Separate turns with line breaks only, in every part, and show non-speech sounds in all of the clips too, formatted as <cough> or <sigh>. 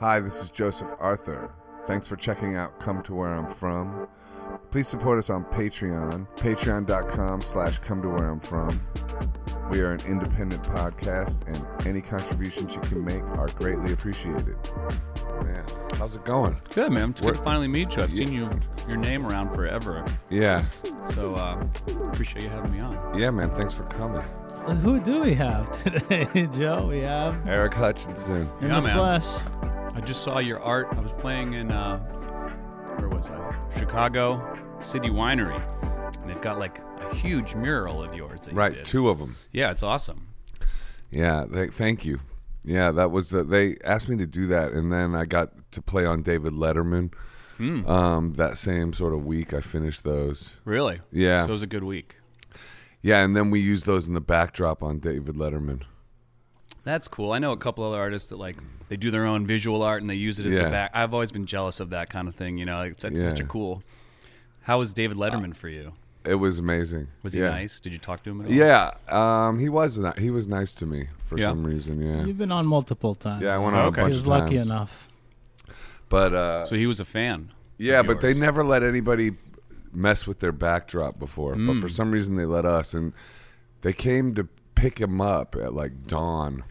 Hi, this is Joseph Arthur. Thanks for checking out Come to Where I'm From. Please support us on Patreon, patreon.com slash come to where I'm from. We are an independent podcast, and any contributions you can make are greatly appreciated. Man, how's it going?
Good man, it's good to
We're-
finally meet you. I've
Yeah.
seen you your name around forever,
Yeah,
so uh, appreciate you having me on.
yeah, man. Thanks for coming,
Who do we have <laughs> today, Joe? We have
Eric Hutchinson.
in
Yeah,
the
man.
flesh.
I just saw your art. I was playing in uh, where was I? Chicago City Winery, and they've got like a huge mural of yours. That you
Right,
did.
two of them.
Yeah, it's awesome.
Yeah, they, thank you. Yeah, that was uh, they asked me to do that, and then I got to play on David Letterman.
Hmm.
Um, that same sort of week, I finished those.
Really?
Yeah.
So it was a good week.
Yeah, and then we used those in the backdrop on David Letterman.
That's cool. I know a couple other artists that like they do their own visual art and they use it as
Yeah.
the back. I've always been jealous of that kind of thing. You know, it's, that's such a
Yeah.
cool. How was David Letterman for you?
It was amazing.
Was he
Yeah.
nice? Did you talk to him? At all?
Yeah, um, he was ni- he was nice to me for
Yeah.
some reason. Yeah,
You've been on multiple times.
yeah, I went on
Okay.
a
He
bunch
was
of
lucky
times.
enough.
But uh,
So he was a fan.
yeah,
of
but they
yours.
never let anybody mess with their backdrop before. But
Mm.
for some reason, they let us, and they came to pick him up at like dawn,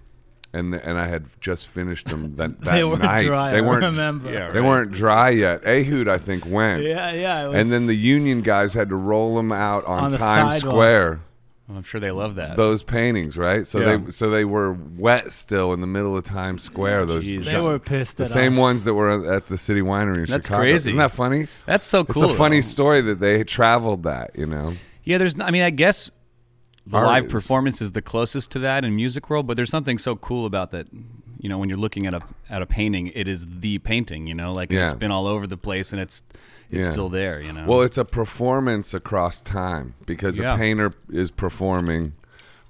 and the, and I had just finished them that, that
<laughs> they were
night.
dry.
they
I
weren't
remember.
Yeah.
they weren't dry yet. Ehud, I think, went.
yeah, yeah, it was-
And then the union guys had to roll them out on,
On the
Times
sidewalk.
Square.
I'm sure they love that.
Those paintings, right? So
Yeah.
they so they were wet still in the middle of Times Square. Those
Jeez.
Oh, they were pissed
the
at
same
us.
ones that were at the City Winery. In
That's
Chicago.
crazy.
Isn't that funny?
That's so cool.
it's a funny
though.
story that they traveled that. You know,
Yeah, there's. n- I mean, I guess the
Art
live
is-
performance is the closest to that in music world, but there's something so cool about that. You know, when you're looking at a at a painting, it is the painting. You know, like
Yeah.
it's been all over the place and it's it's
Yeah.
still there. You know.
well, it's a performance across time because
Yeah.
a painter is performing.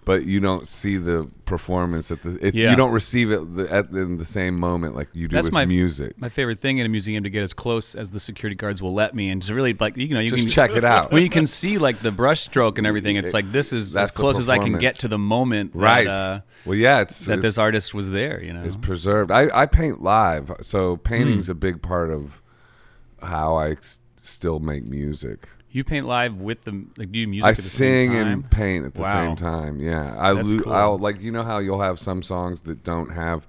But you don't see the performance at the. It,
Yeah.
You don't receive it the, at in the same moment like you do
That's
with
my-
music.
my favorite thing in a museum to get as close as the security guards will let me, and to really like you know you
Just
can
check it out.
When you can see like the brush stroke and everything, it's like this is
That's
as
the
close as I can
performance.
get to the moment. that,
Right.
uh,
well, yeah, it's
that
it's-
this artist was there. You know.
is preserved. I, I paint live, so
Hmm.
painting's a big part of how I s- still make music.
You paint live with the like. Do you music?
I
at the same
sing
time?
and paint at the
Wow.
same time. Yeah, I
That's
lo-
cool.
I'll like you know how you'll have some songs that don't have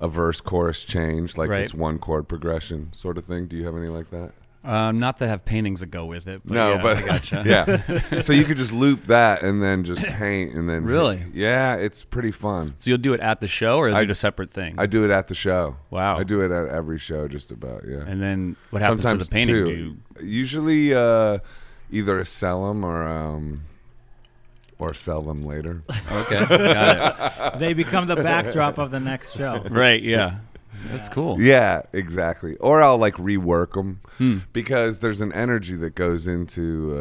a verse chorus change, like
Right.
it's one chord progression sort of thing. Do you have any like that?
Um, not that I have paintings that go with it. But
no,
Oh, yeah,
but
I gotcha.
<laughs>
<laughs>
yeah. So you could just loop that and then
<coughs>
just paint and then
Really?
yeah, it's pretty fun.
So you'll do it at the show, or
I-
do it a separate thing?
I do it at the show.
Wow.
I do it at every show, just about yeah.
and then what happens
sometimes
to the painting?
two.
Do you,
Usually, uh, either sell them or um, or sell them later.
okay, got
They become the backdrop of the next show.
it. Right? Yeah, that's cool.
yeah, exactly. Or I'll like rework them
Hmm.
because there's an energy that goes into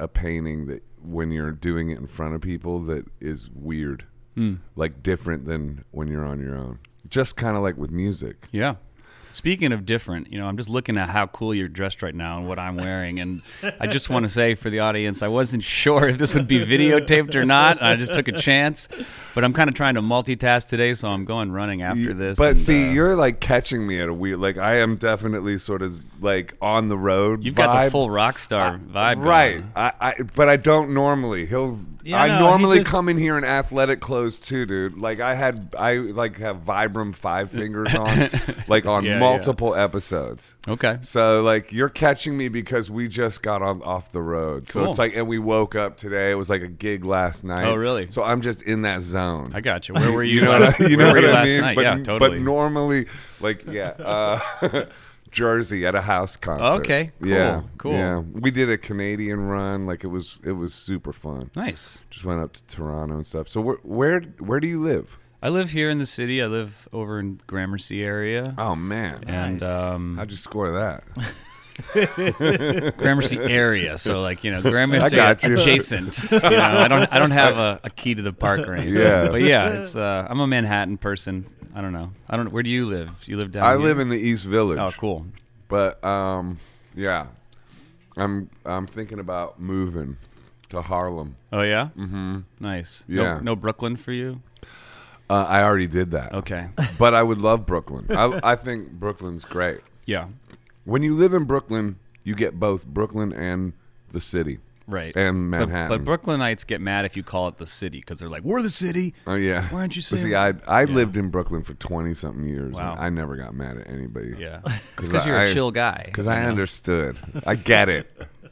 uh, a painting that when you're doing it in front of people that is weird,
Hmm.
like different than when you're on your own. Just kind of like with music.
Yeah. Speaking of different, you know, I'm just looking at how cool you're dressed right now and what I'm wearing, and I just want to say for the audience, I wasn't <laughs> sure if this would be videotaped or not. and I just took a chance, but I'm kind of trying to multitask today, so I'm going running after
You-
this.
But
and,
see,
uh,
you're like catching me at a weird. Like I am definitely sort of like on the road.
you've got the
vibe. Uh,
full rock star vibe, going.
Right. I, I but I don't normally. He'll
Yeah,
I
no, he
normally
just-
come in here in athletic clothes too, dude. Like I had I like have Vibram
<laughs>
five fingers on like on
Yeah, yeah.
multiple episodes.
Okay.
So like you're catching me because we just got on off the road. So
Cool.
it's like and we woke up today. It was like a gig last night.
Oh, really?
So I'm just in that zone.
I got you. Where were
<laughs>
you?
you know
last,
what
<laughs>
I, you know
where were
what
you
I
last
mean?
night?
But,
yeah,
but
totally.
normally like yeah, uh <laughs> Jersey at a house concert.
Okay, cool,
Yeah.
cool.
Yeah. We did a Canadian run, like it was it was super fun.
nice.
Just went up to Toronto and stuff. So where where where do you live?
I live here in the city. I live over in Gramercy area.
Oh man.
And um,
<laughs> How'd you score that?
Gramercy area, so like
<laughs>
you know, Gramercy
I got you. <laughs>
adjacent. You know, I don't, I don't have a, a key to the park range.
Yeah.
but yeah, it's. Uh, I'm a Manhattan person. I don't know. I don't. Where do you live? You live down.
I
here?
live in the East Village.
Oh, cool.
But um yeah. I'm I'm thinking about moving to Harlem.
Oh yeah. Mm-hmm. Nice.
Yeah.
No, no Brooklyn for you.
Uh, I already did that. <laughs>
Okay.
But I would love Brooklyn. I, I think Brooklyn's great.
Yeah.
When you live in Brooklyn, you get both Brooklyn and the city.
Right.
And
But-
Manhattan.
But, Brooklynites get mad if you call it the city because they're like, we're the city.
Oh yeah.
Why aren't you
But
saying
See, I
that?
I lived in Brooklyn for twenty something years.
Wow.
And I never got mad at anybody. <laughs>
Yeah. It's because you're
a
a chill guy.
Because
you
I
know?
understood.
<laughs>
I get it.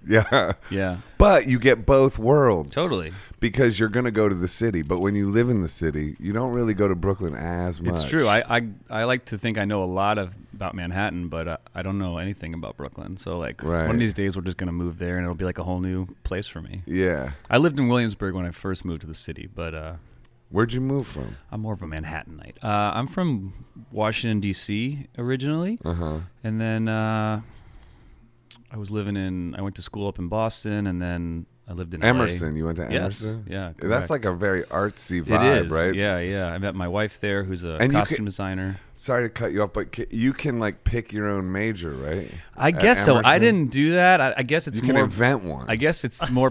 Yeah.
Yeah.
But you get both worlds.
Totally.
Because you're gonna go to the city, but when you live in the city, you don't really go to Brooklyn as much.
It's true. I, I I like to think I know a lot of about Manhattan, but uh, I don't know anything about Brooklyn. So like one
Right.
of these days we're just gonna move there, and it'll be like a whole new place for me.
Yeah.
I lived in Williamsburg when I first moved to the city, but uh,
Where'd you move from?
I'm more of a Manhattanite. Uh, I'm from Washington D.C. originally,
Uh huh.
and then uh, I was living in. I went to school up in Boston, and then I lived in LA.
Emerson. You went to
Yes.
Emerson.
Yeah.
That's
correct.
like a very artsy vibe,
it is.
right?
Yeah, yeah. I met my wife there, who's a
And you
costume
could-
designer.
Sorry to cut you off, but ca- you can like pick your own major, right?
I
At
guess so. I
Emerson?
didn't do that. I, I guess it's
You can
more.
invent one.
I guess it's more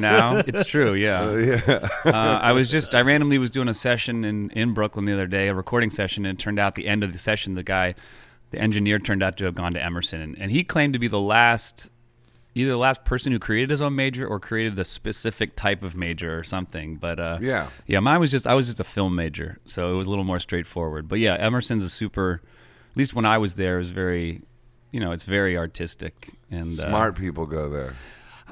<laughs>
now. it's true.
Uh,
Yeah.
<laughs> yeah.
Uh, I was just. I randomly was doing a session in in Brooklyn the other day, a recording session, and it turned out the end of the session, the guy, the engineer, turned out to have gone to Emerson, and, and he claimed to be the last. Either the last person who created his own major or created the specific type of major or something, but uh,
Yeah.
yeah, mine was just I was just a film major, so it was a little more straightforward. But yeah, Emerson's a super. At least when I was there, it was very, you know, it's very artistic and uh,
Smart people go there.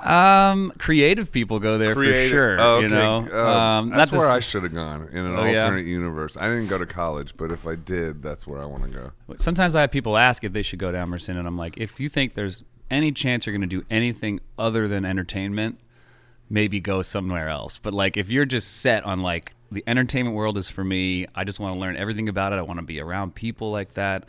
Um, creative people go there for
Creative-
sure.
Oh, okay.
You know,
Oh,
um,
that's
not to
where I
s-
should have gone in an
Oh, yeah.
alternate universe. I didn't go to college, but if I did, that's where I want to go.
sometimes I have people ask if they should go to Emerson, and I'm like, if you think there's any chance you're going to do anything other than entertainment, maybe go somewhere else. But like, if you're just set on like the entertainment world is for me, I just want to learn everything about it. I want to be around people like that.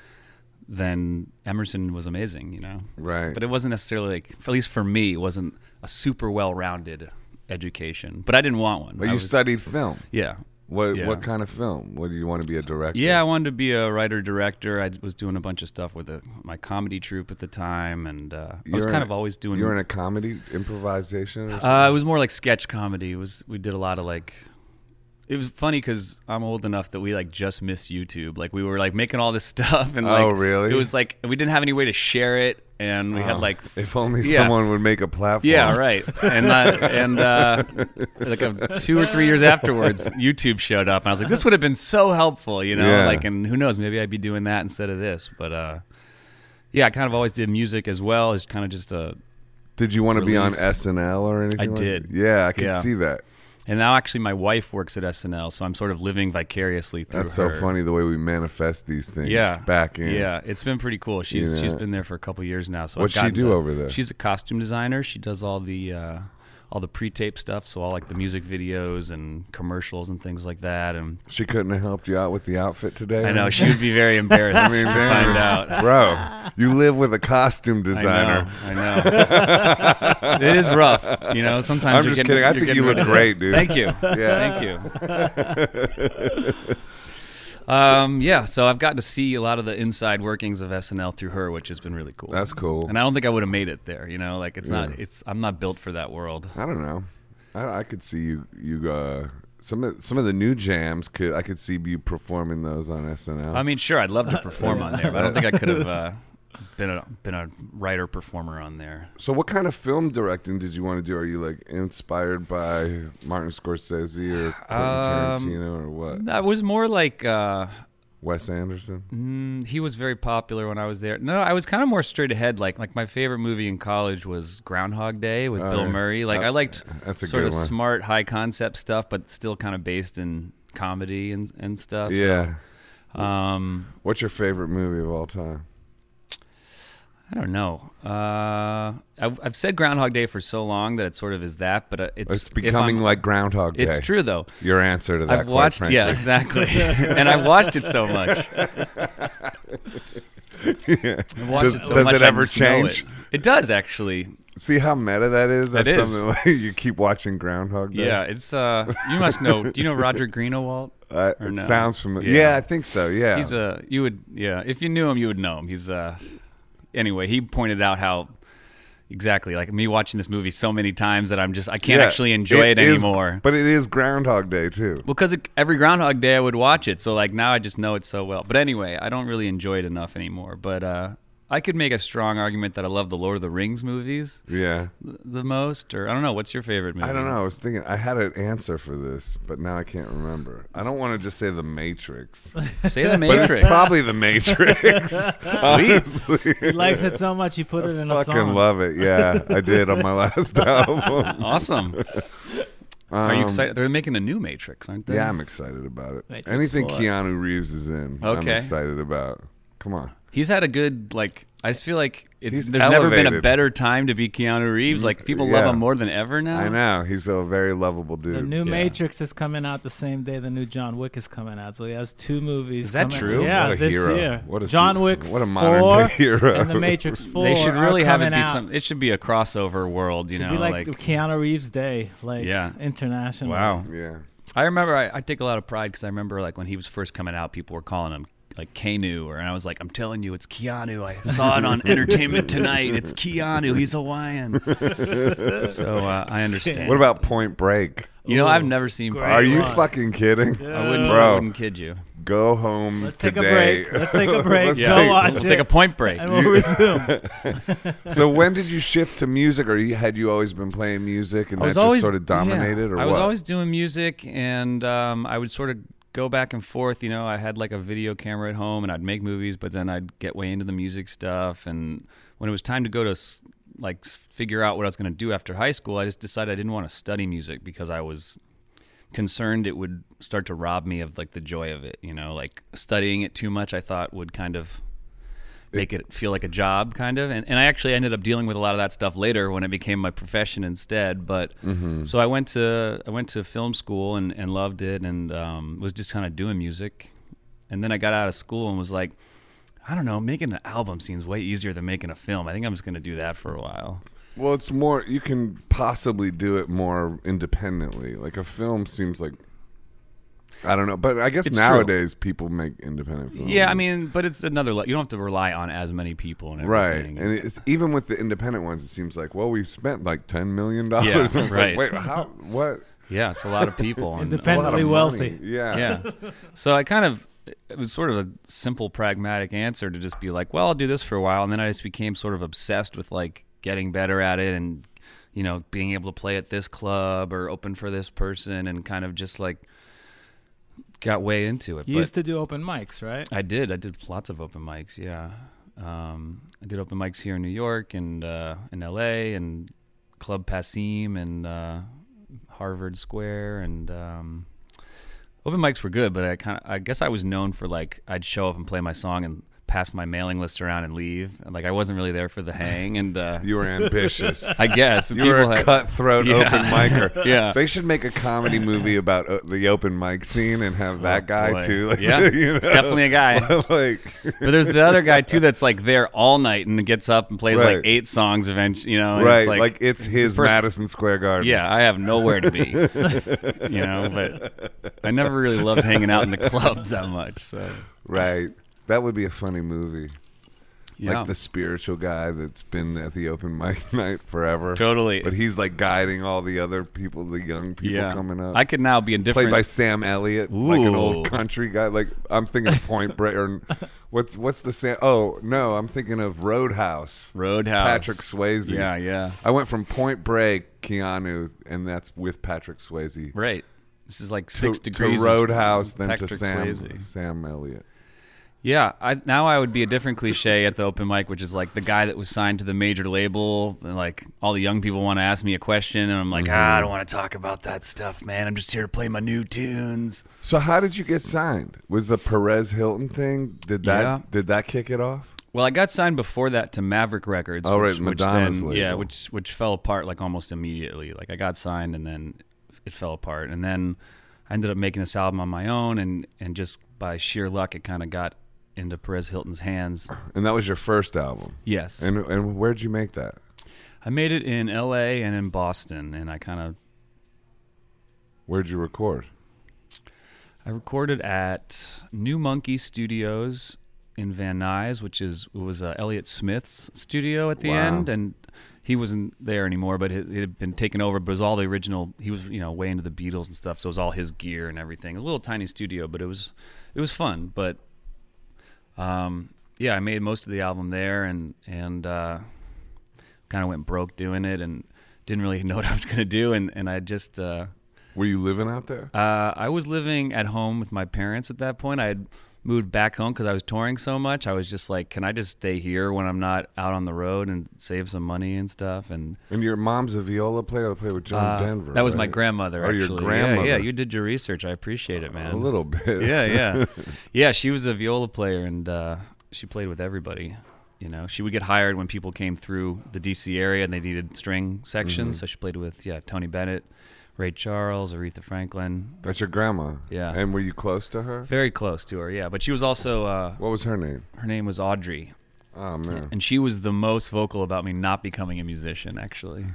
Then Emerson was amazing, you know.
Right.
But it wasn't necessarily like, at least for me, it wasn't a super well-rounded education. But I didn't want one.
But
I
you
was-
studied film.
yeah.
What
Yeah.
what kind of film? What do you want to be a director?
Yeah, I wanted to be a writer director. I was doing a bunch of stuff with the, my comedy troupe at the time, and uh, I was
You're
kind
in-
of always doing.
You're in a comedy improvisation. Or something?
uh, it was more like sketch comedy. It was we did a lot of like. It was funny because I'm old enough that we like just missed YouTube. Like we were like making all this <laughs> stuff, and like
Oh, really?
it was like we didn't have any way to share it, and we had
Oh,
like
<laughs> if only
yeah.
someone would make a platform.
yeah, right. <laughs> And uh, and uh, like uh, two or three years afterwards, YouTube showed up, and I was like, this would have been so helpful, you know.
Yeah.
Like, and who knows, maybe I'd be doing that instead of this. But uh, yeah, I kind of always did music as well. It's kind of just a,
Did you want to be on
Release.
SNL or anything?
I
like
did.
That? Yeah, I can
Yeah.
see that.
and now actually my wife works at SNL, so I'm sort of living vicariously through
That's
her.
so funny the way we manifest these things.
Yeah,
Back in.
Yeah, it's been pretty cool. She's
know?
she's been there for a couple years now. So I've
What's she
gotten
do
to-
over there?
She's a costume designer. She does all the uh, all the pre-tape stuff, so all like the music videos and commercials and things like that. And
She couldn't have helped you out with the outfit today.
I know she would be
<laughs>
very embarrassed
I mean,
to
damn.
find out.
<laughs> Bro, you live with a costume
I
designer.
know. I
<laughs>
know. it is rough, you know. Sometimes
I'm
you're
just kidding.
getting-
I
you're
think
getting
you
rid
look
of it. <laughs>
great, dude.
Thank you.
<laughs> Yeah.
Thank you.
<laughs>
um, yeah. So I've gotten to see a lot of the inside workings of SNL through her, which has been really cool.
That's cool.
And I don't think I would have made it there. You know, like it's not. It's I'm not built for that world.
I don't know. I, I could see you. You uh, some of some of the new jams. Could I could see you performing those on SNL?
I mean, sure, I'd love to perform on there, but I don't think I
<laughs>
could have uh, been a been a writer performer on there.
so what kind of film directing did you want to do? Are you like inspired by Martin Scorsese or Quentin
Um,
Tarantino or what?
That was more like. Uh,
Wes Anderson.
Mm, he was very popular when I was there. No, I was kind of more straight ahead. Like like my favorite movie in college was Groundhog Day with
Oh,
Bill
yeah.
Murray. Like
That-
I liked
that's a
sort
good
of
one.
smart, high concept stuff, but still kind of based in comedy and and stuff. So,
Yeah.
um,
What's your favorite movie of all time?
I don't know. Uh, I've, I've said Groundhog Day for so long that it sort of is that, but uh, it's
It's
if
becoming
I'm-
like Groundhog Day.
It's true though.
Your answer to that.
I've
quite
watched,
frankly.
yeah, exactly, <laughs> and I watched it
<laughs>
so much. I watched
Does-
it so
does
much,
it
I
ever
just know it.
change?
It does actually.
See how meta that is?
It
That's
is.
something <laughs> like you keep watching Groundhog Day.
Yeah, it's uh you must know. Do you know
<laughs>
Roger Greenowalt?
Uh,
Or
it
no?
sounds familiar. Yeah.
Yeah.
I think so. Yeah.
He's a you would yeah, if you knew him you would know him. He's uh anyway, he pointed out how Exactly. Like me watching this movie so many times that I'm just I can't
Yeah,
actually enjoy it,
is-
anymore.
But it is Groundhog Day too.
Well, because every Groundhog Day I would watch it, so like now I just know it so well. But anyway, I don't really enjoy it enough anymore. But uh, I could make a strong argument that I love the Lord of the Rings movies
Yeah.
th- the most, or I don't know. What's your favorite movie?
I don't know. I was thinking I had an answer for this, but now I can't remember. I don't want to just say The
<laughs>
Matrix, <laughs>
Say the
but
Matrix.
it's probably The
<laughs>
Matrix. Honestly,
He likes it so much he put it in a
fucking
song.
love it. Yeah, I did on my last <laughs> album.
awesome. Are you excited? They're making a new Matrix, aren't they?
Um, Yeah, I'm excited about it.
Matrix
Anything
four.
Keanu Reeves is in, I'm
Okay.
excited about. Come on.
He's had a good like. I just feel like it's
He's
there's never been a
elevated.
better time to be Keanu Reeves. Like people
yeah.
love him more than ever now.
I know he's a very lovable dude.
The new
Yeah.
Matrix is coming out the same day the new John Wick is coming out, so he has two movies.
Is that
coming-
true?
Yeah,
what a
this
hero.
year.
What a
John
su-
Wick.
What a modern <laughs>
four
hero.
And the Matrix Four.
They should
are
really have it
coming
be
out.
some. It should be a crossover world. You
Should
know,
be like, Keanu Reeves Day, like
Yeah.
international.
wow.
yeah.
I remember I, I take a lot of pride because I remember like when he was first coming out, people were calling him like Keanu, or and I was like, I'm telling you, it's Keanu. I saw it
<laughs>
on Entertainment Tonight. It's Keanu. He's Hawaiian. so uh, I understand.
What about Point Break?
you know? I've
Ooh,
never seen.
great.
Are you
one.
fucking kidding?
I wouldn't, I
Bro.
wouldn't kid you.
Go home
Let's take a
today.
break.
<laughs>
Let's take a break.
Let's
Go
take-
watch
We'll
it.
take a point break.
And
<laughs>
we'll resume.
So when did you shift to music, or you- had you always been playing music and that just sort of dominated,
yeah.
or
I
what?
was always doing music, and um, I would sort of go back and forth. You know, I had like a video camera at home, and I'd make movies, but then I'd get way into the music stuff. And when it was time to go to s- like s- figure out what I was going to do after high school, I just decided I didn't want to study music because I was concerned it would start to rob me of like the joy of it. You know, like studying it too much, I thought would kind of make it feel like a job kind of and, and i actually ended up dealing with a lot of that stuff later when it became my profession instead but
Mm-hmm.
so i went to i went to film school and, and loved it and um, was just kind of doing music and then i got out of school and was like i don't know making an album seems way easier than making a film i think i'm just going to do that for a while
well, it's more you can possibly do it more independently. Like a film seems like I don't know, but I guess
It's true.
nowadays people make independent films.
yeah i mean but it's another le- you don't have to rely on as many people and
Right,
everything
and it's even with the independent ones, it seems like well, we spent like ten million dollars. <laughs>
Yeah,
It's like,
right.
Wait, how? What?
yeah it's a lot of people and
A
Independent-
lot of
Independently
money.
wealthy.
Yeah.
yeah. So I kind of it was sort of a simple pragmatic answer to just be like, well, I'll do this for a while, and then I just became sort of obsessed with like getting better at it and you know being able to play at this club or open for this person and kind of just like got way into it.
You
But-
used to do open mics, right?
I did. I did lots of open mics. Yeah, um, I did open mics here in New York and uh, in L.A. and Club Passim and uh, Harvard Square and um, open mics were good. But I kind of, I guess I was known for like I'd show up and play my song and pass my mailing list around and leave. Like I wasn't really there for the hang. And uh,
<laughs> You were
<laughs>
ambitious.
I
<laughs>
guess
You were a
had-
cutthroat
Yeah.
open micer.
<laughs> Yeah.
They should make a comedy movie about uh, the open mic scene and have that guy
Oh, boy.
too. <laughs> Like,
Yeah.
you
It's
know?
definitely a guy.
<laughs> like,
But there's the other guy too that's like there all night and gets up and plays
Right.
like eight songs eventually. You know, and
right?
It's
Like, it's his
first-
Madison Square Garden.
Yeah, I have nowhere
<laughs>
to be. you know, but I never really loved hanging out in the clubs that much. So
Right. That would be a funny movie.
yeah.
Like the spiritual guy that's been at the open mic <laughs> night forever.
totally.
But he's like guiding all the other people, the young people coming up.
I could now be in different.
Played by Sam Elliott, like an old
Ooh.
country guy. Like I'm thinking of Point Break, or <laughs> what's what's the Sam? Oh no, I'm thinking of Roadhouse.
Roadhouse.
Patrick Swayze.
Yeah, yeah.
I went from Point Break, Keanu, and that's with Patrick Swayze.
Right. This is like
to-
six
to,
degrees. of-
Roadhouse, then to
Patrick
Sam
Swayze.
Sam Elliott.
Yeah, I, now I would be a different cliche at the open mic, which is like the guy that was signed to the major label, and like all the young people want to ask me a question, and I'm like, ah,
Mm-hmm.
I don't want to talk about that stuff, man. I'm just here to play my new tunes.
So how did you get signed? Was the Perez Hilton thing? Did that
Yeah.
did that kick it off?
Well, I got signed before that to Maverick Records.
Oh,
which,
right,
which
Madonna's
then,
label.
Yeah, which which fell apart like almost immediately. Like I got signed and then it fell apart, and then I ended up making this album on my own, and and just by sheer luck, it kind of got into Perez Hilton's hands.
And that was your first album.
Yes,
And and where'd you make that?
I made it in L.A. and in Boston, and I kind of
Where'd you record?
I recorded at New Monkey Studios in Van Nuys, which is was uh, Elliot Smith's studio at the
Wow.
end, and he wasn't there anymore, but it, it had been taken over. But it was all the original. He was you know way into the Beatles and stuff, so it was all his gear and everything. It was a little tiny studio, but it was it was fun. But um, yeah, I made most of the album there, and and uh, kind of went broke doing it, and didn't really <laughs> know what I was gonna do, and and I just. Uh,
Were you living out there?
uh, I was living at home with my parents at that point. I had moved back home because I was touring so much. I was just like, can I just stay here when I'm not out on the road and save some money and stuff? And
And your mom's a viola player that played with John
uh,
Denver.
that was my
right?
grandmother.
Oh, your
actually. Yeah,
grandmother.
Yeah, you did your research. I appreciate it, man.
A little bit.
yeah,
<laughs>
yeah, yeah. She was a viola player, and uh, she played with everybody. You know, she would get hired when people came through the D.C. area and they needed string sections.
Mm-hmm.
So she played with yeah Tony Bennett, Ray Charles, Aretha Franklin,
That's your grandma.
Yeah.
And were you close to her?
Very close to her, yeah. But she was also uh,
What was her name?
her name was Audrey,
Oh man,
and she was the most vocal about me not becoming a musician. Actually,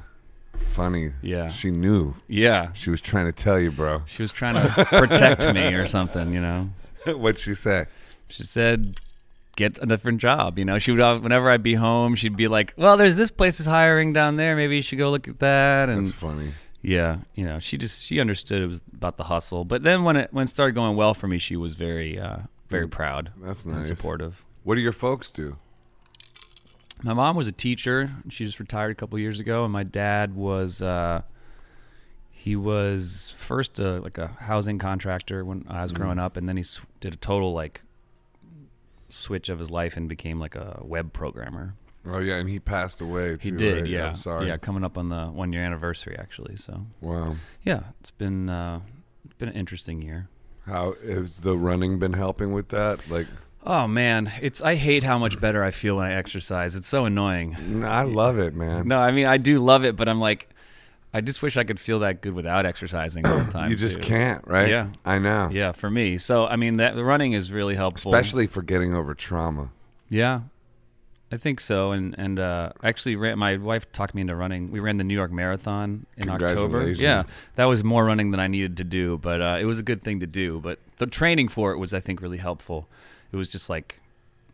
funny.
Yeah.
She knew.
yeah,
She was trying to tell you, bro. <laughs>
she was trying to protect me or something. You know,
What'd she say?
she said, "Get a different job." You know, she would al- whenever I'd be home, she'd be like, "Well, there's this place is hiring down there. Maybe you should go look at that." And
That's funny.
yeah, you know, she just she understood it was about the hustle. But then when it when it started going well for me, she was very uh, very proud
That's
and
Mm. nice.
supportive.
What do your folks do?
my mom was a teacher. She just retired a couple years ago, and my dad was uh, he was first a, like a housing contractor when I was
Mm-hmm.
growing up, and then he s- did a total like switch of his life and became like a web programmer.
Oh yeah, and he passed away.
He
too,
did,
right?
yeah,
I'm sorry.
yeah, coming up on the one year anniversary actually. So
Wow.
yeah, it's been uh, it's been an interesting year.
How has the running been helping with that? Like,
Oh man, it's I hate how much better I feel when I exercise. It's so annoying.
n- I love it, man.
No, I mean I do love it, but I'm like, I just wish I could feel that good without exercising all the
<clears throat>
time.
you just
too.
can't, right?
Yeah.
I know.
Yeah, for me. So I mean that the running is really helpful.
Especially for getting over trauma.
Yeah, I think so. And and uh, I actually, ran, my wife talked me into running. We ran the New York Marathon in October.
Congratulations.
Yeah, that was more running than I needed to do, but uh, it was a good thing to do. But the training for it was, I think, really helpful. It was just like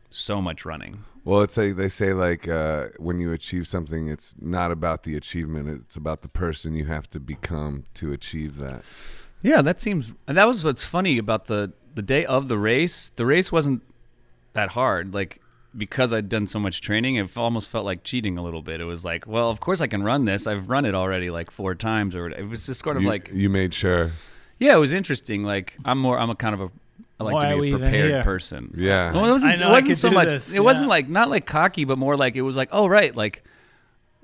so much running.
Well, it's like they say, like uh, when you achieve something, it's not about the achievement; it's about the person you have to become to achieve that.
Yeah, that seems. And that was what's funny about the the day of the race. The race wasn't that hard. Like because I'd done so much training, it almost felt like cheating a little bit. It was like, well, of course I can run this. I've run it already like four times, or whatever. it was just sort of
you,
like,
you made sure,
yeah, it was interesting. Like I'm more, I'm a kind of a, I like
Why
to
are
be
we
a
even
prepared
here?
person.
yeah.
Well, it wasn't,
I know
it
I
wasn't
could
so
do
much.
this,
It wasn't
yeah.
like not like cocky, but more like it was like, oh right, like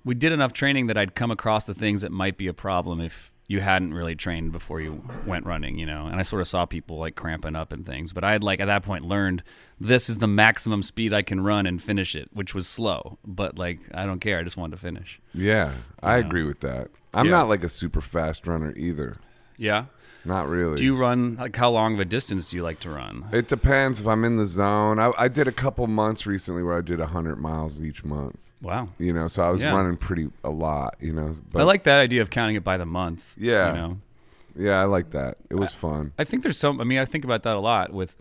we did enough training that I'd come across the things that might be a problem if you hadn't really trained before you went running, you know. And I sort of saw people like cramping up and things, but I had like at that point learned this is the maximum speed I can run and finish it, which was slow, but like I don't care. I just wanted to finish.
yeah, I agree with that. I'm
Yeah.
not like a super fast runner either.
Yeah.
Not really.
Do you run like how long of a distance do you like to run?
it depends if I'm in the zone. I, I did a couple months recently where I did hundred miles each month.
Wow.
You know, so I was
Yeah.
running pretty a lot. You know, but
I like that idea of counting it by the month.
Yeah.
You know.
yeah, I like that. It was fun.
I think there's some. I mean, I think about that a lot. With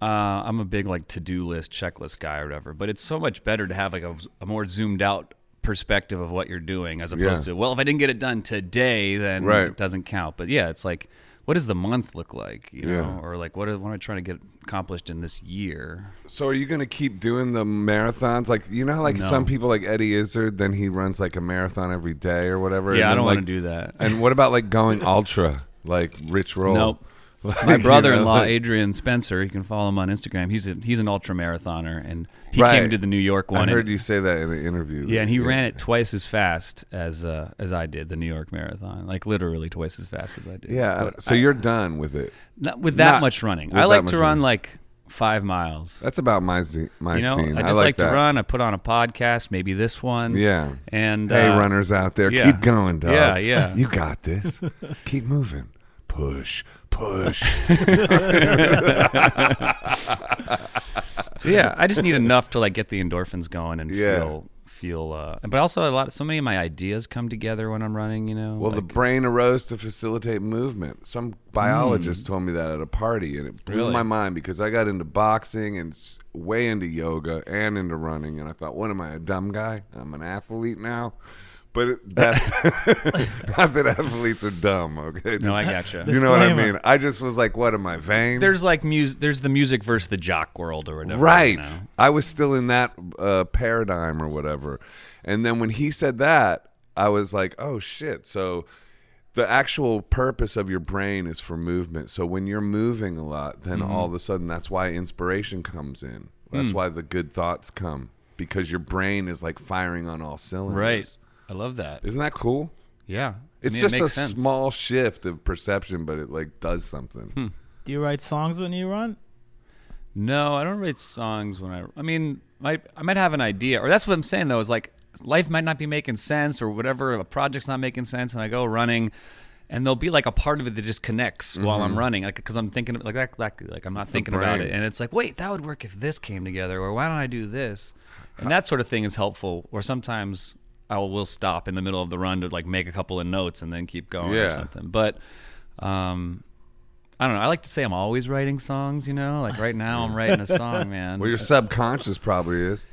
uh, I'm a big like to do list, checklist guy or whatever. But it's so much better to have like a, a more zoomed out perspective of what you're doing as opposed
Yeah.
to well, if I didn't get it done today, then
Right.
it doesn't count. But yeah, it's like what does the month look like, you know,
Yeah.
or like what, are- what am I trying to get accomplished in this year?
So are you gonna keep doing the marathons? Like you know, how, like
No.
some people like Eddie Izzard, then he runs like a marathon every day or whatever. and
yeah, I
then,
don't
like,
want to do that.
And what about like going ultra, like Rich Roll?
Nope.
<laughs> Like,
<laughs> My
you know,
brother-in-law
like-
Adrian Spencer, you can follow him on Instagram. He's a, he's an ultra marathoner, and he
Right.
came to the New York
I
one. and-
heard you say that in an interview.
Yeah, and he ran it twice as fast as uh, as I did the New York Marathon, like literally twice as fast as I did.
Yeah.
But
So
I-
you're done with it.
not with that
not
much running.
with
I
that
like to
much
run
running.
like five miles.
That's about my z- my
you know,
scene.
I just
like,
like, to
that.
run. I put on a podcast, maybe this one.
Yeah.
and
Hey,
uh,
runners out there,
yeah.
keep going, dog.
Yeah, yeah.
<laughs> You got this. keep moving. Push,
<laughs>
push.
so yeah, I just need enough to like get the endorphins going and
Yeah.
feel feel. Uh, but also a lot. So many of my ideas come together when I'm running. You know.
Well, the brain arose to facilitate movement. Some biologist told me that at a party, and it blew
Hmm. Really?
my mind because I got into boxing and s- way into yoga and into running, and I thought, "What am I, a dumb guy? I'm an athlete now." But it,
<laughs>
that's <laughs> not that athletes are dumb. Okay,
no, I
Just-
gotcha.
you know what I
Disclaimer.
mean. I just was like, "What am I, vain?"
there's like music. There's the music versus the jock world or whatever. you
Right.
know?
I was still in that uh, paradigm or whatever. And then when he said that, I was like, oh shit. So the actual purpose of your brain is for movement. So when you're moving a lot, then
Mm-hmm.
all of a sudden that's why inspiration comes in. That's
Mm.
why the good thoughts come because your brain is like firing on all cylinders.
Right. I love that.
Isn't that cool?
Yeah. I
It's
mean, it
just a
makes sense.
small shift of perception, but it like does something.
Hmm.
Do you write songs when you run?
No, I don't write songs when I. I mean, I I might have an idea, or that's what I'm saying though. Is like life might not be making sense, or whatever a project's not making sense, and I go running, and there'll be like a part of it that just connects while I'm running, like because I'm thinking like that, like, like I'm not thinking about
Mm-hmm. brain.
it, and it's like wait, that would work if this came together, or why don't I do this, and that sort of thing is helpful. Or sometimes I will, will stop in the middle of the run to like make a couple of notes and then keep going or
Yeah.
something, but. um I don't know. I like to say I'm always writing songs, you know? Like right now I'm writing a song, man.
Well, your subconscious probably is.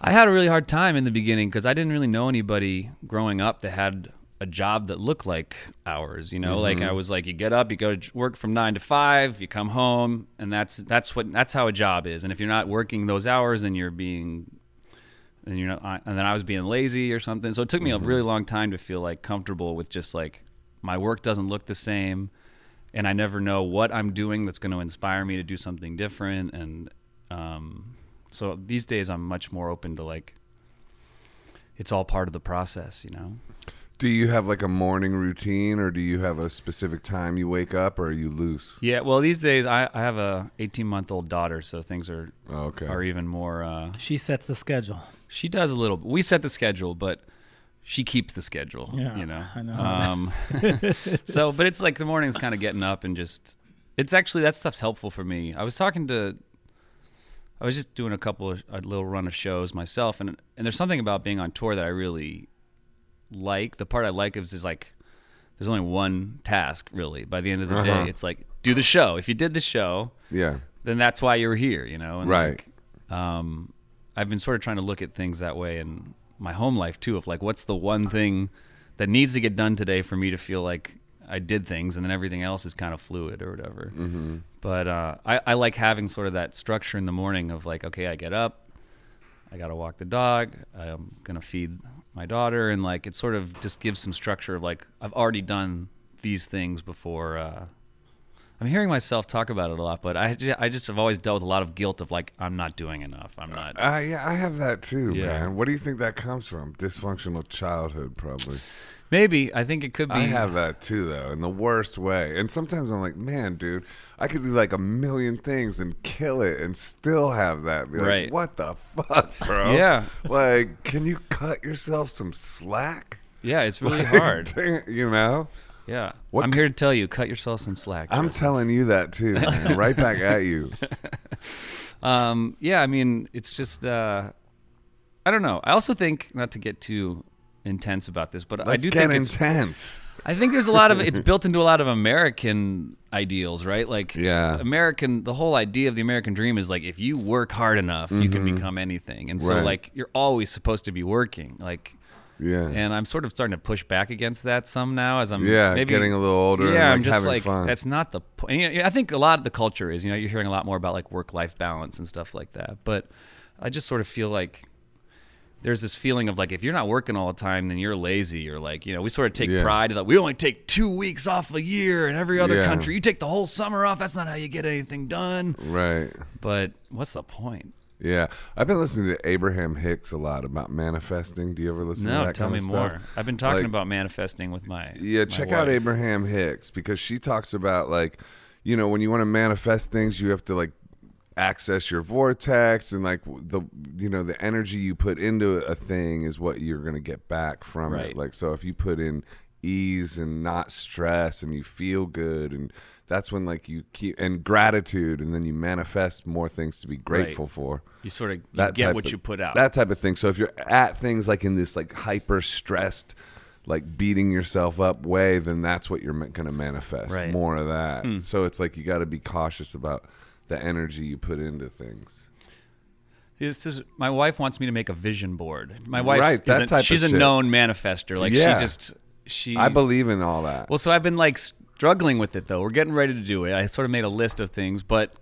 I had a really hard time in the beginning because I didn't really know anybody growing up that had a job that looked like ours. You know, like I was like, you get up, you go to j- work from nine to five, you come home, and that's that's what that's how a job is. And if you're not working those hours, and you're being and you know, I, and then I was being lazy or something. So it took me a really long time to feel like comfortable with just like my work doesn't look the same, and I never know what I'm doing that's going to inspire me to do something different. And um, so these days, I'm much more open to like it's all part of the process, you know.
Do you have like a morning routine or do you have a specific time you wake up or are you loose?
Yeah. Well, these days I, I have a 18 month old daughter, so things are
Oh, Okay.
are even more. Uh,
She sets the schedule.
She does a little. We set the schedule, but she keeps the schedule.
Yeah,
you know.
I know. <laughs>
Um, so, but it's like the morning's kind of getting up and just. It's actually that stuff's helpful for me. I was talking to. I was just doing a couple of a little run of shows myself, and and there's something about being on tour that I really like. The part I like is is like. There's only one task really. By the end of the
Uh-huh.
day, it's like do the show. If you did the show,
yeah.
then that's why you're here, you know? And
Right.
like, um, I've been sort of trying to look at things that way in my home life too, of like, what's the one thing that needs to get done today for me to feel like I did things and then everything else is kind of fluid or whatever. Mm-hmm. But uh, I, I like having sort of that structure in the morning of like, okay, I get up, I got to walk the dog, I'm going to feed my daughter. And like, it sort of just gives some structure of like, I've already done these things before. Uh, I'm hearing myself talk about it a lot, but I just, I just have always dealt with a lot of guilt of like I'm not doing enough. I'm not.
Uh, yeah, I have that too,
Yeah.
man. What do you think that comes from? Dysfunctional childhood, probably.
Maybe I think it could be.
I have that too, though, in the worst way. And sometimes I'm like, man, dude, I could do like a million things and kill it and still have that. Be like,
Right.
What the fuck, bro?
Yeah.
Like, can you cut yourself some slack? <laughs>
Yeah, it's really hard.
you know?
Yeah,
What
I'm
c-
here to tell you, cut yourself some slack.
I'm
Tristan.
telling you that too, man. right back at you.
um, yeah, I mean, it's just uh, I don't know. I also think not to get too intense about this, but I
Let's
do
get
think it's
intense.
I think there's a lot
<laughs>
of it's built into a lot of American ideals, right? Like
Yeah.
American the whole idea of the American dream is like if you work hard enough, you can become anything. And so
Mm-hmm. Right.
like you're always supposed to be working. Like
Yeah.
and I'm sort of starting to push back against that some now as I'm
yeah,
maybe,
getting a little older. and,
yeah,
like,
I'm just
having
like
fun.
that's not the point. You know, I think a lot of the culture is, you know, you're hearing a lot more about like work-life balance and stuff like that. But I just sort of feel like there's this feeling of like if you're not working all the time, then you're lazy. Or like, you know, we sort of take
Yeah.
pride in like we only take two weeks off a year in every other
Yeah.
country. You take the whole summer off. That's not how you get anything done.
right.
But what's the point?
Yeah, I've been listening to Abraham Hicks a lot about manifesting. Do you ever listen to
No,
that
tell me
kind of
more.
stuff?
I've been talking
Like-
about manifesting with my
Yeah,
my
check
wife.
out Abraham Hicks because she talks about like, you know, when you want to manifest things, you have to like access your vortex and like the you know the energy you put into a thing is what you're going to get back from
Right.
it. Like so if you put in ease and not stress and you feel good and that's when like you keep and gratitude, and then you manifest more things to be grateful for.
You sort of you
That
get
type
what
of-
you put out.
That type of thing. So if you're at things like in this like hyper stressed, like beating yourself up way, then that's what you're going to manifest.
Right. Hmm.
More of that. So it's like you got to be cautious about the energy you put into things.
This is my wife wants me to make a vision board. My wife
Right, that
isn't-
type of
she's a
shit.
known manifester. Like
Yeah.
she just she
I believe in all that.
Well, so I've been like struggling with it though. We're getting ready to do it. I sort of made a list of things, but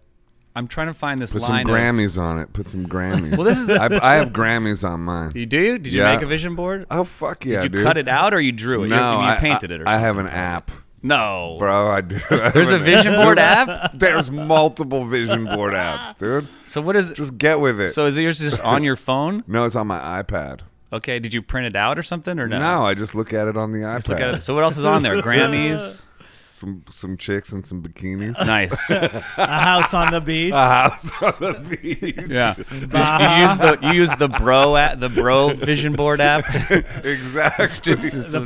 I'm trying to find this
Put some
line of-
Grammys on it. Put some Grammys. well,
this
<laughs>
is-
I, I have Grammys on mine.
you do? Did you
Yeah.
make a vision board?
oh fuck yeah,
Did you
dude.
cut it out or you drew it?
No,
you, you
I,
painted
I-
it or
I
something.
have an app,
no.
bro. I
<laughs>
do.
There's a vision
<laughs>
board app.
There's multiple vision board apps, dude.
So what is
Just get with it.
So is yours just on your phone?
no, it's on my iPad.
Okay, did you print it out or something or no?
No, I just look at it on the iPad.
Just look at it. So what else is
<laughs>
on there? Grammys.
Some some chicks and some
<laughs>
bikinis. <laughs>
Nice.
A house
<laughs>
on the beach.
Ah,
A house on the beach. <laughs>
Yeah. You use the you use the bro at the bro vision
<laughs>
board app.
exactly.
the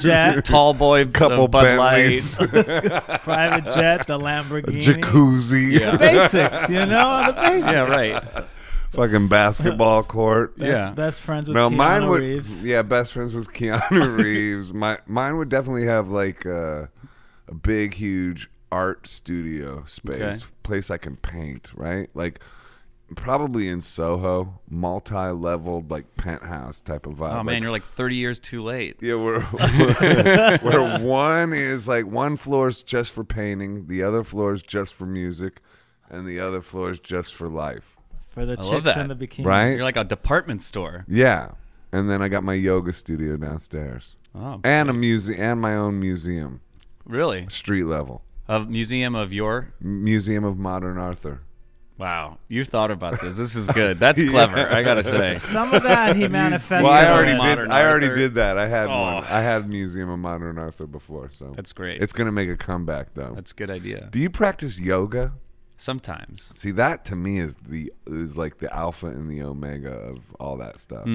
<laughs>
jet,
Tall boy
Couple
uh, Bud
Bentleys, <laughs>
Light.
private jet,
<laughs>
the Lamborghini.
jacuzzi,
Yeah.
Basics, you know, the basics.
<laughs> Yeah, right.
<laughs> fucking basketball court.
Best,
Yeah.
best friends with
No,
Keanu
mine would.
Reeves.
Yeah, best friends with
<laughs>
Keanu Reeves. My mine would definitely have like a, a big, huge art studio space,
Okay.
place I can paint. Right, like probably in Soho, multi-leveled like penthouse type of vibe.
Oh
Like,
man, you're like 30 years too late.
yeah,
<laughs>
where, where, where one is like one floor is just for painting, the other floor is just for music, and the other floor is just for life.
For the
love
chicks
that.
in the bikini.
Right?
You're like a department store.
Yeah. And then I got my yoga studio downstairs.
Oh,
and a museum and my own museum,
really?
street level
A museum of your
museum of modern Arthur.
Wow, you thought about this. This is
<laughs>
good. That's clever. I gotta say.
Some of
<laughs>
that he manifested.
Well, I
Museum of
already did.
Modern
I already
Arthur.
did that. I had one.
Oh.
I had museum of modern Arthur before, so
That's great.
It's gonna make a comeback though.
That's a good idea.
Do you practice yoga?
Sometimes.
See, that to me is the is like the alpha and the omega of all that stuff.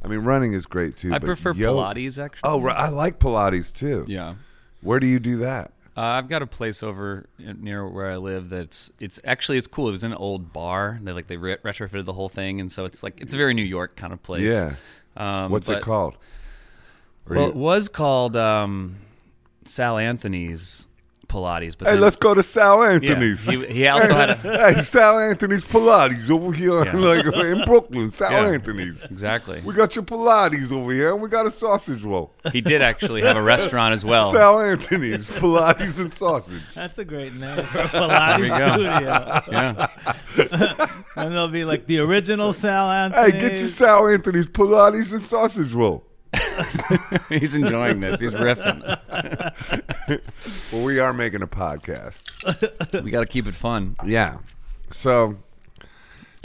I mean, running is great too.
Hmm. I
but
prefer
yo-
Pilates actually.
Oh, right. I like Pilates too.
yeah.
Where do you do that?
Uh, I've got a place over in- near where I live that's it's actually it's cool. It was an old bar. They like they re- retrofitted the whole thing, and so it's like it's a very New York kind of place.
Yeah.
Um,
What's
but-
it called? Or
Well,
you-
it was called um, Sal Anthony's Pilates, but
hey,
then-
let's go to Sal
yeah,
Anthony's.
he, he also
<laughs>
had a,
hey, Sal Anthony's Pilates over here, <laughs>
Yeah.
like in Brooklyn. Sal
Yeah.
Anthony's.
exactly.
We got your Pilates over here, and we got a sausage roll.
He did actually have a restaurant as well.
Sal Anthony's Pilates and sausage.
That's a
<laughs>
great name for a Pilates
go.
studio.
yeah. <laughs>
And they'll be like the original Sal
Hey,
Anthony.
get your Sal Anthony's Pilates and sausage roll.
He's enjoying this. He's riffing.
Well, we are making a podcast.
We got to keep it fun.
Yeah. So,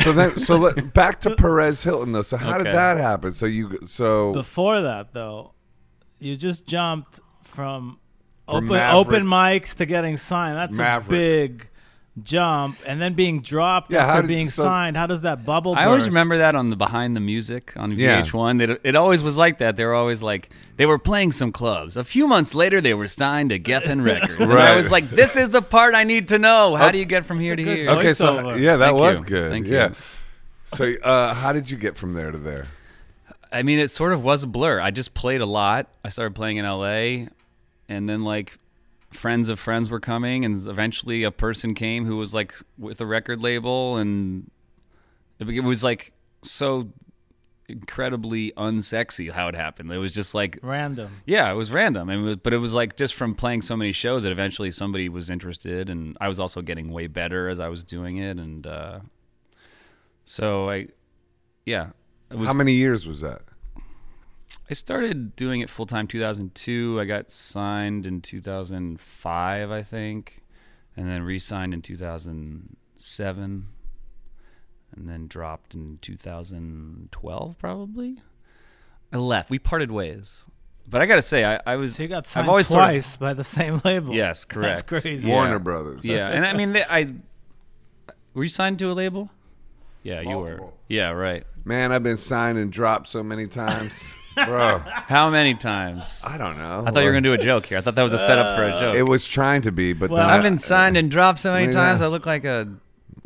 so then, so let, back to Perez Hilton though. So how
Okay.
did that happen? So you, so
Before that, though, you just jumped from,
From
open
Maverick.
open mics to getting signed. That's
Maverick.
a big jump, and then being dropped
Yeah, how
after
did-
being
so-
signed. How does that bubble?
I always
burst?
remember that on the Behind the Music on
Yeah.
VH1. That it, it always was like that. They were always like they were playing some clubs. A few months later, they were signed
<laughs>
to Geffen Records, and I
Right.
was like, "This is the part I need to know. How do you get from here to
good
here?"
voice.
okay, so
voiceover.
yeah, that
Thank
was
you.
good.
Thank you.
yeah. So uh, how did you get from there to there?
I mean, it sort of was a blur. I just played a lot. I started playing in LA, and then like friends of friends were coming, and eventually a person came who was like with a record label, and it be- it was like so incredibly unsexy how it happened. It was just like
Random.
yeah, it was random, and it was- but it was like just from playing so many shows that eventually somebody was interested, and I was also getting way better as I was doing it, and uh, so I, yeah, it was
How many years was that?
I started doing it full time 2002. I got signed in 2005, I think, and then re-signed in 2007, and then dropped in 2012, probably. I left. We parted ways, but I gotta say, I, I was.
So you got signed
I've always sort of-
twice by the same
<laughs>
label.
yes, correct.
<laughs> That's crazy.
Yeah.
Warner Brothers.
yeah, and I mean, they, I were you signed to a label? Yeah, you were.
Multiple.
Yeah, right.
Man, I've been signed and dropped so many times. bro.
How
<laughs>
many times?
I don't know.
I thought you were going to do a joke here. I thought that was a setup for a joke.
Uh, It was trying to be, but
Well,
then
I've
I-
been signed and dropped so many
Yeah.
times. I look like a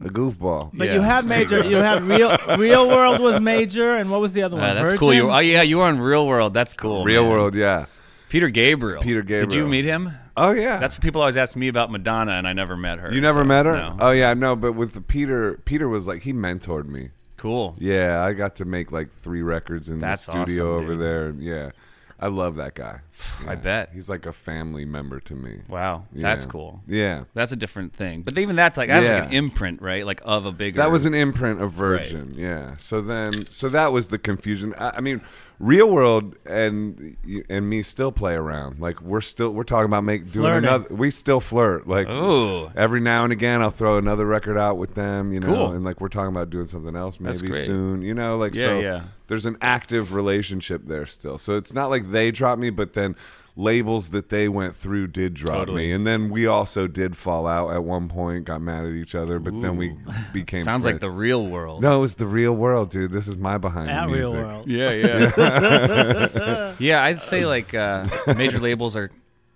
a goofball.
But
Yeah.
you had major.
<laughs>
You had real. Real world was major, and what was the other one?
Uh, that's
Virgin?
cool. You, oh yeah, you were on Real World. That's cool.
Real
man.
world, yeah.
Peter Gabriel.
Peter
Did you
Gabriel.
meet him?
Oh yeah.
That's what people always ask me about Madonna, and I never met her.
you never
so,
met her?
no.
Oh yeah, no, but with the Peter Peter was like he mentored me.
cool.
Yeah, I got to make like three records in
That's
the studio
awesome,
over
dude.
there. Yeah. I love that guy.
<sighs> I
Yeah.
bet.
He's like a family member to me.
Wow,
Yeah.
that's cool.
Yeah.
That's a different thing. But even that's like that's like an
Yeah.
imprint, right? Like of a bigger.
That was an imprint of Virgin, yeah. So then, so that was the confusion. I, I mean, Real World and y- and me still play around. Like we're still we're talking about make doing
Flirting.
another. We still flirt. Like
Ooh.
every now and again, I'll throw another record out with them. You know,
Cool.
and like we're talking about doing something else
That's
maybe
great.
soon. You know, like
Yeah,
so.
yeah.
There's an active relationship there still. So it's not like they dropped me, but then labels that they went through did drop
Totally.
me and then we also did fall out at one point got mad at each other but then
<laughs>
we became
sounds like
friends.
the real world.
No, it was the real world, dude. This is my behind
That
the
real
music.
world.
<laughs>
Yeah, yeah, <laughs> yeah. I'd say like uh, major labels are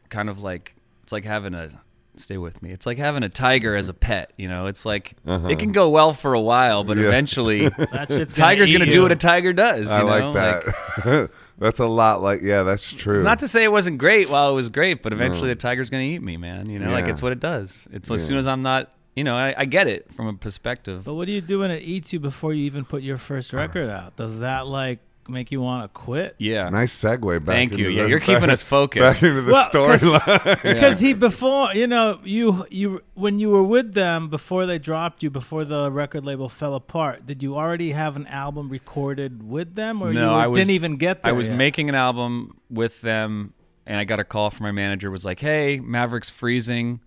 kind of like it's like having a stay with me. It's like having a tiger as a pet. You know, it's like it can go well for a while, but
Uh-huh. Yeah. <laughs>
eventually,
That shit's gonna
<laughs> tiger's
eat
gonna
you.
do what a tiger does. You
I
know?
like that. <laughs> that's a lot like yeah, that's true.
Not to say it wasn't great while it was great, but eventually the tiger's gonna eat me, man. You know, like
Yeah.
it's what it does. It's as
Yeah.
soon as I'm not, you know, I, I get it from a perspective.
But what do you do when it eats you before you even put your first record out? Does that like make you want to quit?
Yeah,
nice segue back.
Thank
into
you. Yeah,
the- <laughs>
you're keeping us
back
focused.
into the
Well, 'cause-
storyline.
Because he before you know you you when you were with them before they dropped you before the record label fell apart did you already have an album recorded with them or you
No, I was-
didn't even get there
I was
yet?
making an album with them, and I got a call from my manager. Was like, "Hey, Maverick's freezing.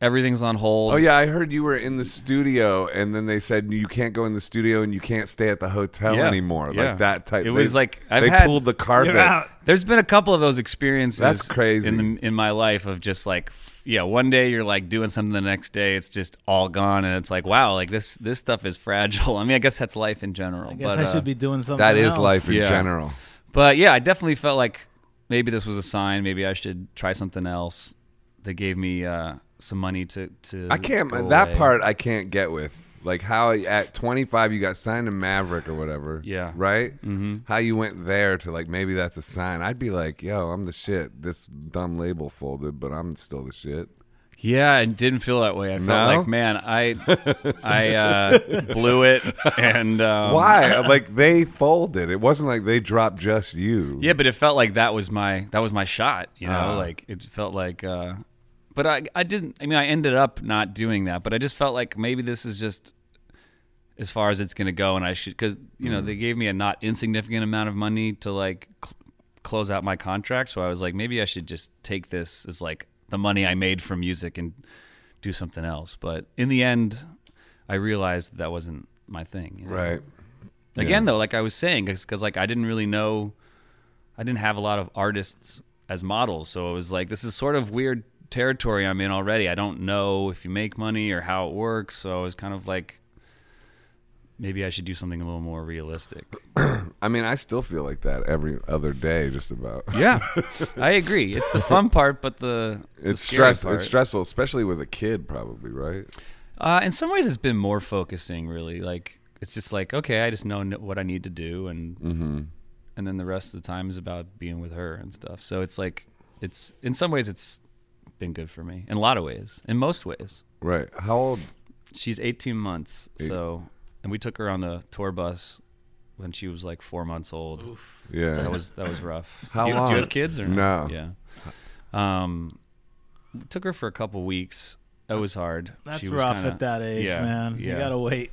Everything's on hold."
oh yeah, I heard you were in the studio, and then they said you can't go in the studio and you can't stay at the hotel
Yeah,
anymore.
yeah.
Like that type.
It
they-
was like, I've
they
had-
pulled the carpet.
You're out.
There's been a couple of those experiences.
That's crazy.
in the, in my life of just like, f- yeah, one day you're like doing something, the next day it's just all gone, and it's like, wow, like this this stuff is fragile. <laughs> I mean, I guess that's life in general.
I guess
but,
I
uh,
should be doing something
That is
else.
life in
Yeah.
general.
But yeah, I definitely felt like maybe this was a sign. Maybe I should try something else. They gave me uh, some money to to.
I can't.
go
that
away.
part I can't get with. Like how at 25 you got signed to Maverick or whatever.
Yeah.
Right. Mm-hmm. How you went there to like maybe that's a sign. I'd be like, yo, I'm the shit. This dumb label folded, but I'm still the shit.
Yeah, and didn't feel that way. I felt
No?
like, man, I I uh, blew it, and um, <laughs>
Why? like they folded. It wasn't like they dropped just you.
Yeah, but it felt like that was my that was my shot. You know,
Ah.
like it felt like. Uh, but I I didn't. I mean, I ended up not doing that. But I just felt like maybe this is just as far as it's gonna go, and I should because you know they gave me a not insignificant amount of money to like cl- close out my contract. So I was like, maybe I should just take this as like the money I made from music and do something else. But in the end, I realized that wasn't my thing. you know?
Right.
Again, though, like I was saying, because like I didn't really know, I didn't have a lot of artists as models, so it was like this is sort of weird territory I'm in already. I don't know if you make money or how it works, so I was kind of like, maybe I should do something a little more realistic.
I mean, I still feel like that every other day, just about.
yeah, <laughs> I agree. It's the fun part, but the
<laughs>
the
It's
scary
stressful. It's
part.
stressful, especially with a kid, probably. Right.
Uh, in some ways, it's been more focusing. Really, like it's just like okay, I just know n- what I need to do, and
Mm-hmm.
and then the rest of the time is about being with her and stuff. So it's like it's in some ways it's been good for me in a lot of ways. In most ways,
Right. How old?
she's 18 months, so and we took her on the tour bus when she was like four months old.
Yeah.
That was that was rough.
<laughs> How
do, you- Do
long?
you have kids or
No.
not? Yeah. Um, took her for a couple weeks. That was hard.
That's
She was
rough
kinda-
at that age,
yeah,
man. You
<laughs> yeah.
gotta wait.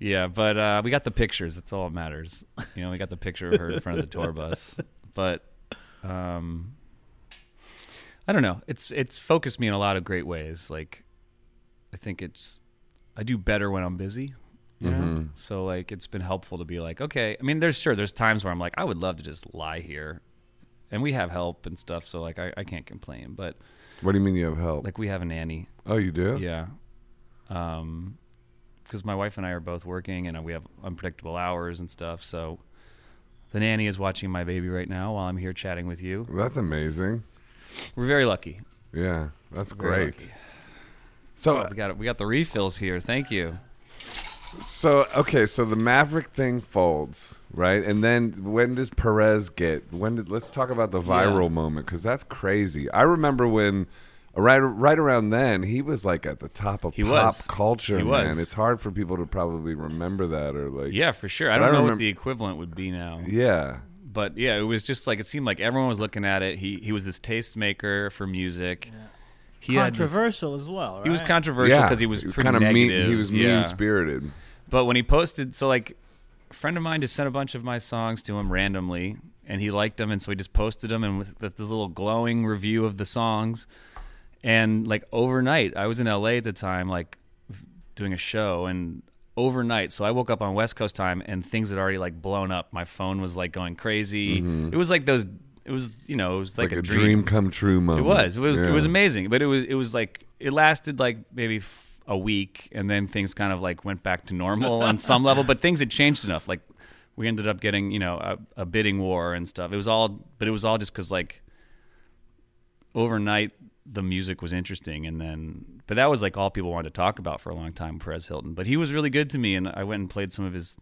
Yeah, but uh, we got the pictures. That's all that matters. You know, we got the picture of her in front of the tour bus. But um, I don't know. It's it's focused me in a lot of great ways. Like I think it's I do better when I'm busy. You know? So like it's been helpful to be like, okay. I mean, there's sure there's times where I'm like, I would love to just lie here, and we have help and stuff. So like I, I can't complain. But
What do you mean you have help?
like we have a nanny
oh, you do.
yeah. Um, because my wife and I are both working, and we have unpredictable hours and stuff, so The nanny is watching my baby right now while I'm here chatting with you.
That's amazing.
We're very lucky.
Yeah, that's
Very
great.
lucky.
So,
We got we got the refills here. Thank you.
so okay, so the Maverick thing folds, right? And then when does Perez get? When did? Let's talk about the viral moment because that's crazy. I remember when. Right, right around then, he was like at the top of
He
pop
was.
culture,
He
man.
was.
It's hard for people to probably remember that or like,
Yeah, for sure. I
But I
don't know
remem-
what the equivalent would be now.
yeah,
But yeah, it was just like it seemed like everyone was looking at it. He he was this tastemaker for music. He had this-
Controversial as well. Right?
he was controversial
yeah.
because he was pretty
kinda mean.
negative.
He was
Yeah.
mean spirited.
But when he posted, so like a friend of mine just sent a bunch of my songs to him randomly, and he liked them, and so he just posted them, and with th- this little glowing review of the songs, and like overnight, I was in LA at the time, like doing a show, and overnight, so I woke up on West Coast time, and things had already like blown up. My phone was like going crazy. It was like those. It was you know it was like,
Like, a dream. come true moment.
it was. It was.
Um, Yeah.
It was amazing. But it was. It was like it lasted like maybe f- a week, and then things kind of like went back to normal on some level. But things had changed enough. Like we ended up getting you know a, a bidding war and stuff. It was all. But it was all just because like overnight the music was interesting and then but that was like all people wanted to talk about for a long time perez hilton but he was really good to me and i went and played some of his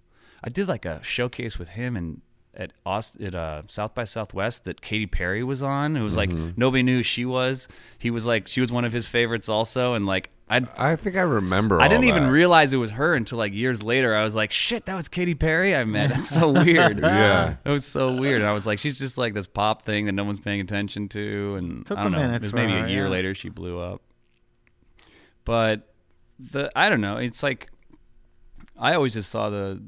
i did like a showcase with him and at Austin, at uh, South by Southwest, that Katy Perry was on. It was like nobody knew who she was. He was like she was one of his favorites also, and like I
I think I remember.
I didn't
all
even
that.
realize it was her until like years later. I was like, shit, that was Katy Perry I met. That's so weird.
<laughs> Yeah.
It was so weird. And I was like, she's just like this pop thing that no one's paying attention to. And
Took
I don't
a
know.
minute
it was
for
maybe
her,
a year
yeah.
later she blew up. But the I don't know. It's like I always just saw the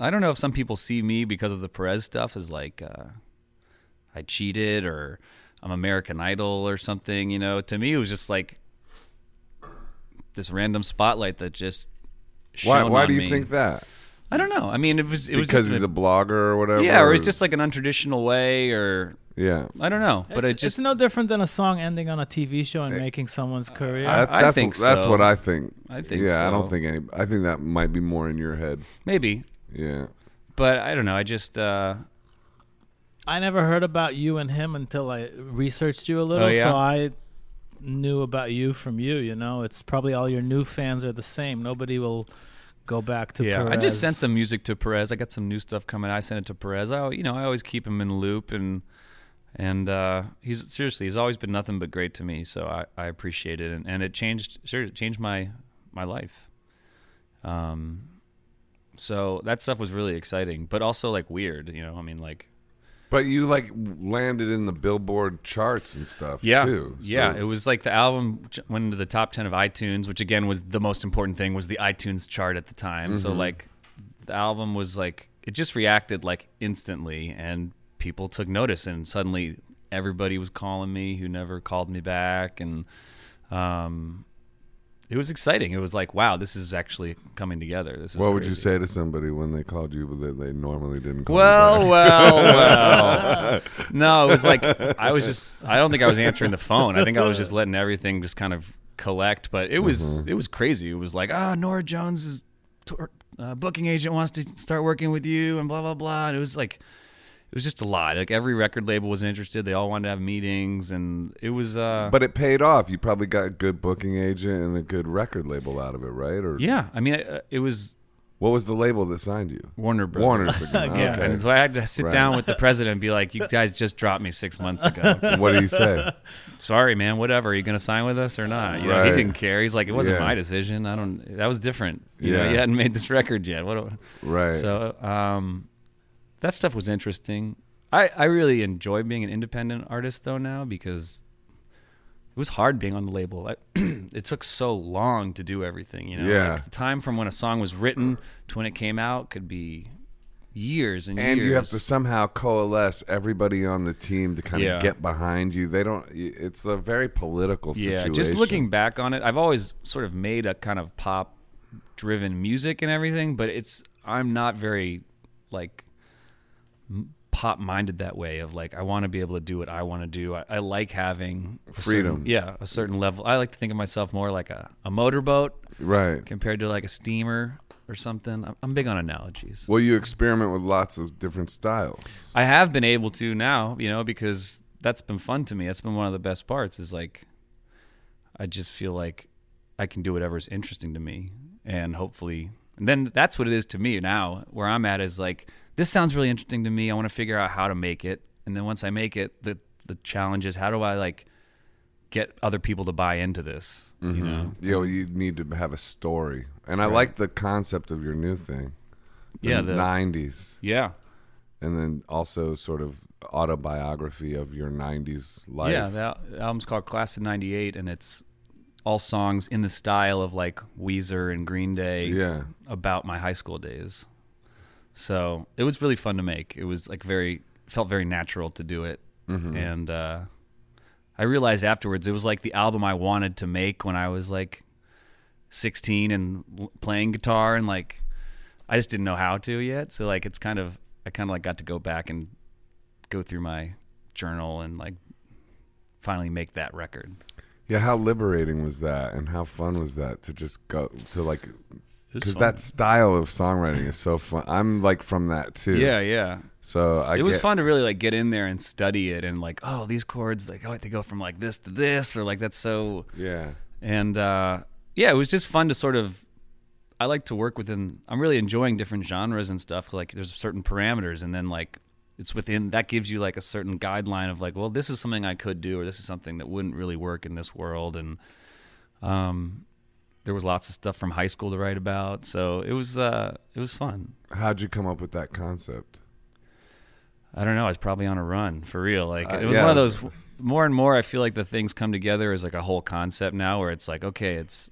I don't know if some people see me because of the Perez stuff as like uh, I cheated or I'm American Idol or something. You know, to me it was just like this random spotlight that just.
Why?
shone
Why
on
do you
me.
think that?
I don't know. I mean, it was it was
because
just
he's
a-
a blogger or whatever.
yeah, or it's just like an untraditional way, or
yeah.
I don't know. But
it's,
it just
it's no different than a song ending on a TV show and making someone's career.
That-
I
that's
think
that's
so.
what I think.
I think
Yeah, I don't
so.
think any. I think that might be more in your head.
maybe,
Yeah.
but I don't know. I just uh,
I never heard about you and him until I researched you a little,
Oh, yeah?
so I knew about you from you. You know, it's probably all your new fans are the same. Nobody will go back to.
yeah. I
Perez.
just sent the music to Perez. I got some new stuff coming. I sent it to Perez. I you know I always keep him in the loop, and and uh, he's seriously he's always been nothing but great to me. So I, I appreciate it, and, and it changed sure it changed my my life. Um, so that stuff was really exciting, but also like weird. You know, I mean like.
But you like landed in the Billboard charts and stuff
yeah
too. so-
yeah it was like the album j- went into the top 10 of itunes which again was the most important thing was the itunes chart at the time
Mm-hmm.
so like the album was like it just reacted like instantly and people took notice and suddenly everybody was calling me who never called me back and um it was exciting it was like wow this is actually coming together this is
what would you
crazy.
say to somebody when they called you, but they, they normally didn't call? you
Well,
back?
well,
<laughs>
well. No, it was like I was just I don't think I was answering the phone. I think I was just letting everything just kind of collect, but it was
Mm-hmm.
it was crazy. It was like, "Ah, Nora Jones is tour, uh, booking agent wants to start working with you and blah blah blah." And it was like it was just a lot. Like every record label was interested. They all wanted to have meetings and it was uh
but it paid off. You probably got a good booking agent and a good record label out of it, right? Or
yeah, I mean, it, it was
what was the label that signed you?
Warner Brothers.
Warner's
<laughs>
again.
Yeah.
Okay.
And so I had to sit
Right.
down with the president and be like, "You guys just dropped me six months
<laughs>
ago."
what do you
<laughs>
say?
sorry man whatever are you gonna sign with us or not you know,
Right.
he didn't care he's like it wasn't
Yeah.
my decision i don't that was different you
Yeah.
know you hadn't made this <laughs> record yet what do-
Right.
so um that stuff was interesting i i really enjoy being an independent artist though now because it was hard being on the label I, <clears throat> it took so long to do everything you know
Yeah.
Like, the time from when a song was written to when it came out could be years and,
and
years
you have to somehow coalesce everybody on the team to kind
Yeah.
of get behind you. They don't. It's a very political situation.
just looking back on it, I've always sort of made a kind of pop driven music and everything, but it's I'm not very like m- pop minded that way of like I want to be able to do what I want to do. I, I like having a
Freedom.
certain- yeah, a certain level. I like to think of myself more like a, a motorboat
right?
compared to like a steamer or something. I'm- I'm big on analogies.
Well, you experiment with lots of different styles.
I have been able to now, you know, because that's been fun to me. That's been one of the best parts is like I just feel like I can do whatever's interesting to me and hopefully and then that's what it is to me now. Where I'm at is like this sounds really interesting to me. I want to figure out how to make it. And then once I make it, the the challenge is how do I like get other people to buy into this,
Mm-hmm.
you know?
You know, you need to have a story, and I like the concept of your new thing. The
Yeah, the-
'90s,
Yeah.
and then also sort of autobiography of your '90s life.
Yeah, the al- the album's called Class of '98, and it's all songs in the style of like Weezer and Green Day.
Yeah.
about my high school days. So it was really fun to make. It was like very felt very natural to do it, and uh, I realized afterwards it was like the album I wanted to make when I was like 16 and l- playing guitar and like I just didn't know how to yet. So like it's kind of I kind of like got to go back and go through my journal and like finally make that record.
Yeah, how liberating was that, and how fun was that to just go to like, because that style of songwriting is so fun. I'm like from that too.
Yeah, yeah.
So I
it was
get-
fun to really like get in there and study it and like oh these chords like oh they go from like this to this or like that's so
Yeah.
and uh, yeah it was just fun to sort of I like to work within I'm really enjoying different genres and stuff like there's certain parameters and then like it's within that gives you like a certain guideline of like well this is something I could do or this is something that wouldn't really work in this world and um there was lots of stuff from high school to write about so it was uh it was fun
How'd you come up with that concept?
I don't know. I was probably on a run for real. Like
Uh,
it was
yeah,
one of
it was-
those. More and more, I feel like the things come together as like a whole concept now, where it's like, okay, it's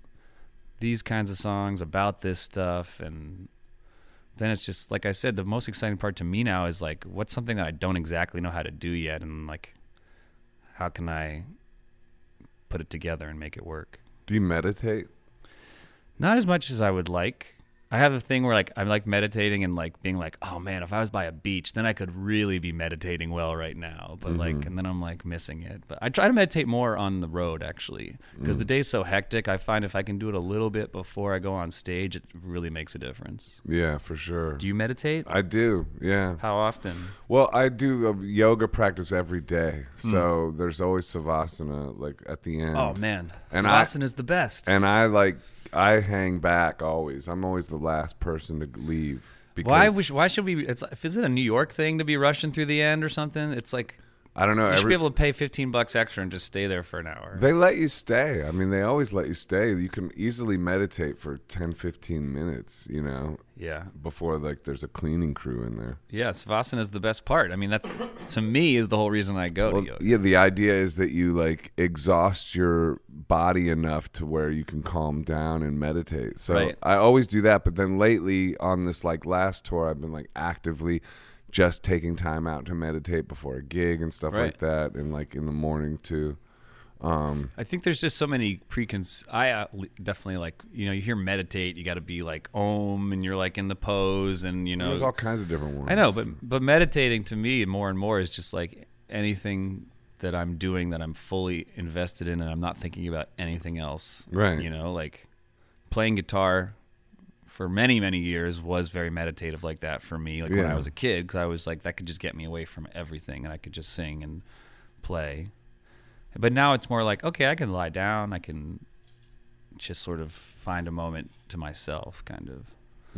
these kinds of songs about this stuff, and then it's just like I said, the most exciting part to me now is like, what's something that I don't exactly know how to do yet, and like, how can I put it together and make it work?
Do you meditate?
Not as much as I would like. I have a thing where like I'm like meditating and like being like, oh man, if I was by a beach, then I could really be meditating well right now. But
Mm-hmm.
like, and then I'm like missing it. But I try to meditate more on the road actually, because
Mm.
the day's so hectic. I find if I can do it a little bit before I go on stage, it really makes a difference.
Yeah, for sure.
Do you meditate?
I do. Yeah.
How often?
Well, I do a yoga practice every day, so there's always savasana like at the end.
Hmm. Oh man,
and I-
Savasana is the best.
And I like I hang back always. I'm always the last person to leave. Because
Why wish? Why should we? It's is it a New York thing to be rushing through the end or something? It's like
I don't know.
you should
Every,
be able to pay 15 bucks extra and just stay there for an hour.
they let you stay. I mean, they always let you stay. You can easily meditate for 10, 15 minutes. You know,
yeah,
before like there's a cleaning crew in there.
Yeah, Savasana is the best part. I mean, that's to me is the whole reason I go
Well,
to yoga.
yeah, the idea is that you like exhaust your body enough to where you can calm down and meditate. So
Right.
I always do that, but then lately on this like last tour, I've been like actively just taking time out to meditate before a gig and stuff like
Right.
that, and like in the morning too. Um,
I think there's just so many preconce. I uh, l- definitely like you know you hear meditate, you got to be like Om, and you're like in the pose, and you know
There's all kinds of different ones.
I know, but but meditating to me more and more is just like anything that I'm doing that I'm fully invested in, and I'm not thinking about anything else.
Right.
You know, like playing guitar for many many years was very meditative like that for me. Like when
Yeah.
I was a kid, because I was like that could just get me away from everything, and I could just sing and play. But now it's more like okay, I can lie down, I can just sort of find a moment to myself, kind of.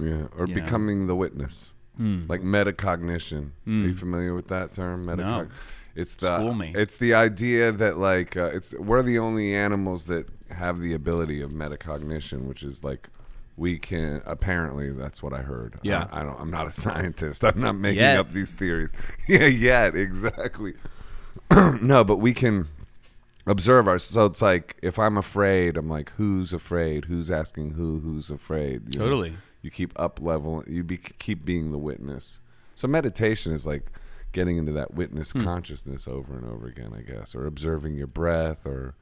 yeah, or
Yeah. Hmm.
becoming the witness, like metacognition. Are you familiar with that term? Metacog-
No.
It's the
School me.
it's the idea that like uh, it's we're the only animals that have the ability of metacognition, which is like we can apparently that's what I heard.
Yeah.
I, I don't. I'm not a <laughs> scientist. I'm not making
Yet.
up these theories. <laughs> yeah, yet exactly. <clears throat> no, but we can observe ourselves. So it's like if I'm afraid, I'm like, who's afraid? Who's asking who? Who's afraid? You know?
Totally.
You keep up level. You be, keep being the witness. So meditation is like getting into that witness consciousness over and over again, I guess, or observing your breath, or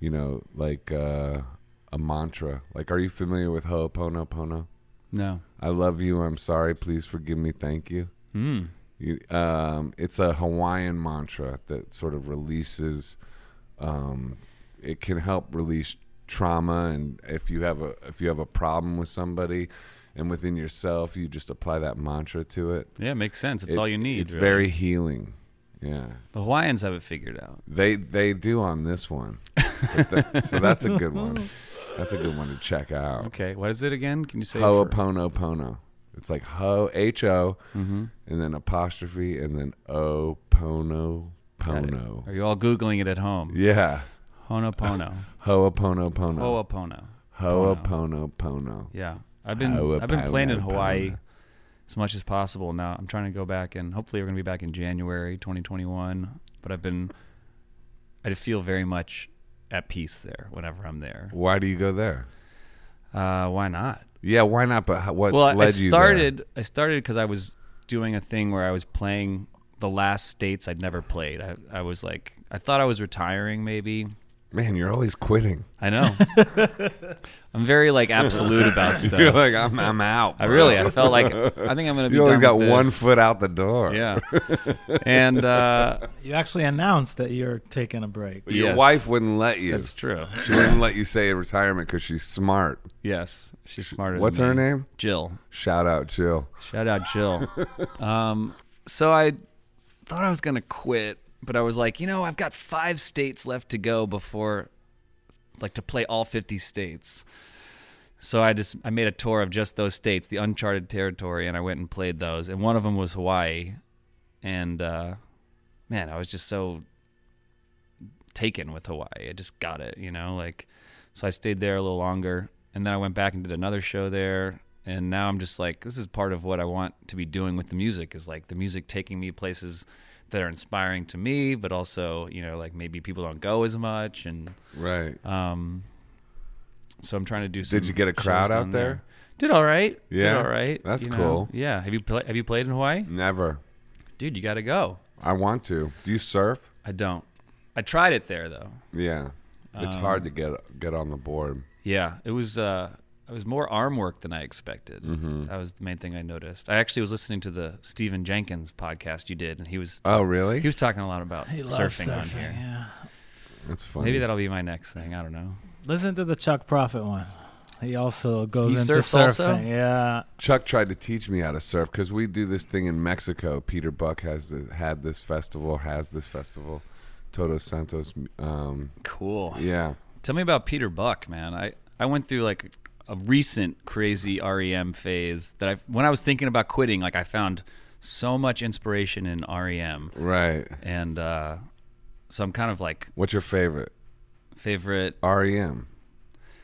you know, like uh, a mantra. Like, are you familiar with Ho'oponopono?
No.
I love you. I'm sorry. Please forgive me. Thank you.
Hmm.
You, um, it's a Hawaiian mantra that sort of releases. Um, it can help release trauma, and if you have a if you have a problem with somebody, and within yourself, you just apply that mantra to it.
Yeah, makes sense. It's
It-
all you need.
It's
really.
very healing. Yeah,
The Hawaiians have it figured out.
they they do on this
<laughs>
one, But that- so that's a good one. That's a good one to check out.
Okay, what is it again? Can you say? it for-
Ho'oponopono. It's like ho h o,
Mm-hmm.
and then apostrophe, and then o pono
Got it.
pono.
Are you all googling it at home?
Yeah,
Honopono.
ho'oponopono.
Ho'opono.
Ho'oponopono.
Yeah, I've been
Ho'opono.
I've been playing in Hawaii as much as possible. Now I'm trying to go back and hopefully we're going to be back in January 2021. But I've been I feel very much at peace there whenever I'm there.
Why do you go there?
Uh, why not?
Yeah, why not? But how- what's
well,
led
I
you
started I started because I was doing a thing where I was playing the last states I'd never played. I, I was like I thought I was retiring maybe.
there? Man, you're always quitting.
I know.
<laughs>
I'm very like absolute about stuff.
You're like, I'm, I'm out.
I
bro."
really, I felt like I think I'm gonna be.
You always
done
got
with
one
this.
foot out the door. <laughs>
Yeah, and uh,
You actually announced that you're taking a break.
Your
Yes.
wife wouldn't let you.
that's true.
she wouldn't let you say retirement because she's smart.
Yes, she's smarter.
What's
than
her
me.
name?
Jill.
Shout out, Jill.
Shout out Jill. um, so I thought I was gonna quit, but I was like, you know, I've got five states left to go before, like, to play all 50 states. So I just I made a tour of just those states, the uncharted territory, and I went and played those. And one of them was Hawaii, and uh, man, I was just so taken with Hawaii. I just got it, you know, like so I stayed there a little longer and then I went back and did another show there and now I'm just like this is part of what I want to be doing with the music is like the music taking me places that are inspiring to me but also, you know, like maybe people don't go as much and
Right.
um so I'm trying to do some
Did you get a
shows
crowd out
down
there?
Did all right. Did
Yeah?
all right.
That's
you know?
cool.
Yeah. Have you pla have you played in Hawaii?
Never.
Dude, you got to go.
I want to. Do you surf?
I don't. I tried it there though.
Yeah.
Um,
It's hard to get get on the board.
Yeah, it was. Uh, it was more arm work than I expected. That was the main thing I noticed. I actually was listening to the Stephen Jenkins podcast you did, and he was
Oh, really?
he was talking a lot about
He loves
surfing,
surfing.
on here.
Yeah.
That's funny.
Maybe that'll be my next thing. I don't know.
Listen to the Chuck Prophet one. He also goes
He
into
surfs
surfing.
also?
Yeah.
Chuck tried to teach me how to surf because we do this thing in Mexico. Peter Buck has the, had this festival, has this festival. Todos Santos. Um,
Cool.
yeah.
Tell me about Peter Buck, man. I I went through like a recent crazy REM phase that I when I was thinking about quitting, like I found so much inspiration in REM,
Right.
and uh, so I'm kind of like
What's your favorite
favorite.
REM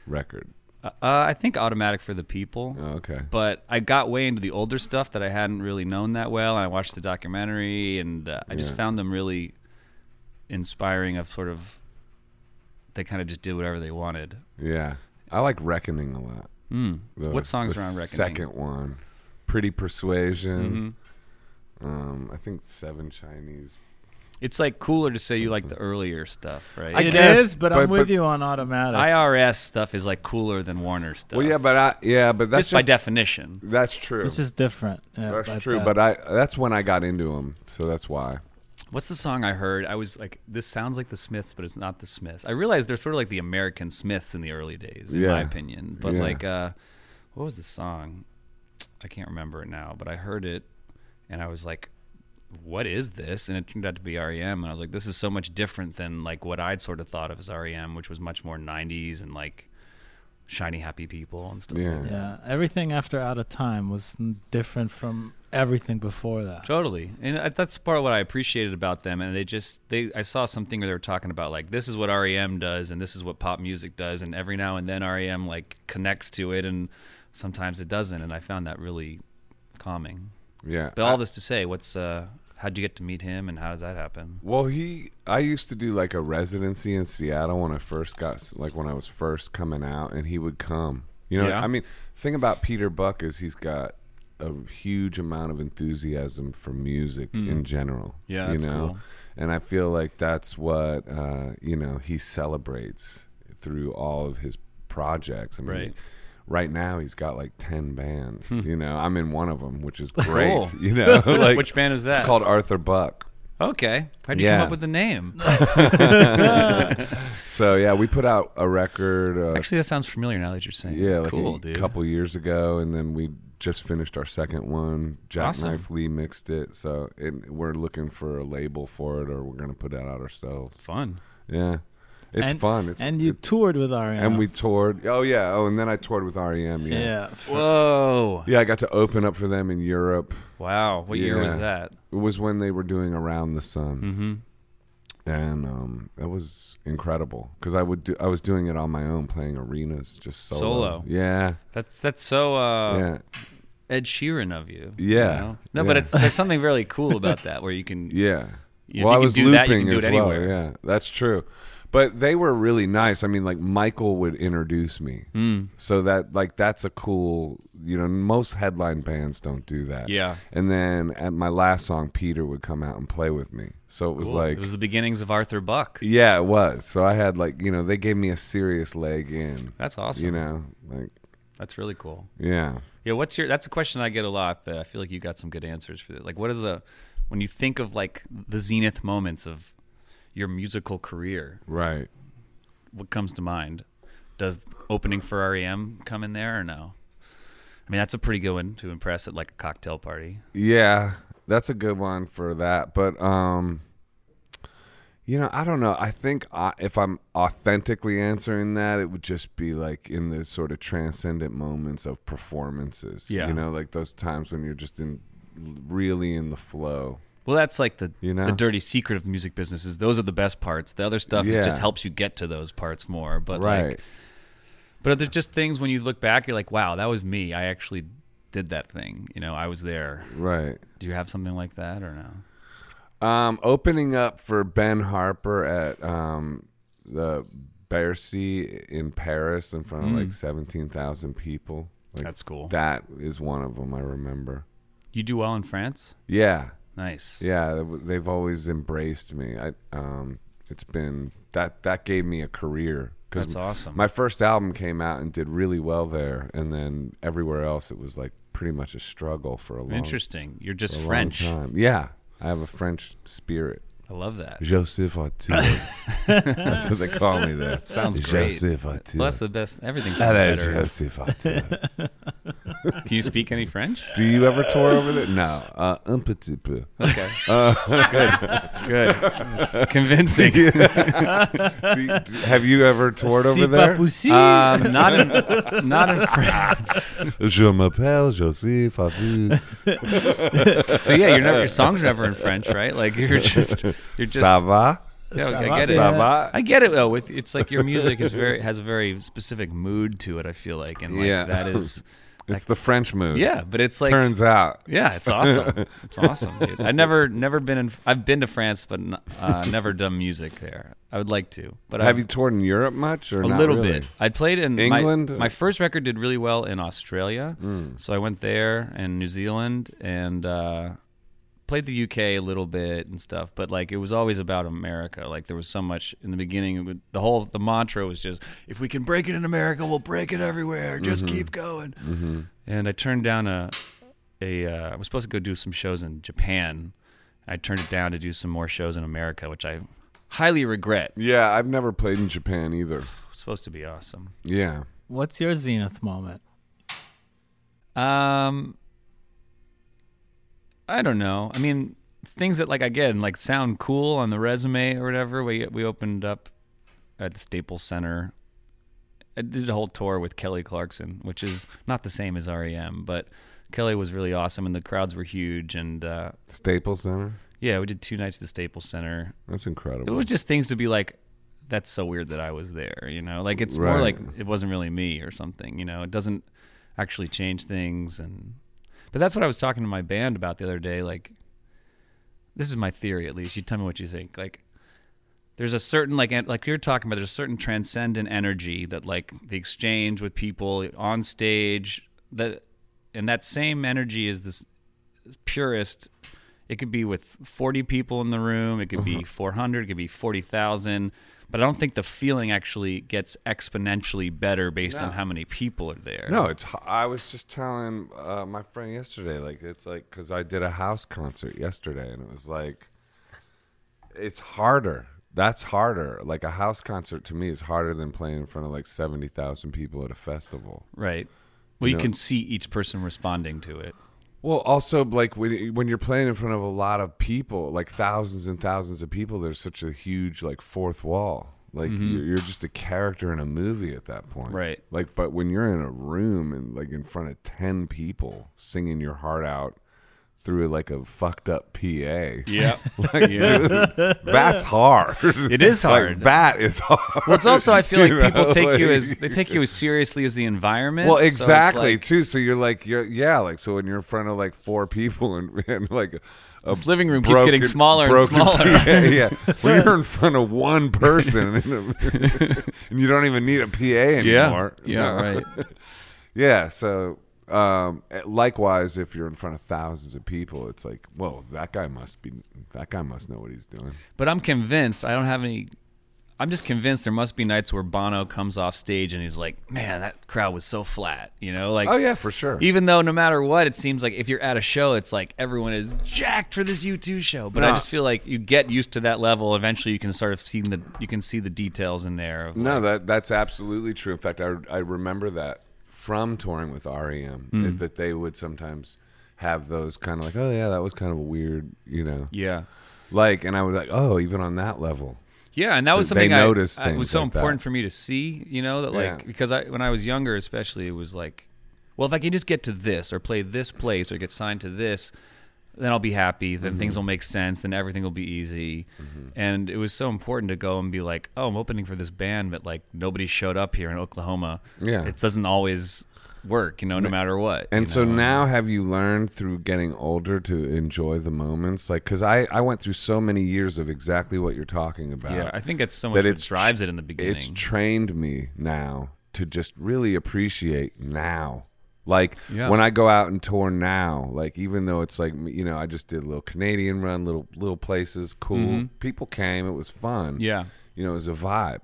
record?
Uh, I think Automatic for the People.
Oh, okay.
but I got way into the older stuff that I hadn't really known that well. And I watched the documentary, and uh, I just
Yeah.
found them really inspiring. Of sort of, they kind of just did whatever they wanted.
Yeah. I like Reckoning a lot.
Mm.
The-
what songs
the
are on Reckoning?
Second one, Pretty Persuasion.
Mm-hmm.
Um, I think Seven Chinese.
It's like cooler to say you like the earlier stuff, right?
it
guess,
is, but,
but-
I'm with
but-
you on automatic.
IRS stuff is like cooler than Warner stuff.
Well, yeah, but I yeah, but that's
just,
just,
by definition.
that's true.
it's just different. Yeah,
that's
but,
true.
uh,
But I that's when I got into them, so that's why.
What's the song I heard? I was like, this sounds like the Smiths, but it's not the Smiths. I realized they're sort of like the American Smiths in the early days, in my
Yeah.
opinion. But
Yeah.
like, uh, what was the song? I can't remember it now, but I heard it and I was like, what is this? And it turned out to be REM. And I was like, this is so much different than like what I'd sort of thought of as REM, which was much more 90s and like shiny, happy people and stuff.
Yeah.
yeah, everything after Out of Time was n- different from everything before that.
Totally, and I- that's part of what I appreciated about them. And they just they I saw something where they were talking about like this is what REM does, and this is what pop music does, and every now and then REM like connects to it, and sometimes it doesn't. And I found that really calming.
Yeah.
But all this to say, what's uh, how'd you get to meet him, and how does that happen?
Well, he I used to do like a residency in Seattle when I first got like when I was first coming out, and he would come. You know,
Yeah.
I mean, thing about Peter Buck is he's got a huge amount of enthusiasm for music in general.
Hmm. Yeah,
you
that's
know, <laughs>
cool.
and I feel like that's what uh, you know he celebrates through all of his projects. I mean,
Right. Hmm.
Right now he's got like ten bands. You know, I'm in one of them, which is great.
<laughs> Cool.
You know, like
Which band is that? <laughs>
it's called Arthur Buck. <laughs>
Okay. How'd you
Yeah.
come up with the name?
Uh, So yeah, we put out a record. Uh,
Actually, that sounds familiar now that you're saying. it.
yeah, like
cool,
a
dude.
couple years ago, and then we just finished our second one. Jackknife
Awesome.
Lee mixed it, so it, we're looking for a label for it, or we're gonna put that out ourselves.
Fun.
Yeah, it's
and,
fun. It's,
and you toured with REM.
and we toured. Oh yeah. Oh, and then I toured with REM. Yeah. yeah.
yeah.
Whoa!
I got to open up for them in Europe.
Wow. What year was
Yeah.
that?
It was when they were doing Around the Sun,
Mm-hmm.
and um, that was incredible because I would do, I was doing it on my own, playing arenas just solo.
Solo.
Yeah,
That's that's so uh,
yeah,
Ed Sheeran of you.
Yeah.
you know? No, but
Yeah.
it's there's something really cool about that where you can.
<laughs> yeah. well,
If you
I
can
was
do
looping
that, you can do
as
it
well.
anywhere.
Yeah, that's true. But they were really nice. I mean, like Michael would introduce me,
Mm.
so that like that's a cool. You know, most headline bands don't do that.
Yeah.
And then at my last song, Peter would come out and play with me. So it was
Cool.
like
it was the beginnings of Arthur Buck.
Yeah, it was. So I had like you know they gave me a serious leg in.
That's awesome.
You know, like
That's really cool.
yeah.
Yeah, what's your? That's a question I get a lot, but I feel like you got some good answers for that. Like, what is the when you think of like the zenith moments of your musical career?
Right.
What comes to mind? Does opening for REM come in there or no? I mean, that's a pretty good one to impress at like a cocktail party.
Yeah, that's a good one for that. But um, you know, I don't know. I think I, if I'm authentically answering that, it would just be like in the sort of transcendent moments of performances.
Yeah.
You know, like those times when you're just in really in the flow.
Well, that's like the
You know?
the dirty secret of the music business is those are the best parts. The other stuff is
Yeah.
just helps you get to those parts more. But
right.
like, but there's just things when you look back, you're like, wow, that was me. I actually did that thing. You know, I was there.
right.
Do you have something like that or no?
Um, opening up for Ben Harper at um, the Bercy in Paris in front of like seventeen thousand people. Like
Mm. That's cool.
that is one of them I remember.
You do well in France.
Yeah,
Nice.
yeah. they- They've always embraced me. I um, it's been that that gave me a career. 'Cause
That's awesome.
My first album came out and did really well there, and then everywhere else it was like pretty much a struggle for a long,
Interesting. You're just
a long
French. I
time. Yeah, I have a French spirit.
love that.
Joseph Artur.
<laughs>
That's what they call me there.
Sounds great.
Joseph Artur.
Well, that's the best.
uh,
Everything's
Hello,
better.
Joseph Artur.
Can you speak any
<laughs>
French?
Do you ever tour over there? No. Uh, un petit
<laughs>
peu.
Okay.
Uh, <laughs>
good. Good. Convincing.
Do you- do- have you ever toured over
C'est
there? Ah,
pas possible.
Um, not in not in France.
Je m'appelle Joseph Artur.
So yeah, you're never,
<laughs>
your songs are never in French, right? Like you're just you're just.
Ça va?
Yeah,
Ça va,
I get it.
ça
Ça va?
I get it though. With it's like your music is very has a very specific mood to it. I feel like, and like
Yeah.
that
<laughs>
is
It's the French mood.
yeah. But it's like
Turns out.
Yeah,
<laughs>
it's awesome. it's awesome, dude. I've never never been in. I've been to France, but n- uh, never done music there. I would like to, but
Have
I,
you toured in Europe much? Or
a
not
little
really?
bit. I played in my-
England? Hmm.
My, first record did really well in Australia, so I went there and New Zealand and uh, played the UK a little bit and stuff. But like it was always about America. Like there was so much in the beginning. it would- The whole the mantra was just if we can break it in America, we'll break it everywhere. Just
Mm-hmm.
keep going. And I turned down a a uh, I was supposed to go do some shows in Japan. I turned it down to do some more shows in America, which I highly regret.
Yeah, I've never played in Japan either.
It's supposed to be awesome.
Yeah.
What's your zenith moment?
Um, I don't know. I mean, things that like again like sound cool on the resume or whatever. We we opened up at the Staples Center. I did a whole tour with Kelly Clarkson, which is not the same as REM, but Kelly was really awesome and the crowds were huge. And uh,
Staples Center.
yeah, we did two nights at the Staples Center.
That's
It
incredible.
was just things to be like, that's so weird that I was there, you know? Like it's more
Right.
like it wasn't really me or something, you know? It doesn't actually change things and but that's what I was talking to my band about the other day, like this is my theory at least. You tell me what you think. Like there's a certain like en- like you're talking about there's a certain transcendent energy that like the exchange with people on stage that and that same energy is this purest it could be with 40 people in the room it could be 400 it could be 40,000 but I don't think the feeling actually gets exponentially better based on how many people are there.
No, it's. h- I was just telling uh, my friend yesterday, like it's like because I did a house concert yesterday, and it was like it's harder. That's harder. Like a house concert to me is harder than playing in front of like seventy thousand people at a festival.
Right. Well, you
know-
can see each person responding to it.
Well, also like when when you're playing in front of a lot of people, like thousands and thousands of people, there's such a huge like fourth wall. Like you're, you're just a character in a movie at that point,
Mm-hmm. Right.
Like, but when you're in a room and like in front of ten people singing your heart out through like a fucked up PA,
<laughs> Yeah.
<laughs> that's hard.
It
<laughs>
is
like,
hard.
that is hard.
well, it's also I feel
You <laughs>
like people
know,
take you
like-
as they take you as seriously as the environment.
Well,
so it's
exactly
like-
too. So you're like you're yeah, like so when you're in front of like four <laughs> people and, and like a
This living room keeps getting smaller and
broken- <laughs>
smaller.
Yeah,
<laughs>
yeah. when you're in front of one person <laughs> and you don't even need a PA
<laughs> yeah.
anymore.
Yeah.
No.
Right.
Yeah. So um, likewise, if you're in front of thousands of people, it's like, well, that guy must be that guy must know what he's doing.
But I'm convinced. I don't have any. I'm just convinced there must be nights where Bono comes off stage and he's like, "Man, that crowd was so flat." You know, like
Oh yeah, for sure.
Even though no matter what, it seems like if you're at a show, it's like everyone is jacked for this U2 show. But I
No.
just feel like you get used to that level. Eventually, you can start of seeing the you can see the details in there. Of,
No, that that's absolutely true. In fact, I I remember that from touring with REM
Hmm.
is that they would sometimes have those kind of like, oh yeah, that was kind of a weird, you know,
yeah,
like, and I was like, oh, even on that level,
yeah, and that was
They
something I
notice
I- It
things
was so
like that.
important for me to see. You know that like
Yeah.
because I when I was younger, especially, it was like, well, if I can just get to this or play this place or get signed to this. Then I'll be happy.
Mm-hmm.
Then things will make sense. Then everything will be easy. And it was so important to go and be like, "Oh, I'm opening for this band, but like nobody showed up here in Oklahoma.
Yeah.
it doesn't always work, you know, no matter what.
and
you
so
know?
now have you learned through getting older to enjoy the moments, like, because I I went through so many years of exactly what you're talking about.
yeah, I think it's
uh,
so
that
much that
it's-
drives it in the
it's
beginning.
trained me now to just really appreciate now. Like
Yeah.
when I go out and tour now, like even though it's like you know I just did a little Canadian run, little little places, cool people came, it was fun.
Mm-hmm. Yeah.
you know it was a vibe.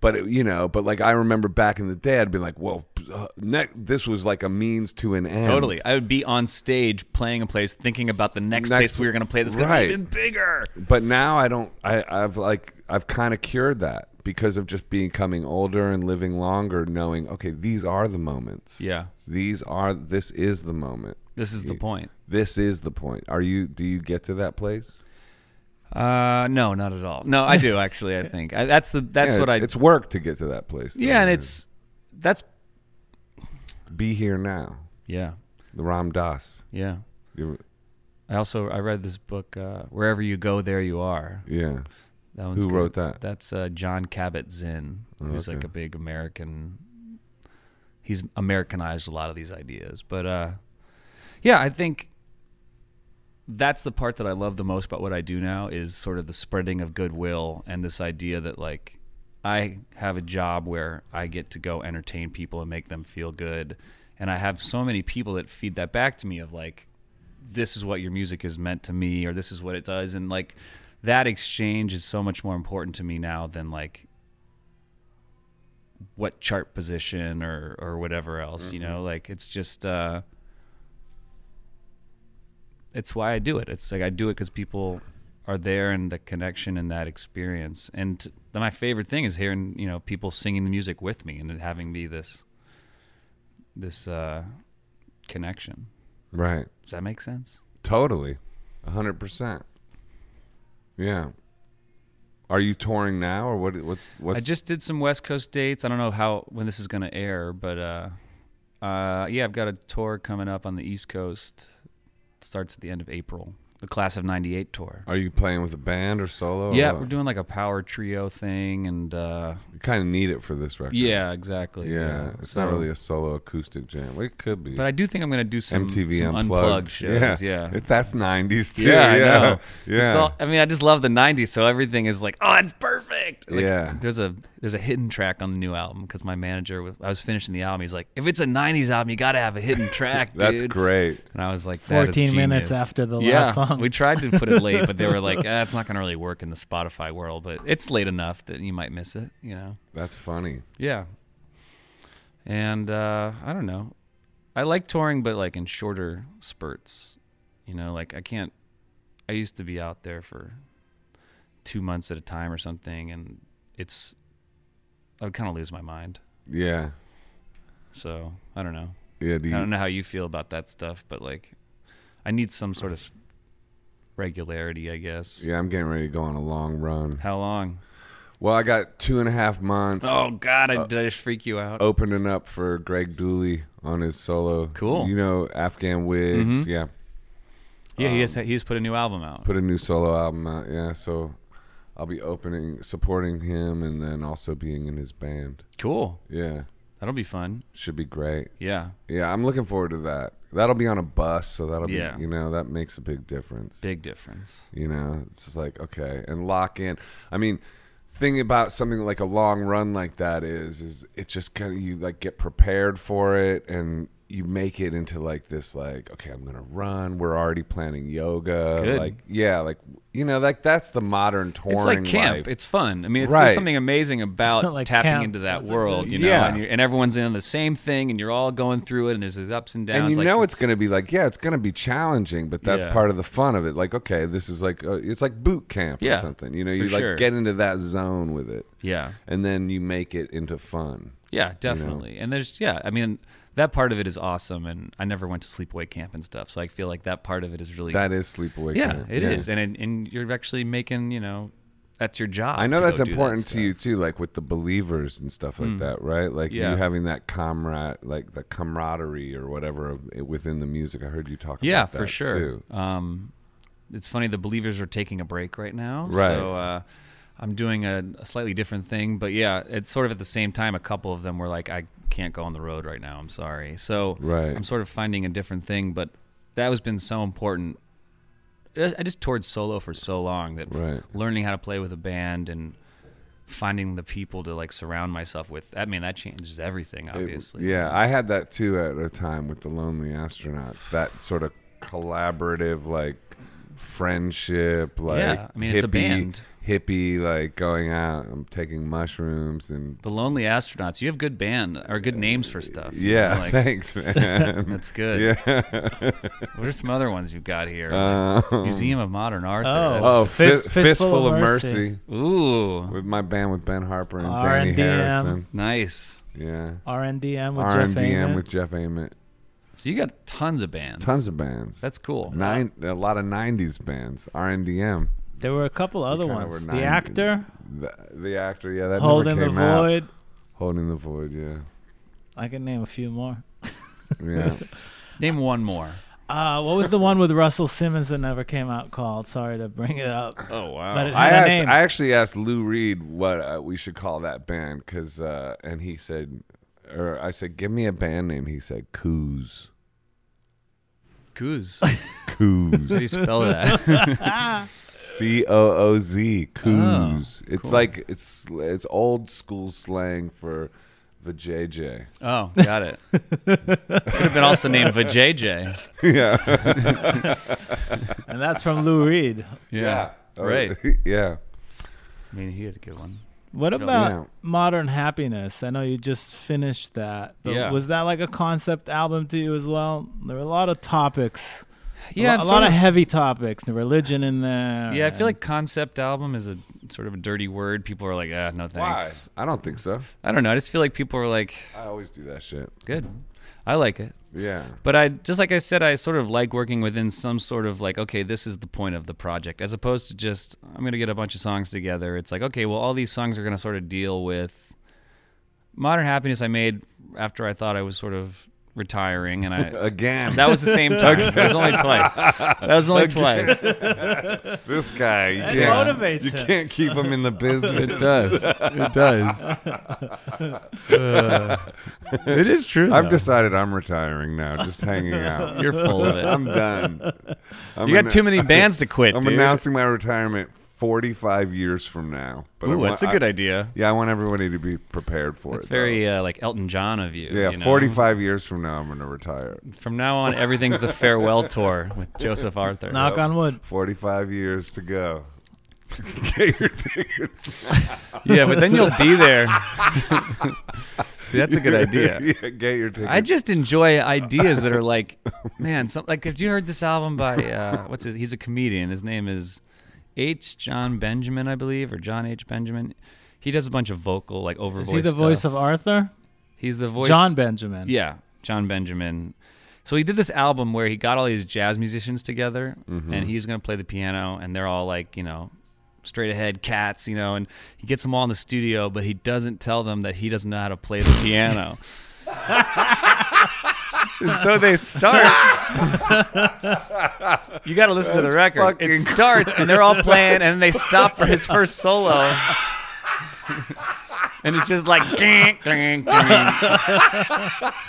But it, you know, but like I remember back in the day, I'd be like, well, uh, ne- this was like a means to an end.
Totally, I would be on stage playing a place, thinking about the next,
Next-
place we were going to play. That's going to
Right.
be even bigger.
but now I don't. I, I've like I've kind of cured that because of just becoming older and living longer, knowing okay, these are the moments.
Yeah,
These are. This is the moment.
this is the point.
This is the point. Are you? Do you get to that place?
Uh, no, not at all. No, I do actually. I think I, that's the that's
Yeah,
what I.
it's- It's work to get to that place. though.
yeah, and it's that's
be here now.
yeah,
The Ram Dass.
yeah.
You-
I also I read this book, uh, Wherever You Go, There You Are.
Yeah.
That one's
Who
good.
wrote that? Oh,
That's uh, John Cabot Zinn, who's
okay.
like a big American. He's Americanized a lot of these ideas, but uh, yeah, I think that's the part that I love the most about what I do now is sort of the spreading of goodwill and this idea that like I have a job where I get to go entertain people and make them feel good, and I have so many people that feed that back to me of like this is what your music is meant to me or this is what it does and like that exchange is so much more important to me now than like what chart position or or whatever else you know like it's just uh it's why I do it it's like I do it cuz people are there and the connection and that experience and t- my favorite thing is hearing you know people singing the music with me and it having me this this uh connection
Right.
does that make sense
Totally. A hundred percent. Yeah. Are you touring now, or what? What's what's?
I just did some West Coast dates. I don't know how when this is going to air, but uh, uh, yeah, I've got a tour coming up on the East Coast. starts at the end of April. The Class of '98 tour.
Are you playing with a band or solo?
yeah, we're doing like a power trio thing, and uh,
You kind of need it for this record.
yeah, exactly.
Yeah. It's
So-
not really a solo acoustic jam. Well, it could be.
But I do think I'm going to do some
MTV
some
unplugged. <laughs>
shows. Yeah.
It- that's '90s too.
yeah,
Yeah,
I know.
<laughs> yeah.
It's all, I mean, I just love the '90s, so everything is like, oh, it's perfect. Like,
Yeah.
There's a there's a hidden track on the new album because my manager, was- I was finishing the album, he's like, if it's a '90s album, you got to have a hidden track,
<laughs> That's
dude.
great.
And I was like, that is
14 minutes
genius.
after the
yeah,
last song.
we tried to put it late, but they
<laughs>
were like, ah, it's not going to really work in the Spotify world, but it's late enough that you might miss it, you know?
That's funny.
Yeah. And uh, I don't know. I like touring, but like in shorter spurts. You know, like I can't. I used to be out there for two months at a time or something, and it's I would kind of lose my mind.
Yeah.
So I don't know.
Yeah. Do
I don't
you,
know how you feel about that stuff, but like, I need some sort of regularity, I guess.
yeah. I'm getting ready to go on a long run.
How long?
Well, I got two and a half months
Oh God, I, did I just freak you out?
opening up for Greg Dooley on his solo.
Cool.
You know, Afghan Wigs.
Mhm.
Yeah.
yeah, he has. He's put a new album out.
Put a new solo album out. Yeah. So I'll be opening, supporting him, and then also being in his band.
Cool.
Yeah.
That'll be fun.
Should be great.
Yeah,
Yeah, I'm looking forward to that. That'll be on a bus, so that'll
Yeah.
be you know that makes a big difference.
big difference.
You know, it's just like okay, and lock in. I mean, thing about something like a long run like that is, is it just kind of you like get prepared for it, and you make it into like this like okay, I'm gonna run. We're already planning yoga.
Good.
Like yeah, like you know, like that's the modern touring.
It's like camp.
life.
It's fun. I mean, it's,
Right.
there's something amazing about
<laughs> Like
tapping
camp.
into that
That's a
world,
good-
you know.
Yeah.
And, you and everyone's in on the same thing, and you're all going through it, and there's these ups and downs.
and you
like,
know it's, going to be like yeah it's going to be challenging but that's
Yeah.
part of the fun of it like okay this is like uh, it's like boot camp or
Yeah,
something you know
for
you like
sure.
get into that zone with it
yeah,
and then you make it into fun
yeah, definitely. And there's yeah, I mean, that part of it is awesome. And I never went to sleepaway camp and stuff, so I feel like that part of it is really
that is sleepaway
yeah,
camp.
it is. And and and you're actually making you know, that's your job.
I know
to go
that's
do that
important to
stuff. Hmm.
you too, like with the believers and stuff like that, right? Like you
Yeah.
having that comrade, like the camaraderie or whatever of- eh, within the music. I heard you talk
Yeah,
about that
for sure.
too.
Um, it's funny the believers are taking a break right now,
Right.
so uh, I'm doing a, a slightly different thing. But yeah, it's sort of at the same time. A couple of them were like, "I can't go on the road right now. I'm sorry." So
Right.
I'm sort of finding a different thing, but that has been so important. I I just toured solo for so long that
Right.
learning how to play with a band and finding the people to like surround myself with. I mean, that changes everything,
It-
obviously.
yeah, I had that too at a time with the Lonely Astronauts. That sort of collaborative, like friendship, like
Yeah, I mean, it's a
hippie-
band.
hippie, like going out. I'm taking mushrooms and
The Lonely Astronauts. You have good band or good names for stuff. you
yeah.
know, like,
<laughs> thanks, man.
that's <laughs> good.
yeah.
What are some other ones you've got here?
Um,
Museum of Modern Art.
Oh.
oh, fist,
Fist-
fistful,
Fistful
of
of
mercy.
Mercy.
ooh,
with my band with Ben Harper and Danny
R&DM.
Harrison.
nice.
Yeah.
RNDM with Jeff
RMDM
Ament.
with Jeff Ament.
So you got tons of bands.
Tons of bands.
That's cool.
nine. A lot of '90s bands. R&DM.
there were a couple other
kinda were
ones.
nine-
The actor,
The, the actor, yeah, that
Holding
never
the
came out.
Void.
Holding the void,
<laughs>
yeah,
I can name a few more.
yeah.
Name one more.
Uh, what was the one with Russell Simmons that never came out called? Sorry to bring it up.
Oh wow.
But it-
I
Had a
asked,
name.
I actually asked Lou Reed what uh, we should call that band, cause, uh, and he said, or I said, give me a band name. He said, Coos,
<laughs>
Coos. How do you
Coos,
spell that?
C O O Z, Coos.
Oh,
it's
cool.
like it's it's old school slang for the JJ.
oh, got it. Could have been also named Vajayjay.
<laughs> yeah,
And that's
<laughs>
from Lou Reed.
Oh,
Right.
<laughs> yeah,
I mean, he had a good one.
What
Yeah.
about
Yeah.
Modern Happiness? I know you just finished that. But
Yeah.
Was that like a concept album to you as well? There were a lot of topics.
Yeah,
a, lo-
it's
a lot
sort
of heavy topics. The religion in there.
Yeah, I feel
and-
like concept album is a sort of a dirty word. People are like, ah, no thanks.
why? I don't think so.
I don't know. I just feel like people are like,
I always do that shit.
good. I like it.
Yeah,
But I just like I said, I sort of like working within some sort of like, okay, this is the point of the project, as opposed to just I'm gonna get a bunch of songs together. It's like, okay, well, all these songs are gonna sort of deal with modern happiness. I made after I thought I was sort of retiring, and
<laughs>
I
again.
that was the same time. It was only twice. That was only twice.
This guy, you
That
can't-
motivates
You
him.
can't keep him in the business.
<laughs> It does. It does. Uh, it is true.
I've decided I'm retiring now. Just hanging
<laughs>
out.
You're full of
<laughs>
it.
I'm
<laughs>
done. I'm
you got
anno-
too many bands to quit,
I'm
dude.
announcing my retirement 45 years from now. But I
Ooh,
want-
that's a good idea.
Yeah, I want everybody to be prepared for
It's
it.
very uh, like Elton John of you.
though. Yeah,
you know?
45 years from now, I'm going to retire.
From now on, everything's the farewell tour with Joseph Arthur.
Knock on wood.
45 years to go. <laughs> Get your tickets.
Yeah, but then you'll be there. <laughs> See, that's a good idea.
<laughs> yeah, get your tickets.
I just enjoy ideas that are like, man, some, like have you heard this album by uh, what's his? He's a comedian. His name is H. John Benjamin, I believe, or John H. Benjamin. He does a bunch of vocal, like over
Is he the voice of Arthur?
He's the voice.
John Benjamin.
Yeah, John Benjamin. So he did this album where he got all these jazz musicians together, and he's going to play the piano, and they're all like, you know, straight ahead cats, you know, and he gets them all in the studio, but he doesn't tell them that he doesn't know how to play the <laughs> piano. and <laughs> so they start. you got to listen to the record. It
fucking
starts, and they're all playing, and then they stop for his first solo. And it's just like, "Dink, dink, dink."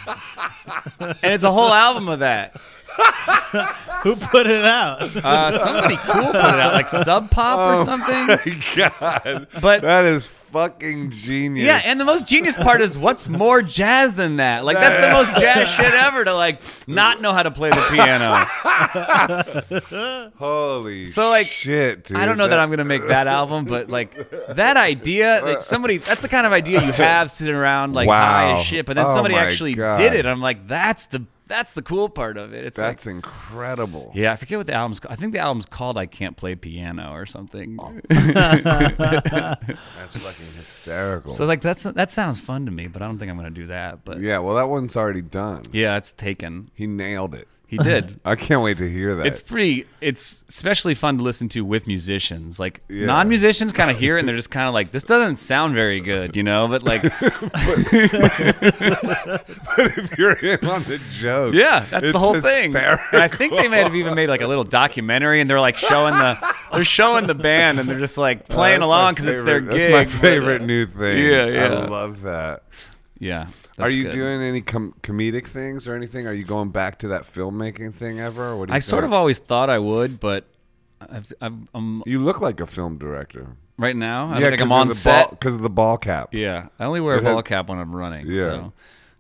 and it's a whole album of that.
Who put it out?
<laughs> Uh, somebody cool put it out, like Sub Pop or
<laughs>
something.
God,
But
that is fucking genius.
yeah, and the most genius part is what's more jazz than that? Like that's the most jazz shit ever to like not know how to play the piano.
holy
So, like,
shit, dude.
I don't know that I'm gonna make that album, but like that idea, like somebody that's the kind of
<laughs>
idea you have sitting around like high
Wow.
as shit, but then
Oh
somebody
my
actually
God.
did it. I'm like, that's the that's the cool part of it. It's like
That's incredible.
Yeah, I forget what the album's called. I think the album's called I Can't Play Piano or something.
Oh. That's fucking hysterical.
So like that's that sounds fun to me, but I don't think I'm gonna do that. But yeah,
yeah, well, that one's already done.
it's taken.
He nailed it.
He
<laughs>
did.
I can't wait to hear that.
it's pretty it's especially fun to listen to with musicians. Like
Yeah.
non musicians kinda hear it and they're just kinda like, This doesn't sound very good, you know? But like
<laughs> if you're in on the joke,
Yeah, that's
it's
the whole thing. And
hysterical.
I think they might have even made like a little documentary, and they're like showing the they're showing the band, and they're just
Oh, <laughs>
like
that's
playing
my
along 'cause along because it's their
favorite-
gig.
That's my
but,
favorite
uh,
new thing.
Yeah, yeah.
I love that.
Yeah.
Are
that's
you
good.
doing any com- comedic things or anything? Are you going back to that filmmaking thing ever? Or what do you
I sort
think?
of always thought I would, but I've, I've, I'm
You look like a film director.
right now. I
yeah,
don't think I'm on set.
because of the ball cap.
Yeah, I only wear a
It has-
ball cap when I'm running.
Yeah.
So,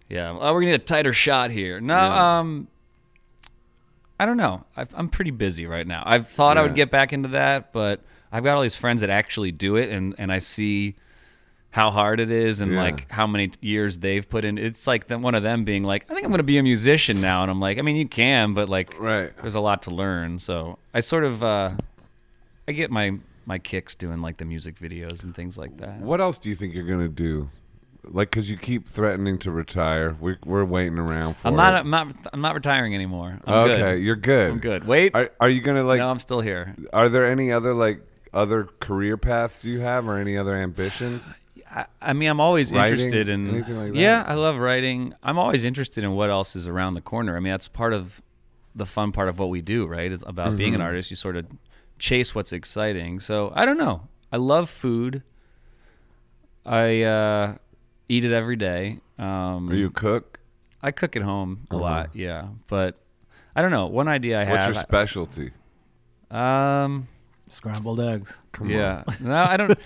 yeah. Oh, we're gonna need a tighter shot here. No, um, I don't know. I've, I'm pretty busy right now. I've thought I
Yeah.
would get back into that, but I've got all these friends that actually do it, and and I see how hard it is, and
Yeah.
like how many years they've put in. It's like them, one of them being like, I think I'm gonna be a musician now, and I'm like, I mean, you can, but like,
Right.
there's a lot to learn. So I sort of, uh, I get my my kicks doing like the music videos and things like that.
What else do you think you're gonna do? Like, because you keep threatening to retire. We're we're waiting around for.
I'm not.
it.
I'm not. I'm not retiring anymore. I'm
okay,
good.
you're good.
I'm good. Wait.
Are Are you gonna like?
no, I'm still here.
Are there any other like other career paths you have or any other ambitions?
I, I mean, I'm always
Writing?
interested in.
Anything like that?
Yeah, I love writing. I'm always interested in what else is around the corner. I mean, that's part of the fun part of what we do, right? It's about being an
Mm-hmm.
artist. You sort of chase what's exciting. So I don't know. I love food. I uh, eat it every day. Um,
Are you a cook?
I cook at home a lot. Yeah, but I don't know. One idea I
What's
have.
your specialty?
um.
Scrambled eggs.
Come on.
yeah. No, I don't.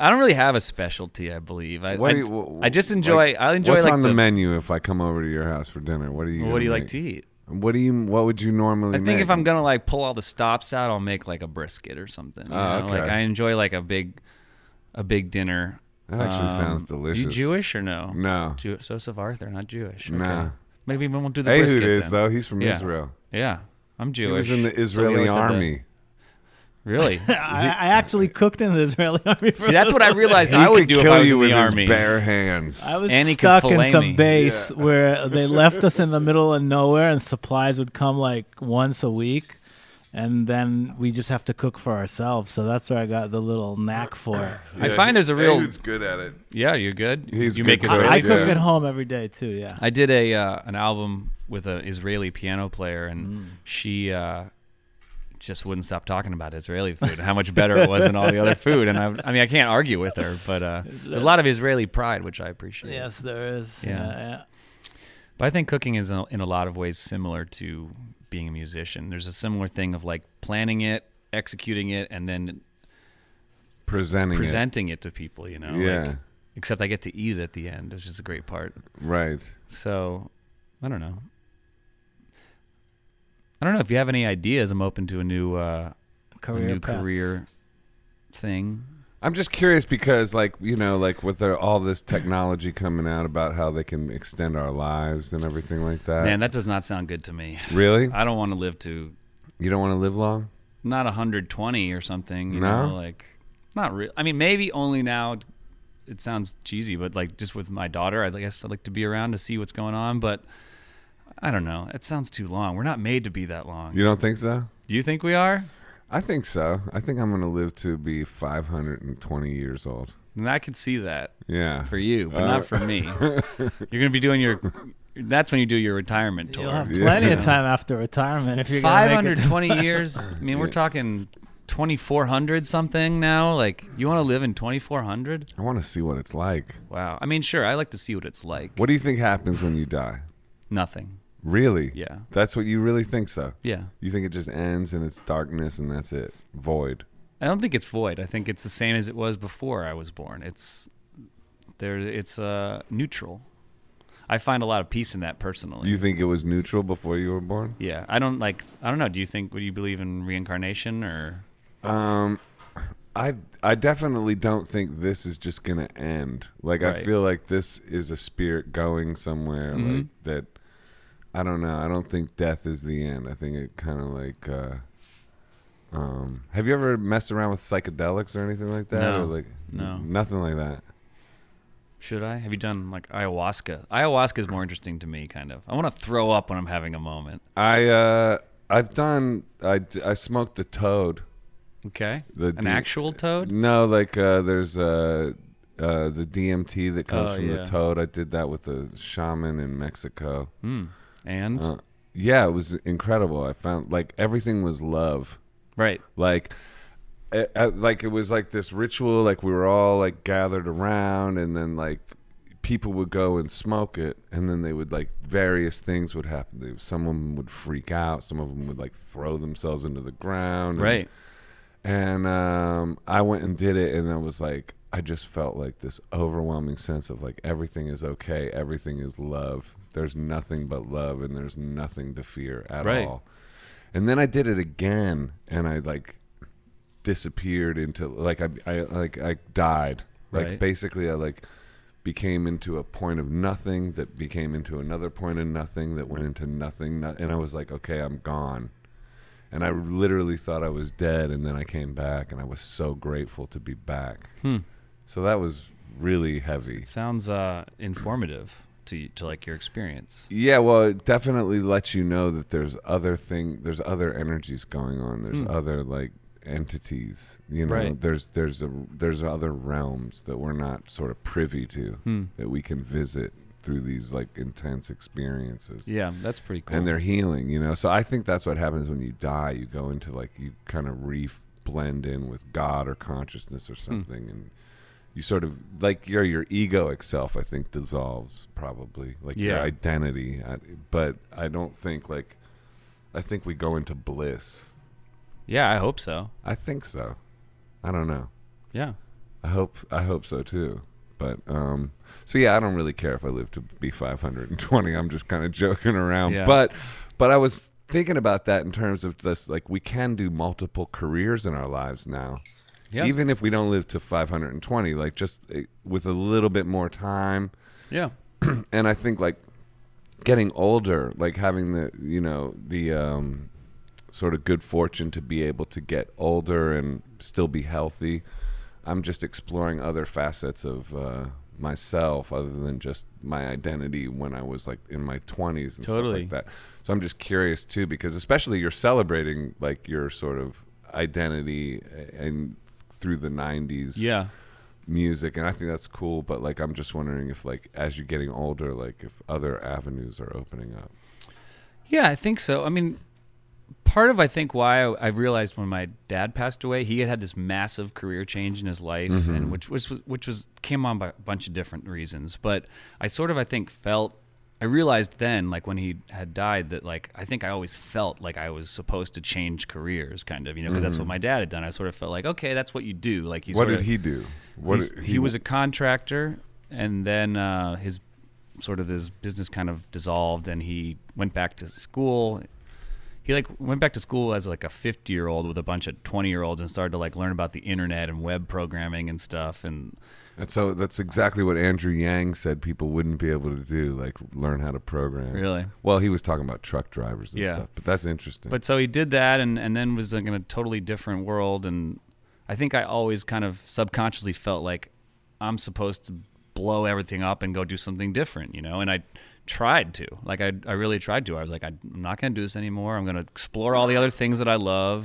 I don't really have a specialty. I believe. I
What
I,
do you- wh-
I just enjoy.
like,
I enjoy
What's
like
on the, menu if I come over to your house for dinner? What do you?
What
gonna
do you like
make?
to eat?
What do you? What would you normally?
I think if
make?
I'm gonna like pull all the stops out, I'll make like a brisket or something. you
Oh,
know?
okay.
Like I enjoy like a big, a big dinner.
That actually sounds delicious.
Um, You Jewish or no?
No.
Jew- Joseph Arthur, not Jewish. Okay.
Nah.
Maybe we won't do the
Ehud
brisket.
is
then.
though. He's from
Yeah.
Israel.
Yeah, I'm
He
Jewish.
was in the
Somebody
Israeli
always said that.
army. <laughs>
Really?
I, I actually cooked in the Israeli <laughs> army. For
See, that's what I realized I
he
would
could
do
kill
if I was
you
in
with
the army.
his bare hands.
I was
Annie can
stuck in
fillet
some
me.
base where they left us in the middle of nowhere, and supplies would come like once a week, and then we just have to cook for ourselves. So that's where I got the little knack for. it.
I find there's a real.
Ehud's good at it.
Yeah, you're good.
He's
you
good
make it
cook.
really
I
good.
cook
Yeah.
at home every day too. Yeah,
I did a uh, an album with an Israeli piano player, and
Mm.
she uh, just wouldn't stop talking about Israeli food and how much better it was than all the
<laughs>
other food. And I, I mean, I can't argue with her, but uh, there's a lot of Israeli pride, which I appreciate.
yes, there is.
Yeah.
yeah.
But I think cooking is uh, in a lot of ways similar to being a musician. There's a similar thing of like planning it, executing it, and then
Presenting. it.
presenting it to people. You know, like-
Yeah.
except I get to eat it at the end, which is a great part.
Right.
So, I don't know. I don't know if you have any ideas. I'm open to a new, uh, a
Career
new
path.
career thing.
I'm just curious because, like, you know, like with the, all this technology coming out about how they can extend our lives and everything like that.
Man, that does not sound good to me.
really?
I don't want to live to.
You don't want to live long?
not 120 or something. You
No?
know, like not real. I mean, maybe only now. It sounds cheesy, but like just with my daughter, I guess I'd like to be around to see what's going on. But I don't know. It sounds too long. We're not made to be that long.
You don't think so?
Do you think we are?
I think so. I think I'm going to live to be 520 years old.
And I could see that
Yeah.
for you, but not for me. <laughs> You're gonna be doing your. That's when you do your retirement tour.
You'll have
Yeah.
plenty
You know.
of time after retirement if you're
Five
gonna make
hundred
it. to-
twenty years. I mean, we're
Yeah.
talking twenty four hundred something now. Like, you want to live in twenty four hundred?
I want to see what it's like.
Wow. I mean, sure. I like to see what it's like.
What do you think happens when you die?
Nothing.
Really?
Yeah.
That's what you really think so?
Yeah.
You think it just ends and it's darkness and that's it? Void.
I don't think it's void. I think it's the same as it was before I was born. It's there. It's uh, neutral. I find a lot of peace in that personally.
You think it was neutral before you were born?
yeah. I don't like. I don't know. Do you think? Would you believe in reincarnation or?
Um, I I definitely don't think this is just gonna end. Like I
Right.
feel like this is a spirit going somewhere. Like that. I don't know. I don't think death is the end. I think it kind of like. Uh, um, have you ever messed around with psychedelics or anything like that?
No.
Or like
No.
nothing like that.
Should I? Have you done like ayahuasca? Ayahuasca is more interesting to me, kind of. I want to throw up when I'm having a moment.
I uh, I've done. I d- I smoked a toad.
Okay.
The
An
D-
actual toad?
No, like uh, there's uh, uh, the DMT that comes
Oh,
from
yeah.
the toad. I did that with a shaman in Mexico.
Hmm. And?
Mm. Uh, yeah, it was incredible. I found like everything was love.
right.
Like, it, uh, like it was like this ritual. Like we were all like gathered around, and then like people would go and smoke it, and then they would like various things would happen. They, some of them would freak out. Some of them would like throw themselves into the ground. and-
Right.
and um, I went and did it, and I was like, I just felt like this overwhelming sense of like everything is okay, everything is love. There's nothing but love, and there's nothing to fear at
Right.
all. And then I did it again, and I like disappeared into like I, I like I died. Like
Right.
basically, I like became into a point of nothing that became into another point of nothing that went into nothing, no- and I was like, okay, I'm gone and I literally thought I was dead, and then I came back, and I was so grateful to be back.
Hmm.
So that was really heavy.
It sounds uh, informative to to like your experience.
Yeah, well, it definitely lets you know that there's other thing, there's other energies going on, there's
Hmm.
other like entities, you know,
Right.
there's there's a there's other realms that we're not sort of privy to
Hmm.
that we can visit through these like intense experiences.
Yeah, that's pretty cool.
and they're healing you know so i think that's what happens when you die you go into like you kind of re blend in with god or consciousness or
Hmm.
something and you sort of like your your egoic self i think dissolves probably like your
Yeah.
identity I, but i don't think like i think we go into bliss
yeah, I hope so.
i think so i don't know
Yeah.
i hope i hope so too but um so yeah i don't really care if i live to be 520 i'm just kind of joking around
Yeah.
but but i was thinking about that in terms of this like we can do multiple careers in our lives now
Yeah.
even if we don't live to 520 like just uh, with a little bit more time
yeah.
and I think like getting older, like having the you know the um, sort of good fortune to be able to get older and still be healthy. I'm just exploring other facets of uh, myself other than just my identity when I was like in my 20s and
Totally.
stuff like that. So I'm just curious too because especially you're celebrating like your sort of identity a- and through the 90s
Yeah.
music and i think that's cool but like i'm just wondering if like as you're getting older like if other avenues are opening up
Yeah, I think so. I mean, part of I think why I, I realized when my dad passed away, he had had this massive career change in his life,
Mm-hmm.
and which was which was came on by a bunch of different reasons. But I sort of I think felt I realized then, like when he had died, that like I think I always felt like I was supposed to change careers, kind of, you know, because that's what my dad had done. I sort of felt like, okay, that's what you do. Like, you
Mm-hmm. what
sort
did
of-
he do what
He's- he, was a contractor, and then uh, his sort of his business kind of dissolved, and he went back to school. he like went back to school as like a 50 year old with a bunch of 20 year olds and started to like learn about the internet and web programming and stuff and
And so that's exactly what Andrew Yang said people wouldn't be able to do, like learn how to program.
Really?
Well, he was talking about truck drivers and
Yeah.
stuff, but that's interesting.
But so he did that, and and then was like in a totally different world. And I think I always kind of subconsciously felt like I'm supposed to blow everything up and go do something different, you know. And I tried to, like, I I really tried to. I was like, I'm not going to do this anymore. I'm going to explore all the other things that I love.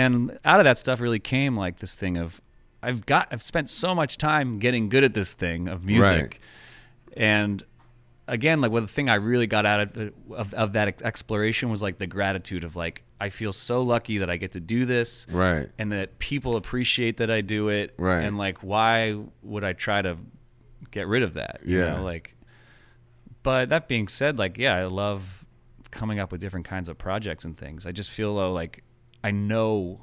And out of that stuff really came like this thing of I've got I've spent so much time getting good at this thing of music. And again, like well, the thing I really got out of, the- of of that ex- exploration was like the gratitude of like I feel so lucky that I get to do this,
right.
and that people appreciate that I do it,
Right.
And like, why would I try to get rid of that? You
Yeah.
know, like. But that being said, like, yeah, I love coming up with different kinds of projects and things. I just feel though, like, I know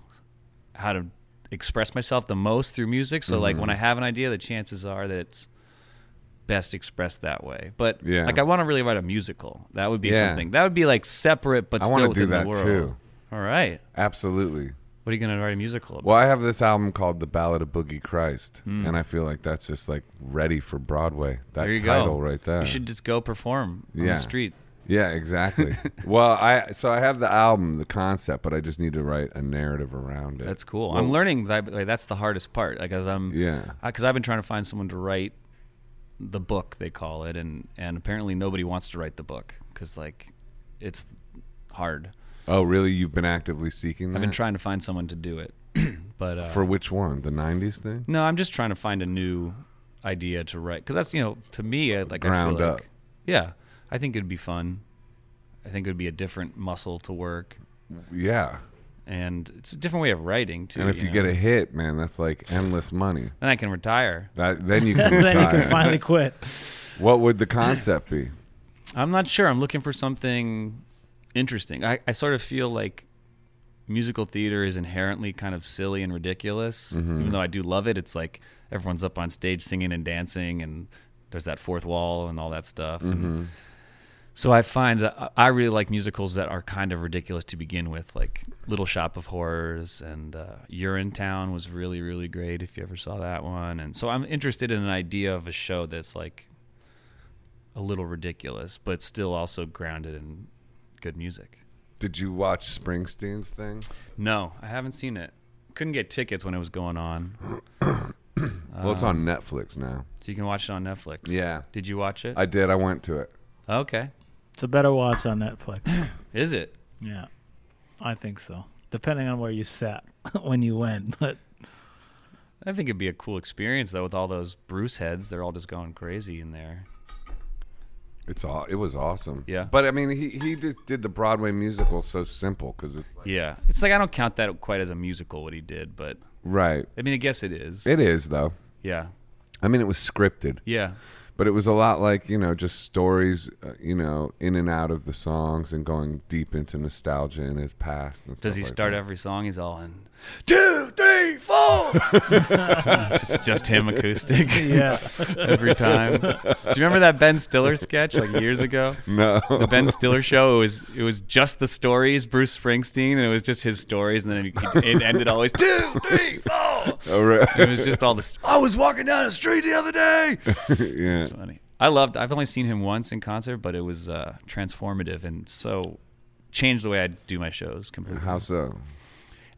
how to express myself the most through music. So like,
Mm-hmm.
when I have an idea, the chances are that it's best expressed that way. But
Yeah.
like, I want to really write a musical. That would be
Yeah.
something that would be like separate, but
I
still
want to
within
do that
the world.
too.
All right,
Absolutely.
what are you gonna write a musical about?
Well, I have this album called The Ballad of Boogie Christ, and I feel like that's just like ready for Broadway. That
Hmm. There you
title
go.
right there.
You should just go perform on
Yeah.
the street.
Yeah,
<laughs>
exactly. well, I so I have the album, the concept, but I just need to write a narrative around it.
That's cool. I'm learning that like, that's the hardest part. Like as I'm,
Yeah.
because I've been trying to find someone to write the book they call it, and and apparently nobody wants to write the book because like it's hard.
Oh, really? You've been actively seeking that
I've been trying to find someone to do it, <clears throat> but uh,
for which one? The '90s thing?
no, I'm just trying to find a new idea to write because that's you know to me I- like I
Ground
feel
up.
like yeah, I think it'd be fun. I think it would be a different muscle to work,
Yeah.
and it's a different way of writing too.
And if you
know?
get a hit, man, that's like endless money.
then I can retire.
That, then you
<laughs>
can
<laughs> then you
retire.
can finally quit.
what would the concept be?
I'm not sure. I'm looking for something interesting. I, I sort of feel like musical theater is inherently kind of silly and ridiculous. Even though I do love it, it's like everyone's up on stage singing and dancing, and there's that fourth wall and all that stuff. And so I find that I- I really like musicals that are kind of ridiculous to begin with, like Little Shop of Horrors and uh, Urinetown was really, really great if you ever saw that one. And so I'm interested in an idea of a show that's like a little ridiculous, but still also grounded in good music.
Did you watch Springsteen's thing?
No, I haven't seen it. Couldn't get tickets when it was going on,
well, it's
Um,
on Netflix now.
so you can watch it on Netflix.
Yeah.
Did you watch it?
I did. I went to it.
okay.
It's a better watch on Netflix.
Is it?
Yeah, I think so. Depending on where you sat <laughs> when you went, but
I think it'd be a cool experience though with all those Bruce heads. They're all just going crazy in there.
It's all. It was awesome.
Yeah.
But I mean, he he did, did the Broadway musical so simple because it's like,
Yeah. It's like I don't count that quite as a musical what he did, but
right.
I mean I guess it is.
It is though.
yeah.
I mean, it was scripted,
Yeah.
but it was a lot like you know just stories, uh, you know, in and out of the songs and going deep into nostalgia and his past. And
Does
stuff
he
like
start
that.
every song? He's all in.
Two, three, four.
<laughs> It's just him acoustic <laughs>
yeah,
every time. Do you remember that Ben Stiller sketch like years ago?
no.
the Ben Stiller show. It was it was just the stories, Bruce Springsteen, and it was just his stories, and then he, it ended always two, three, four.
<laughs> Oh,
<laughs>
right.
It was just all this. I was walking down the street the other day.
yeah.
It's funny. I loved. I've only seen him once in concert, but it was uh, transformative and so changed the way I do my shows completely.
How so?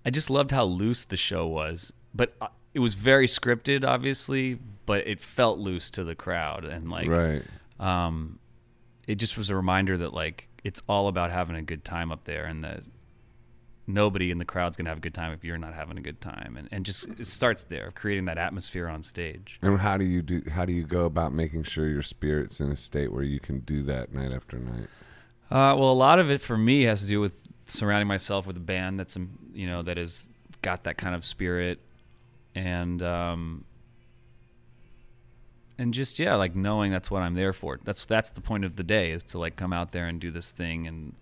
I just loved how loose the show was, but uh, it was very scripted, obviously, but it felt loose to the crowd and like
right.
um, it just was a reminder that like it's all about having a good time up there and that nobody in the crowd's gonna have a good time if you're not having a good time and, and just it starts there creating that atmosphere on stage
And how do you do? How do you go about making sure your spirit's in a state where you can do that night after night?
uh, well a lot of it for me has to do with surrounding myself with a band that's um, you know that has got that kind of spirit and um, and just yeah like knowing that's what i'm there for that's that's the point of the day is to like come out there and do this thing and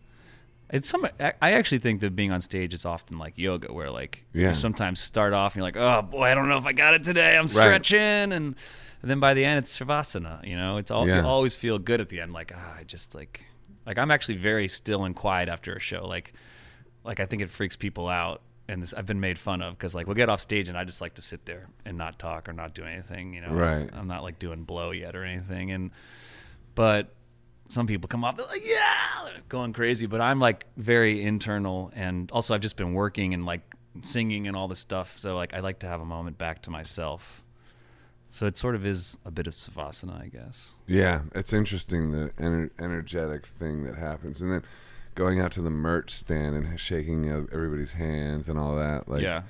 it's some i I actually think that being on stage is often like yoga where like
Yeah.
you sometimes start off and you're like oh boy i don't know if i got it today i'm stretching and, and then by the end it's shavasana you know it's all
Yeah.
you always feel good at the end like ah i just like Like I'm actually very still and quiet after a show. Like, like I think it freaks people out, and this, I've been made fun of because like we'll get off stage and I just like to sit there and not talk or not do anything. You know,
Right.
I'm not like doing blow yet or anything, and but some people come off they're like yeah they're going crazy but i'm like very internal and also i've just been working and like singing and all this stuff so like i like to have a moment back to myself so it sort of is a bit of savasana i guess
Yeah, it's interesting the ener- energetic thing that happens, and then going out to the merch stand and shaking of everybody's hands and all that. Like,
yeah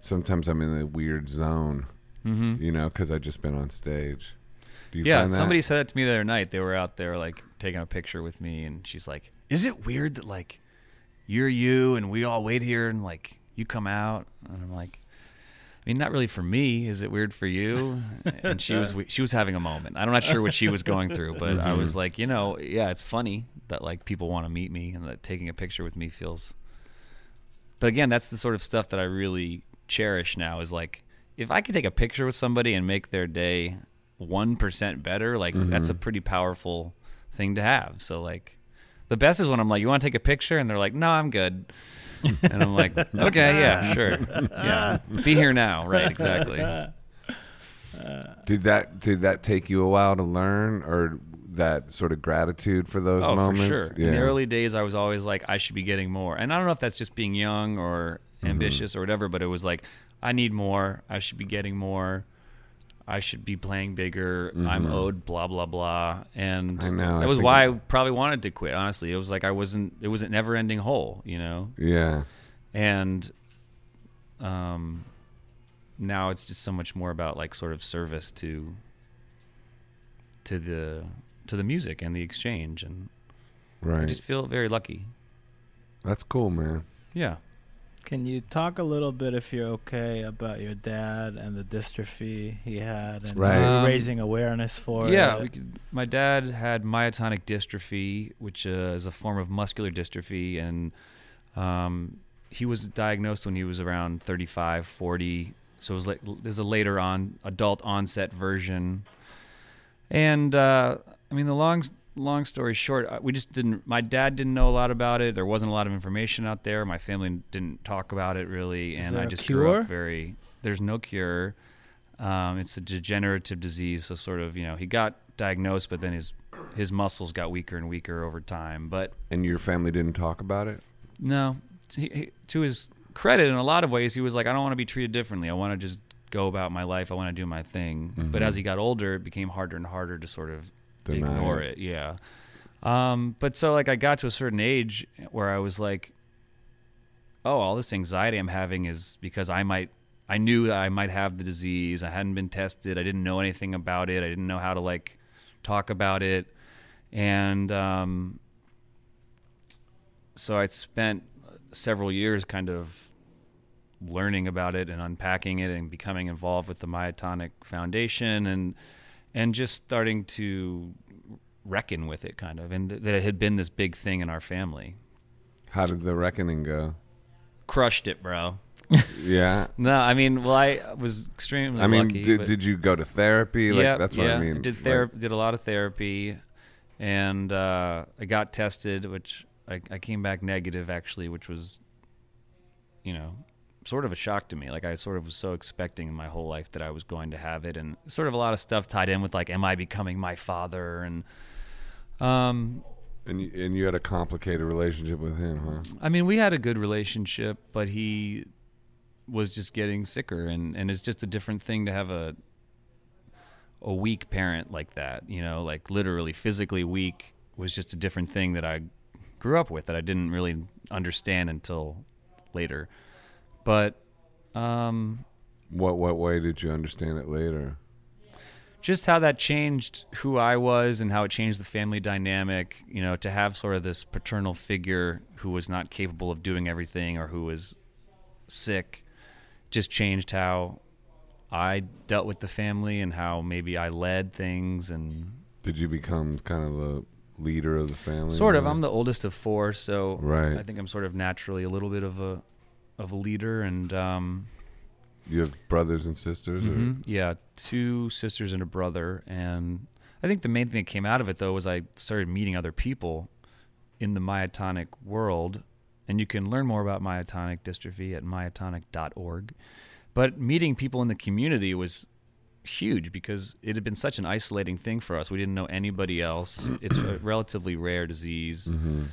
sometimes I'm in a weird zone,
mm-hmm.
you know, because I just been on stage. Do you
yeah
find that?
somebody said that to me the other night they were out there like taking a picture with me and she's like is it weird that like you're you and we all wait here and like you come out and i'm like I mean, not really for me. Is it weird for
<laughs>
you? And she was she was having a moment. I'm not sure what she was going through, but I
Mm-hmm.
was like, you know, yeah, it's funny that like people want to meet me and that taking a picture with me feels. But again, that's the sort of stuff that I really cherish now. Is like if I could take a picture with somebody and make their day one percent better, like that's a pretty powerful thing to have. So like, the best is when I'm like, you want to take a picture, and they're like, no, I'm good. And I'm like, okay, yeah, sure. Yeah. Be here now. Right, exactly.
Did that did that take you a while to learn, or that sort of gratitude for those
Oh,
moments?
for sure. In the early days, I was always like, I should be getting more. And I don't know if that's just being young or
Mm-hmm.
ambitious or whatever, but it was like, I need more. I should be getting more. I should be playing bigger. I'm owed blah blah blah. And
Mm-hmm. I know, I
that was
think
why
it-
I probably wanted to quit. Honestly, it was like I wasn't. It was a never ending hole. You know.
yeah,
and um now it's just so much more about like sort of service to to the to the music and the exchange and i
right.
just feel very lucky
That's cool, man.
yeah
Can you talk a little bit, if you're okay, about your dad and the dystrophy he had and uh,
Right.
Um,
raising awareness for
yeah
it?
we could, my dad had myotonic dystrophy which uh, is a form of muscular dystrophy and um, he was diagnosed when he was around 35 40 so it was like there's a later on adult onset version and uh, i mean the long long story short I- we just didn't my dad didn't know a lot about it there wasn't a lot of information out there my family didn't talk about it really
Is
and
there
i
a
just grew
cure?
up very there's no cure um, it's a degenerative disease so sort of you know he got diagnosed but then his his muscles got weaker and weaker over time but
And your family didn't talk about it.
no. T- He, he, to his credit, in a lot of ways, he was like, I don't want to be treated differently. I want to just go about my life. I want to do my thing. But as he got older, it became harder and harder to sort of
Deny
ignore it. Yeah. Um, but so, like, I got to a certain age where I was like, oh, all this anxiety I'm having is because I might. I knew that I might have the disease. I hadn't been tested. I didn't know anything about it. I didn't know how to like talk about it. And um, so I'd spent several years kind of learning about it and unpacking it and becoming involved with the Myotonic Foundation and and just starting to reckon with it kind of and th- that it had been this big thing in our family.
How did the reckoning go?
Crushed it, bro.
Yeah.
No, I mean, well, I was extremely.
I mean,
lucky,
did,
but-
did you go to therapy? Like
yeah,
that's what
yeah.
I mean.
Did
Like,
therapy, did a lot of therapy, and uh, I got tested, which I, I came back negative actually, which was, you know, sort of a shock to me. Like I sort of was so expecting my whole life that I was going to have it, and sort of a lot of stuff tied in with like, am I becoming my father? And um,
and you, and you had a complicated relationship with him, huh?
I mean, we had a good relationship, but he was just getting sicker, and and it's just a different thing to have a a weak parent like that. You know, like literally physically weak was just a different thing that I grew up with that I didn't really understand until later. But um,
What what way did you understand it later?
just how that changed who I was and how it changed the family dynamic, you know, to have sort of this paternal figure who was not capable of doing everything or who was sick just changed how I dealt with the family and how maybe I led things and
Did you become kind of the leader of the family?
sort of I'm the oldest of four, so
Right.
I think I'm sort of naturally a little bit of a of a leader and um
You have brothers and sisters. or-
Mhm. Yeah, two sisters and a brother. And I think the main thing that came out of it, though, was I started meeting other people in the myotonic world. And you can learn more about myotonic dystrophy at myotonic.org. But meeting people in the community was huge because it had been such an isolating thing for us. We didn't know anybody else. It's a relatively rare disease.
Mm-hmm.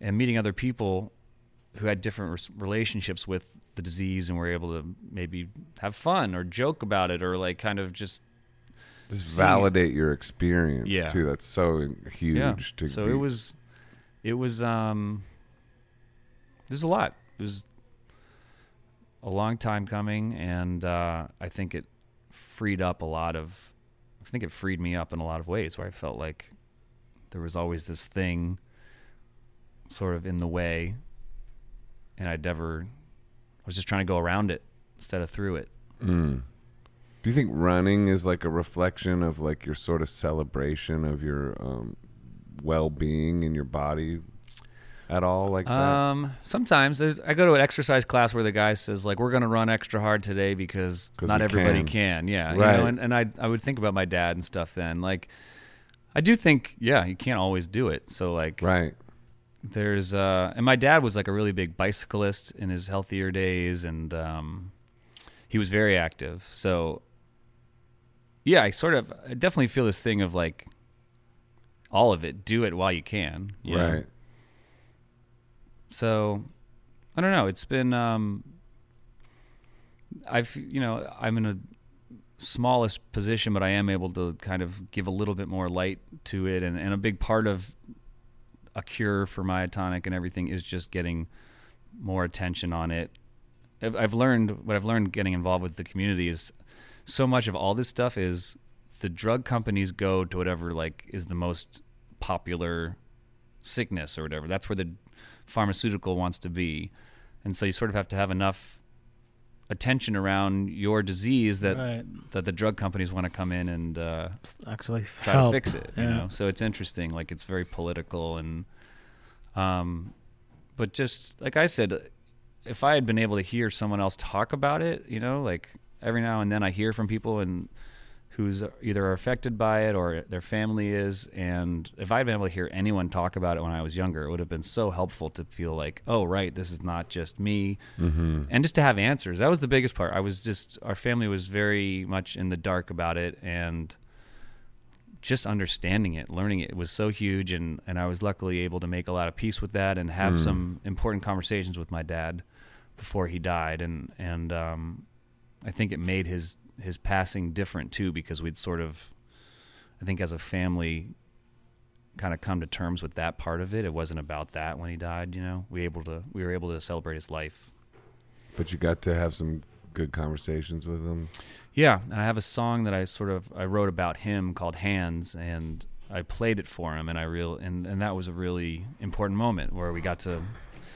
And meeting other people who had different res- relationships with the disease and were able to maybe have fun or joke about it or like kind of just
Just validate your experience
Yeah.
too. That's so huge.
yeah.
To
so
be-
it was it was um it was a lot it was a long time coming and uh i think it freed up a lot of i think it freed me up in a lot of ways where i felt like there was always this thing sort of in the way and i'd never i was just trying to go around it instead of through it
Mm. Do you think running is like a reflection of like your sort of celebration of your um, well-being in your body at all? Like that?
Um, sometimes there's. I go to an exercise class where the guy says like, "We're going to run extra hard today because
'Cause
not
we
everybody can."
can."
Yeah, you
Right.
know, and, and I I would think about my dad and stuff. Then like, I do think yeah, you can't always do it. So like,
right.
there's uh, and my dad was like a really big bicyclist in his healthier days, and um, he was very active. So yeah, I sort of I definitely feel this thing of like all of it, do it while you can. you know?
Right.
so I don't know. It's been um, I've you know I'm in a smallest position, but I am able to kind of give a little bit more light to it, and, and a big part of a cure for myotonic and everything is just getting more attention on it. I've, I've learned what I've learned getting involved with the community is so much of all this stuff is the drug companies go to whatever like is the most popular sickness or whatever. That's where the pharmaceutical wants to be. And so you sort of have to have enough attention around your disease that
Right.
that the drug companies want to come in and uh,
actually
try
help.
to fix it. You
Yeah.
know, so it's interesting. Like it's very political and, um, but just like I said, if I had been able to hear someone else talk about it, you know, like every now and then I hear from people and who's either are affected by it or their family is, and if I had been able to hear anyone talk about it when I was younger, it would have been so helpful to feel like, oh right, this is not just me, mm-hmm. and just to have answers. That was the biggest part. I was just our family was very much in the dark about it and just understanding it, learning it was so huge, and and I was luckily able to make a lot of peace with that and have some important conversations with my dad before he died, and and um, I think it made his his passing different too because we'd sort of, I think as a family, kind of come to terms with that part of it. It wasn't about that when he died, you know. We able to we were able to celebrate his life.
But you got to have some good conversations with them.
Yeah, and I have a song that I sort of I wrote about him called Hands, and I played it for him, and I real and and that was a really important moment where we got to.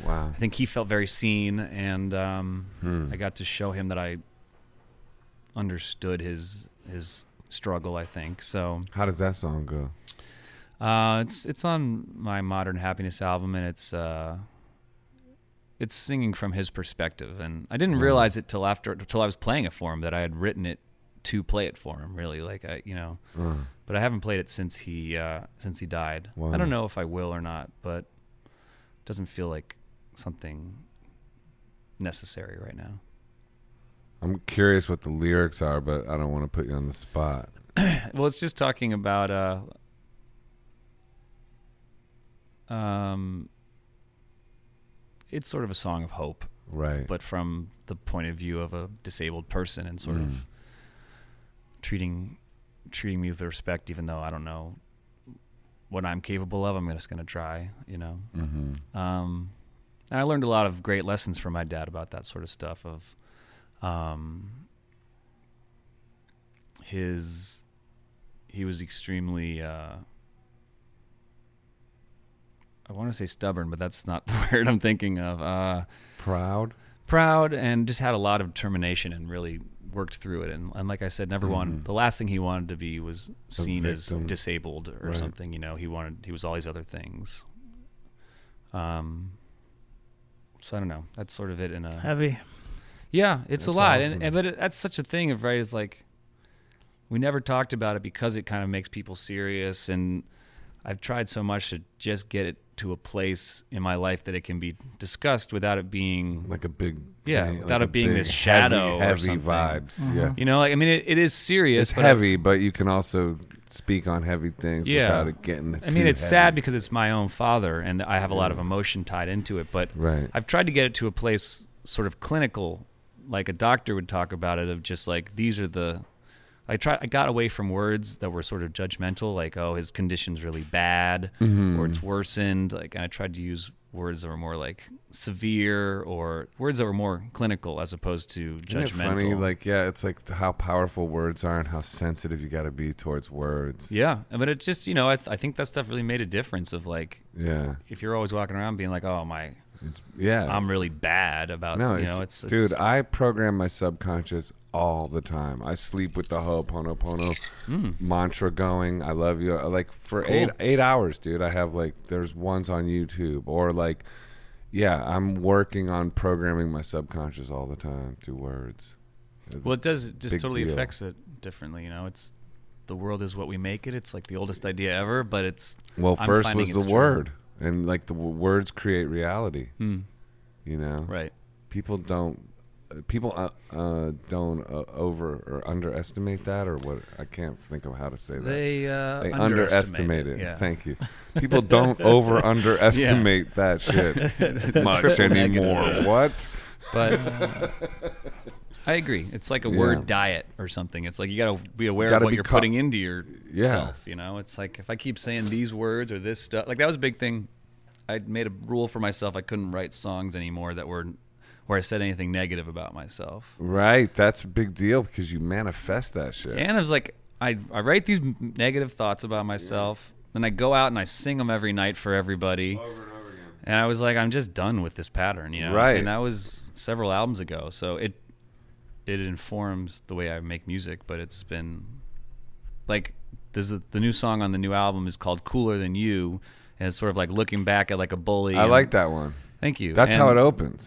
Wow. Hmm.
I think he felt very seen, and um, I got to show him that I understood his his struggle. I think so.
How does that song go?
Uh, it's it's on my Modern Happiness album, and it's uh, it's singing from his perspective. And I didn't realize it till after till I was playing it for him that I had written it to play it for him. Really, like I you know,
Uh.
but I haven't played it since he uh, since he died. I
Wow.
don't know if I will or not, but it doesn't feel like something necessary right now. <sighs>
I'm curious what the lyrics are, but I don't want to put you on the spot.
Well, it's just talking about uh, um, it's sort of a song of hope,
Right.
but from the point of view of a disabled person and sort of treating treating me with respect, even though I don't know what I'm capable of. I'm just going to try, you know.
mm-hmm.
Um, and I learned a lot of great lessons from my dad about that sort of stuff of um, his he was extremely uh, I want to say stubborn, but that's not <laughs> the word I'm thinking of. Uh,
Proud.
proud and just had a lot of determination and really worked through it. And, and like I said, never wanted the last thing he wanted to be was seen as
Mm-hmm. victim.
disabled or
Right.
something. You know, he wanted he was all these other things. Um. So I don't know. That's sort of it in a
Heavy.
yeah. It's a
That's
lot,
awesome.
and, and but it, that's such a thing of right. Is like we never talked about it because it kind of makes people serious and. I've tried so much to just get it to a place in my life that it can be discussed without it being
like a big
Yeah,
thing,
without
like
it being
big,
this shadow or
heavy, heavy
something.
vibes. Yeah,
you know like I mean it, it is serious
it's
but I-
heavy, but you can also speak on heavy things
Yeah.
without it getting.
I mean, it's sad because it's my own father, and I have a lot of emotion tied into it. But
Right.
I've tried to get it to a place, sort of clinical, like a doctor would talk about it, of just like these are the. I try. I got away from words that were sort of judgmental, like "oh, his condition's really bad"
Mm-hmm.
or "it's worsened." Like, and I tried to use words that were more like severe or words that were more clinical as opposed to
Isn't it
judgmental.
funny? Like, yeah, it's like how powerful words are and how sensitive you got to be towards words.
yeah, but it's just you know, I, th- I think that stuff really made a difference. Of like,
Yeah,
if you're always walking around being like, "Oh, my
it's, yeah.
I'm really bad about
no,
you
it's,
know it's, it's
dude. I program my subconscious all the time. I sleep with the Ho'oponopono
Hmm.
mantra going. I love you. uh, Like for eight eight hours, dude. I have like there's ones on YouTube or like, yeah. I'm working on programming my subconscious all the time through words.
well it does it just
Big
totally
deal.
affects it differently you know it's the world is what we make it it's like the oldest idea ever but it's
Well,
I'm
first
finding
was the
it's true.
word, and like the w- words create reality. You know,
right
people don't uh, people uh, uh, don't uh, over or underestimate that or what i can't think of how to say that
they uh
They
underestimate
underestimate it.
yeah.
Thank
<laughs>
you. People don't over underestimate that shit much
triple negative,
anymore.
yeah.
What?
but
<laughs>
i agree it's like a
Yeah.
word diet or something it's like you got to be aware of
Gotta
what
be
you're
co-
putting into
Yeah.
yourself you know it's like if i keep saying these words or this stuff like that was a big thing i made a rule for myself i couldn't write songs anymore that were where i said anything negative about myself
Right. That's a big deal because you manifest that shit.
And I was like, I, I write these m- negative thoughts about myself, then I go out and I sing them every night for everybody. Over and over again. And I was like, I'm just done with this pattern, you know?
Right.
And that was several albums ago. So it it informs the way I make music, but it's been like there's a, the new song on the new album is called Cooler Than You. And it's sort of like looking back at like a bully.
I
and-
like that one.
Thank you.
That's how
And-
it opens.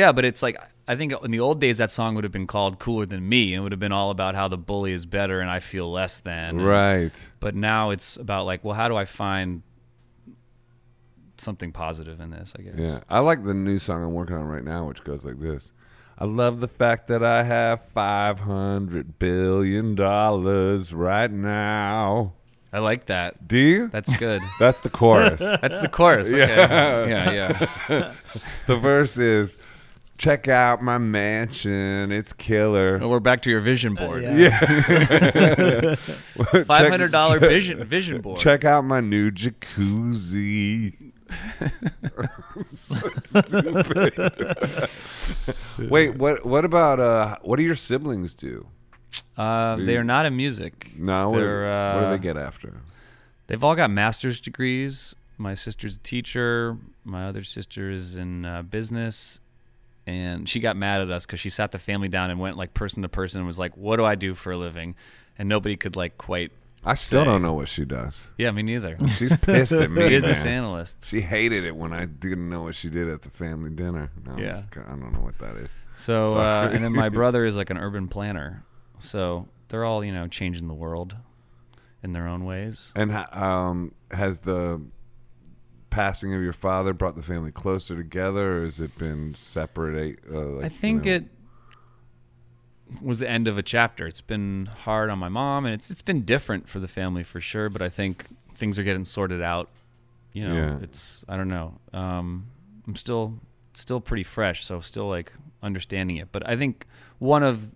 yeah, but it's like I think in the old days that song would have been called "Cooler Than Me" and it would have been all about how the bully is better and I feel less than.
Right.
But now it's about like, well, how do I find something positive in this? I guess.
Yeah. I like the new song I'm working on right now, which goes like this. I love the fact that I have five hundred billion dollars right now.
I like that.
Do you?
That's good.
That's the chorus.
<laughs> That's the chorus. Okay. Yeah.
<laughs>
Yeah.
the verse is check out my mansion. It's killer. <laughs>
Well, we're back to your vision board. <laughs>
yeah.
Five hundred dollar vision vision board.
Check out my new jacuzzi. <laughs> So stupid. Wait, what? What about uh? What do your siblings do?
Uh, they are not in music.
No, what,
They're, uh,
what do they get after?
They've all got master's degrees. My sister's a teacher. My other sister is in uh, business. And she got mad at us because she sat the family down and went like person to person and was like, What do I do for a living? And nobody could like quite.
I still
say-
don't know what she does.
Yeah, me neither.
She's pissed at
<laughs>
me.
Business
man.
analyst.
She hated it when I didn't know what she did at the family dinner. No, I'm
Yeah.
just ki- I don't know what that is.
So, uh,
Sorry.
and then my brother is like an urban planner. So they're all, you know, changing the world in their own ways.
And ha- um, has the passing of your father brought the family closer together, or has it been separate? Uh, like,
I think it was the end of a chapter. It's been hard on my mom, and it's it's been different for the family for sure. But I think things are getting sorted out. You know,
Yeah.
it's I don't know. Um, I'm still still pretty fresh, so still like understanding it. But I think one of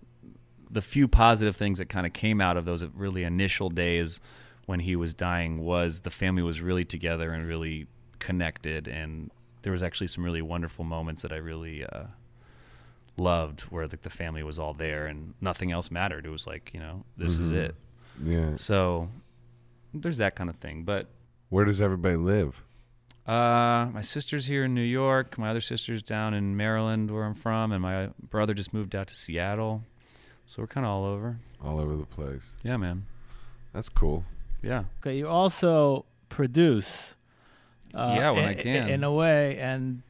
the few positive things that kind of came out of those really initial days when he was dying was the family was really together and really connected and there was actually some really wonderful moments that i really uh, loved where like the family was all there and nothing else mattered it was like you know this is it
Yeah.
so there's that kind of thing but
Where does everybody live?
uh, my sister's here in new york my other sister's down in maryland where i'm from and my brother just moved out to seattle so we're kind of all over
All over the place.
yeah man
That's cool.
yeah
Okay, you also produce. Uh,
Yeah, when I
in,
can.
In a way, and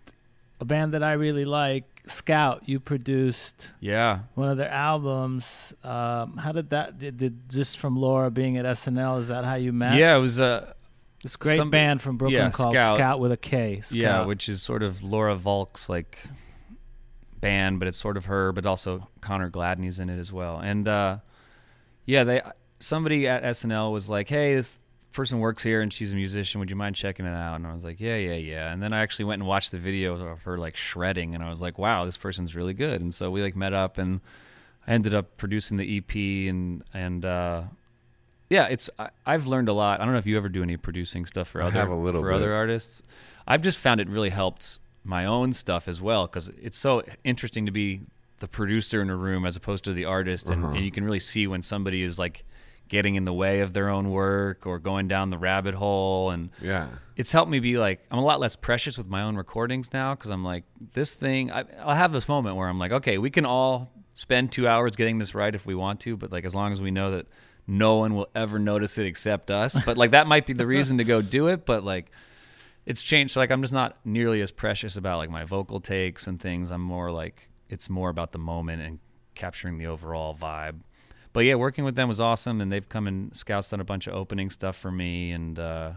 a band that I really like, Scout. You produced
yeah
one of their albums. Um, how did that? Did, did just from Laura being at SNL? Is that how you met?
Yeah, it was. Uh,
This great
Some-
band from Brooklyn
yeah,
called Scout.
Scout.
with a K. Scout.
Yeah, which is sort of Laura Volk's like band, but it's sort of her, but also Connor Gladney's in it as well. And uh, yeah, they somebody at SNL was like, "Hey, this person works here and she's a musician. Would you mind checking it out?" And I was like, "Yeah, yeah, yeah." And then I actually went and watched the video of her like shredding, and I was like, "Wow, this person's really good." And so we like met up, and I ended up producing the EP, and and uh, yeah, it's I, I've learned a lot. I don't know if you ever do any producing stuff for
I
other
have a little
for
bit.
other artists. I've just found it really helped my own stuff as well because it's so interesting to be the producer in a room as opposed to the artist, and, and you can really see when somebody is like getting in the way of their own work or going down the rabbit hole and
Yeah.
it's helped me be like I'm a lot less precious with my own recordings now because I'm like this thing. I, I'll have this moment where I'm like, okay, we can all spend two hours getting this right if we want to, but like as long as we know that no one will ever notice it except us. But like that might be the reason to go do it. But like it's changed. So like I'm just not nearly as precious about like my vocal takes and things. I'm more like it's more about the moment and capturing the overall vibe. But yeah, working with them was awesome, and they've come and scouts done a bunch of opening stuff for me, and uh,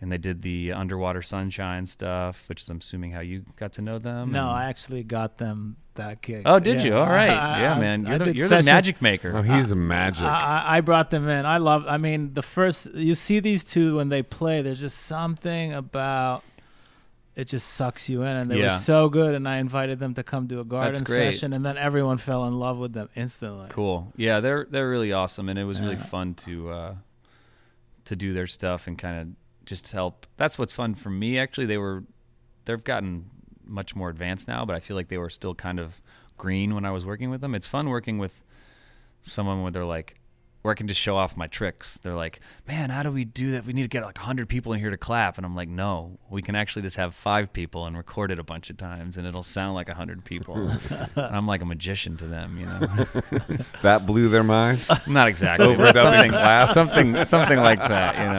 and they did the underwater sunshine stuff, which is I'm assuming how you got to know them.
No,
and-
I actually got them that gig.
Oh, did
Yeah.
you? All right,
<laughs> I-
yeah,
I-
man,
I
you're the
did
you're the
sessions-
magic maker.
Oh, he's a magic.
I, I I brought them in. I love. I mean, the first you see these two when they play, there's just something about it just sucks you in, and they
Yeah.
were so good. And I invited them to come do a garden
great.
session, and then everyone fell in love with them instantly.
Cool. Yeah, they're they're really awesome, and it was really fun to uh, to do their stuff and kind of just help. That's what's fun for me. Actually, they were they've gotten much more advanced now, but I feel like they were still kind of green when I was working with them. It's fun working with someone where they're like where I can just show off my tricks. They're like, "Man, how do we do that? We need to get like 100 people in here to clap." And I'm like, "No, we can actually just have 5 people and record it a bunch of times and it'll sound like 100 people." And I'm like a magician to them, you know.
that blew their mind.
<laughs> Not exactly.
Over
but
dubbing
something,
class?
something, something like that. You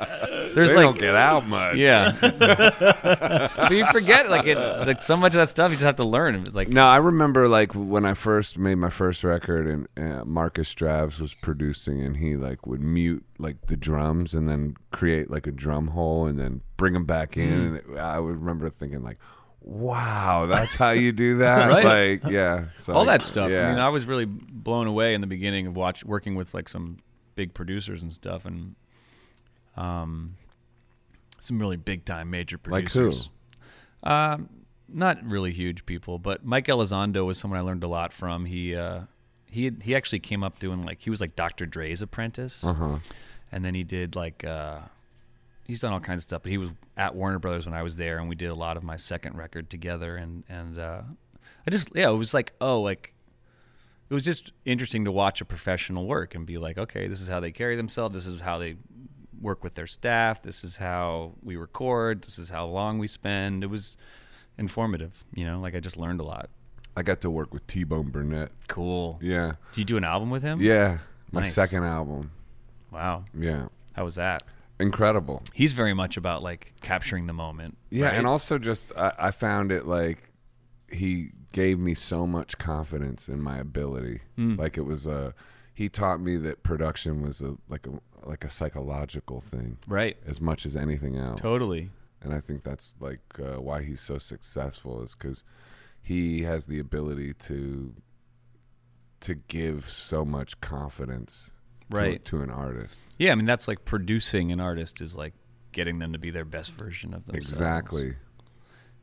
know, there's
They
like,
don't get out much.
yeah. <laughs> but you forget like it, like so much of that stuff you just have to learn. Like,
No, I remember like when I first made my first record, and uh, Marcus Straves was producing, and he like would mute like the drums and then create like a drum hole and then bring them back in.
Mm.
And it, I would remember thinking like, "Wow, that's how you
<laughs>
do that!"
Right.
Like, yeah, so,
all that stuff.
Yeah,
I mean, I was really blown away in the beginning of watch working with like some big producers and stuff, and um, some really big time major
Like who?
producers. Um, not really huge people, but Mike Elizondo was someone I learned a lot from. He uh, he he actually came up doing like he was like Dr. Dre's apprentice,
uh-huh.
and then he did like uh, he's done all kinds of stuff. But he was at Warner Brothers when I was there, and we did a lot of my second record together. And and uh, I just yeah, it was like oh like it was just interesting to watch a professional work and be like okay, this is how they carry themselves. This is how they work with their staff. This is how we record. This is how long we spend. It was informative, you know. Like I just learned a lot.
I got to work with T Bone Burnett.
Cool.
Yeah,
Did you do an album with him?
yeah, my
Nice.
second album.
Wow.
Yeah,
How was that?
incredible.
He's very much about like capturing the moment.
Yeah,
right?
and also just I, I found it like he gave me so much confidence in my ability.
Hmm.
Like it was a he taught me that production was a like a like a psychological thing
right.
as much as anything else.
Totally.
And I think that's like uh, why he's so successful is cuz he has the ability to to give so much confidence to-
Right.
to, an artist.
Yeah, I mean that's like producing an artist is like getting them to be their best version of themselves.
Exactly.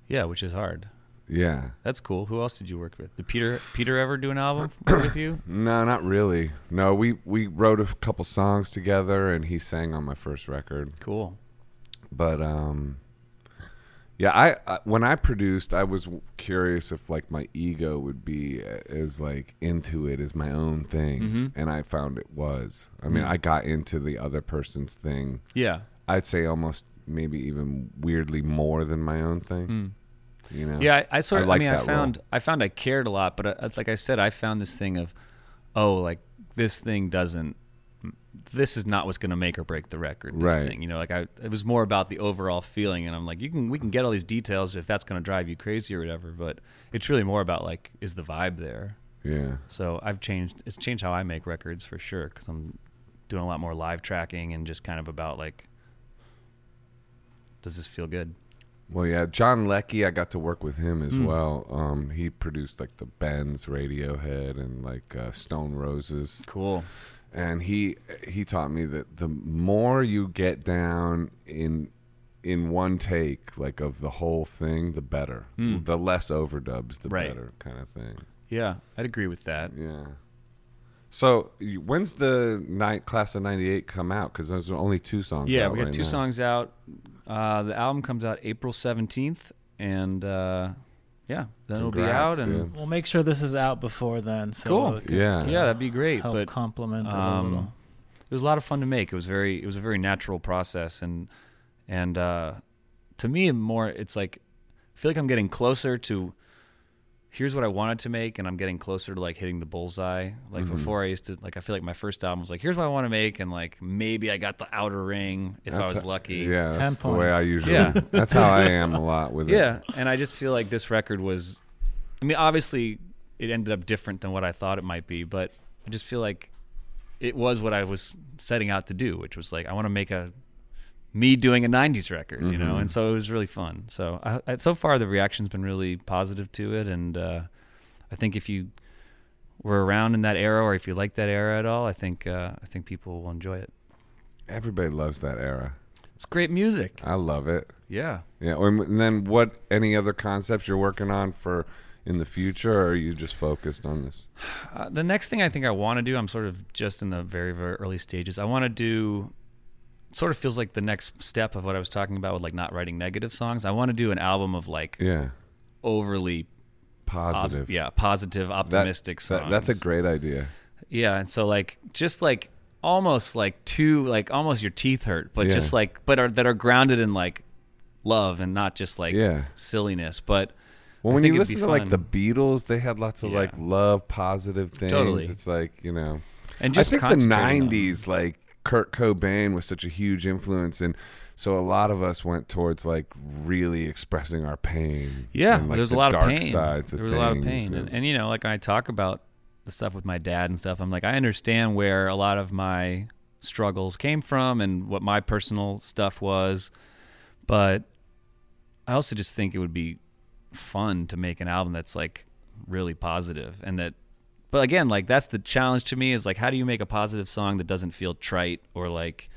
Yeah, which is hard.
Yeah.
That's cool. Who else did you work with? Did Peter Peter ever do
<clears throat>
an album with you?
No, not really. No, we we wrote a f- couple songs together, and he sang on my first record.
Cool.
But um, yeah, I, I when I produced, I was w- curious if like my ego would be a- as like into it as my own thing, and I found it was. I mean, I got into the other person's thing.
Yeah.
I'd say almost maybe even weirdly more than my own thing. You know?
Yeah, I, I sort
I
of. I,
like
mean,
that
I
role.
found I found I cared a lot, but I, like I said, I found this thing of, oh, like this thing doesn't. This is not what's going to make or break the record. This
Right.
thing, you know, like I, it was more about the overall feeling, and I'm like, you can, we can get all these details if that's going to drive you crazy or whatever, but it's really more about like, is the vibe there?
Yeah.
So I've changed. It's changed how I make records for sure because I'm doing a lot more live tracking and just kind of about like does this feel good?
Well, yeah, John Leckie, I got to work with him
Hmm.
as well. Um, he produced like the Bends, Radiohead, and like uh, Stone Roses,
Cool.
and he he taught me that the more you get down in in one take, like of the whole thing, the better. The less overdubs, the
Hmm. Right.
better, kind of thing.
Yeah, I'd agree with that.
Yeah. So y- when's the night class of '98 come out? Because there's only two songs.
Yeah,
out
we got
right
two
now.
songs out. Uh, the album comes out April 17th, and uh, yeah, then it'll be
Congrats,
out. And
dude.
We'll make sure this is out before then. So
Cool.
it can
Yeah.
yeah, that'd be great.
Help
but
complement it a
um,
little.
it was a lot of fun to make. It was very it was a very natural process and and uh, to me more it's like I feel like I'm getting closer to here's what I wanted to make and I'm getting closer to like hitting the bullseye. Like
Mm-hmm.
before I used to like I feel like my first album was like here's what I want to make and like maybe I got the outer ring if I
That's
was
ho-
lucky.
Yeah,
Ten
that's the way I
points.
usually.
Yeah.
<laughs> That's how I am
<laughs>
a lot with it.
Yeah, and I just feel like this record was. I mean, obviously, it ended up different than what I thought it might be, but I just feel like it was what I was setting out to do, which was like I want to make a me doing a '90s record, you know. And so it was really fun. So I, I, so far, the reaction's been really positive to it, and uh, I think if you were around in that era, or if you like that era at all, I think uh, I think people will enjoy it.
Everybody loves that era.
It's great music.
I love it.
Yeah.
Yeah. And and then what? Any other concepts you're working on for in the future, or are you just focused on this?
Uh, the next thing I think I want to do, I'm sort of just in the very, very early stages. I want to do, sort of feels like the next step of what I was talking about with like not writing negative songs. I want to do an album of like
Yeah.
overly, obs-
Positive.
yeah, positive,
That-
optimistic songs.
that- that's a great idea.
yeah. And so like just like almost like two, like almost your teeth hurt, but
Yeah.
just like but are that are grounded in like love and not just like
Yeah.
silliness, but.
Well,
I
when you
think it'd be
listen to like
fun.
the Beatles, they had lots of
Yeah.
like love, positive things.
Totally.
It's like you know,
And just
I think the
concentrating on-
'90s, like Kurt Cobain, was such a huge influence, and so a lot of us went towards like really expressing our pain.
Yeah,
and, like,
there's
the
a lot of
dark
pain.
Sides of
there was a lot of
things,
pain, and, and you know, like when I talk about the stuff with my dad and stuff, I'm like, I understand where a lot of my struggles came from and what my personal stuff was, but I also just think it would be fun to make an album that's like really positive and that. But again, like that's the challenge to me is like, how do you make a positive song that doesn't feel trite or like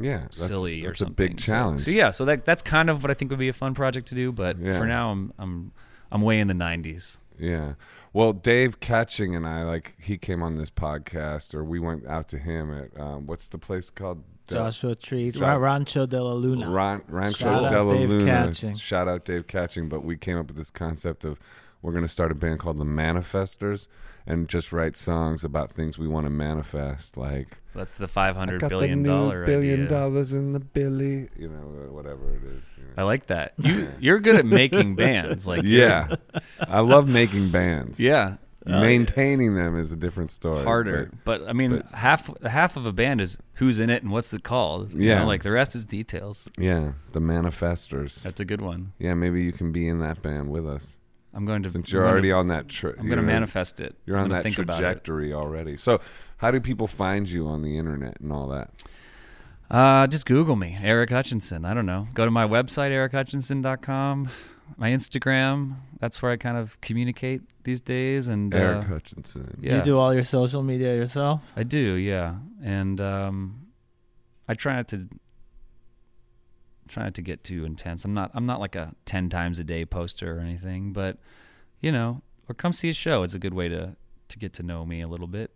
yeah, that's,
silly or
that's
something.
a big
So-
challenge.
So, yeah, so that that's kind of what I think would be a fun project to do. But
Yeah.
for now, I'm I'm I'm way in the '90s.
Yeah. Well, Dave Catching and I, like, he came on this podcast, or we went out to him at um, what's the place called?
Joshua Tree,
Ra-
Rancho de la Luna.
Ran- Rancho
Shout out
de la
Dave
Luna.
Catching.
Shout out Dave Catching. But we came up with this concept of we're going to start a band called the Manifestors and just write songs about things we want to manifest, like
That's the 500
got
billion
the new
dollar
billion
idea.
dollars in the billy, you know, uh, whatever it is. you know.
I like that. You you're good
<laughs>
at making bands. Like
Yeah, I love making bands. Uh,
yeah,
maintaining them is a different story.
harder.
but-
But, I mean, half half of a band is who's in it and what's it called. You
Yeah.
know, like the rest is details.
Yeah, the Manifestors.
That's a good one.
yeah, maybe you can be in that band with us
I'm going to.
since you're
I'm
already
Gonna,
on that trip.
I'm going to manifest it.
You're
I'm
on
gonna
that
think About it.
trajectory already. So, how do people find you on the internet and all that?
Uh, just Google me, Eric Hutchinson. I don't know. Go to my website, erichutchinson.com. My Instagram. That's where I kind of communicate these days. And
Eric
uh,
Hutchinson.
yeah,
You do all your social media yourself.
I do. Yeah, and um, I try not to try not to get too intense. I'm not. I'm not like a ten times a day poster or anything. But you know, or come see a show. It's a good way to to get to know me a little bit.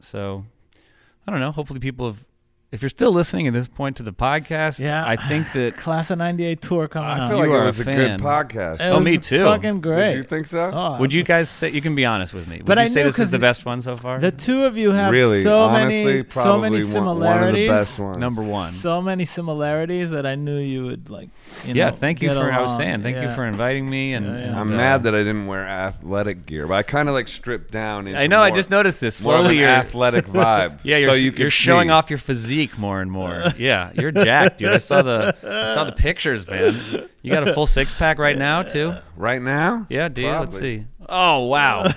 So I don't know. Hopefully, people have. If you're still listening at this point to the podcast,
Yeah.
I think
<sighs>
that
Class of '98 tour coming
I
up.
feel
You
like
are
it
a
was a,
fan.
good podcast.
It
Oh,
was
me too.
Fucking great.
Did you think so?
Oh,
Would you
it's-
guys say you can be honest with me? Would
But
you
I
say
knew
this is
'cause
the
the-
best one so far?
The two of you have
really,
so
honestly,
many,
probably
so
one,
many
one of the
similarities.
best ones.
Number one.
So many similarities that I knew you would like. You
yeah,
know,
thank you
get
for. I was
along.
saying, thank you
Yeah.
for inviting me. And,
Yeah, yeah.
and,
I'm
uh,
mad that I didn't wear athletic gear, but I kind of like stripped down. Into
I know. I
more-
just noticed this.
more of an
Slowly, you're <laughs>
athletic vibe.
yeah, you're,
so you
are
could
showing
see.
off your physique more and
<laughs>
more. Yeah, you're jacked, dude. I saw the I saw the pictures, man. You got a full six pack right now too.
right now.
Yeah, dude. Let's
Probably.
see.
<laughs>
Oh wow,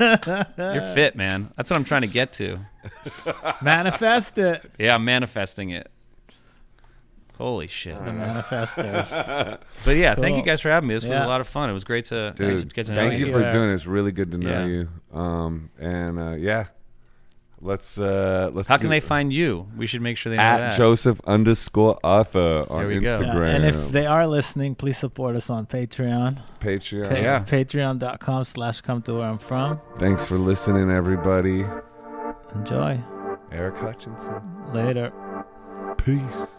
you're fit, man. That's what I'm trying to get to.
<laughs> manifest it.
<laughs> Yeah, I'm manifesting it. Holy shit.
The manifestors.
But yeah, thank you
Cool.
guys for having me. This was a
Yeah.
lot of fun. It was great to,
Dude,
nice to get to know
thank you
you.
for
Yeah.
doing it. It's really good to know
Yeah.
you. Um, and uh, yeah, let's uh, let's.
How can
do-
they find you? We should make sure they know
at
that.
Joseph underscore Arthur on
There we go.
Instagram
Yeah, and if they are listening, please support us on Patreon.
Patreon.
Pa-
Yeah.
Patreon.com slash come to where I'm from.
Thanks for listening, everybody.
Enjoy.
Eric Hutchinson.
Later.
Peace.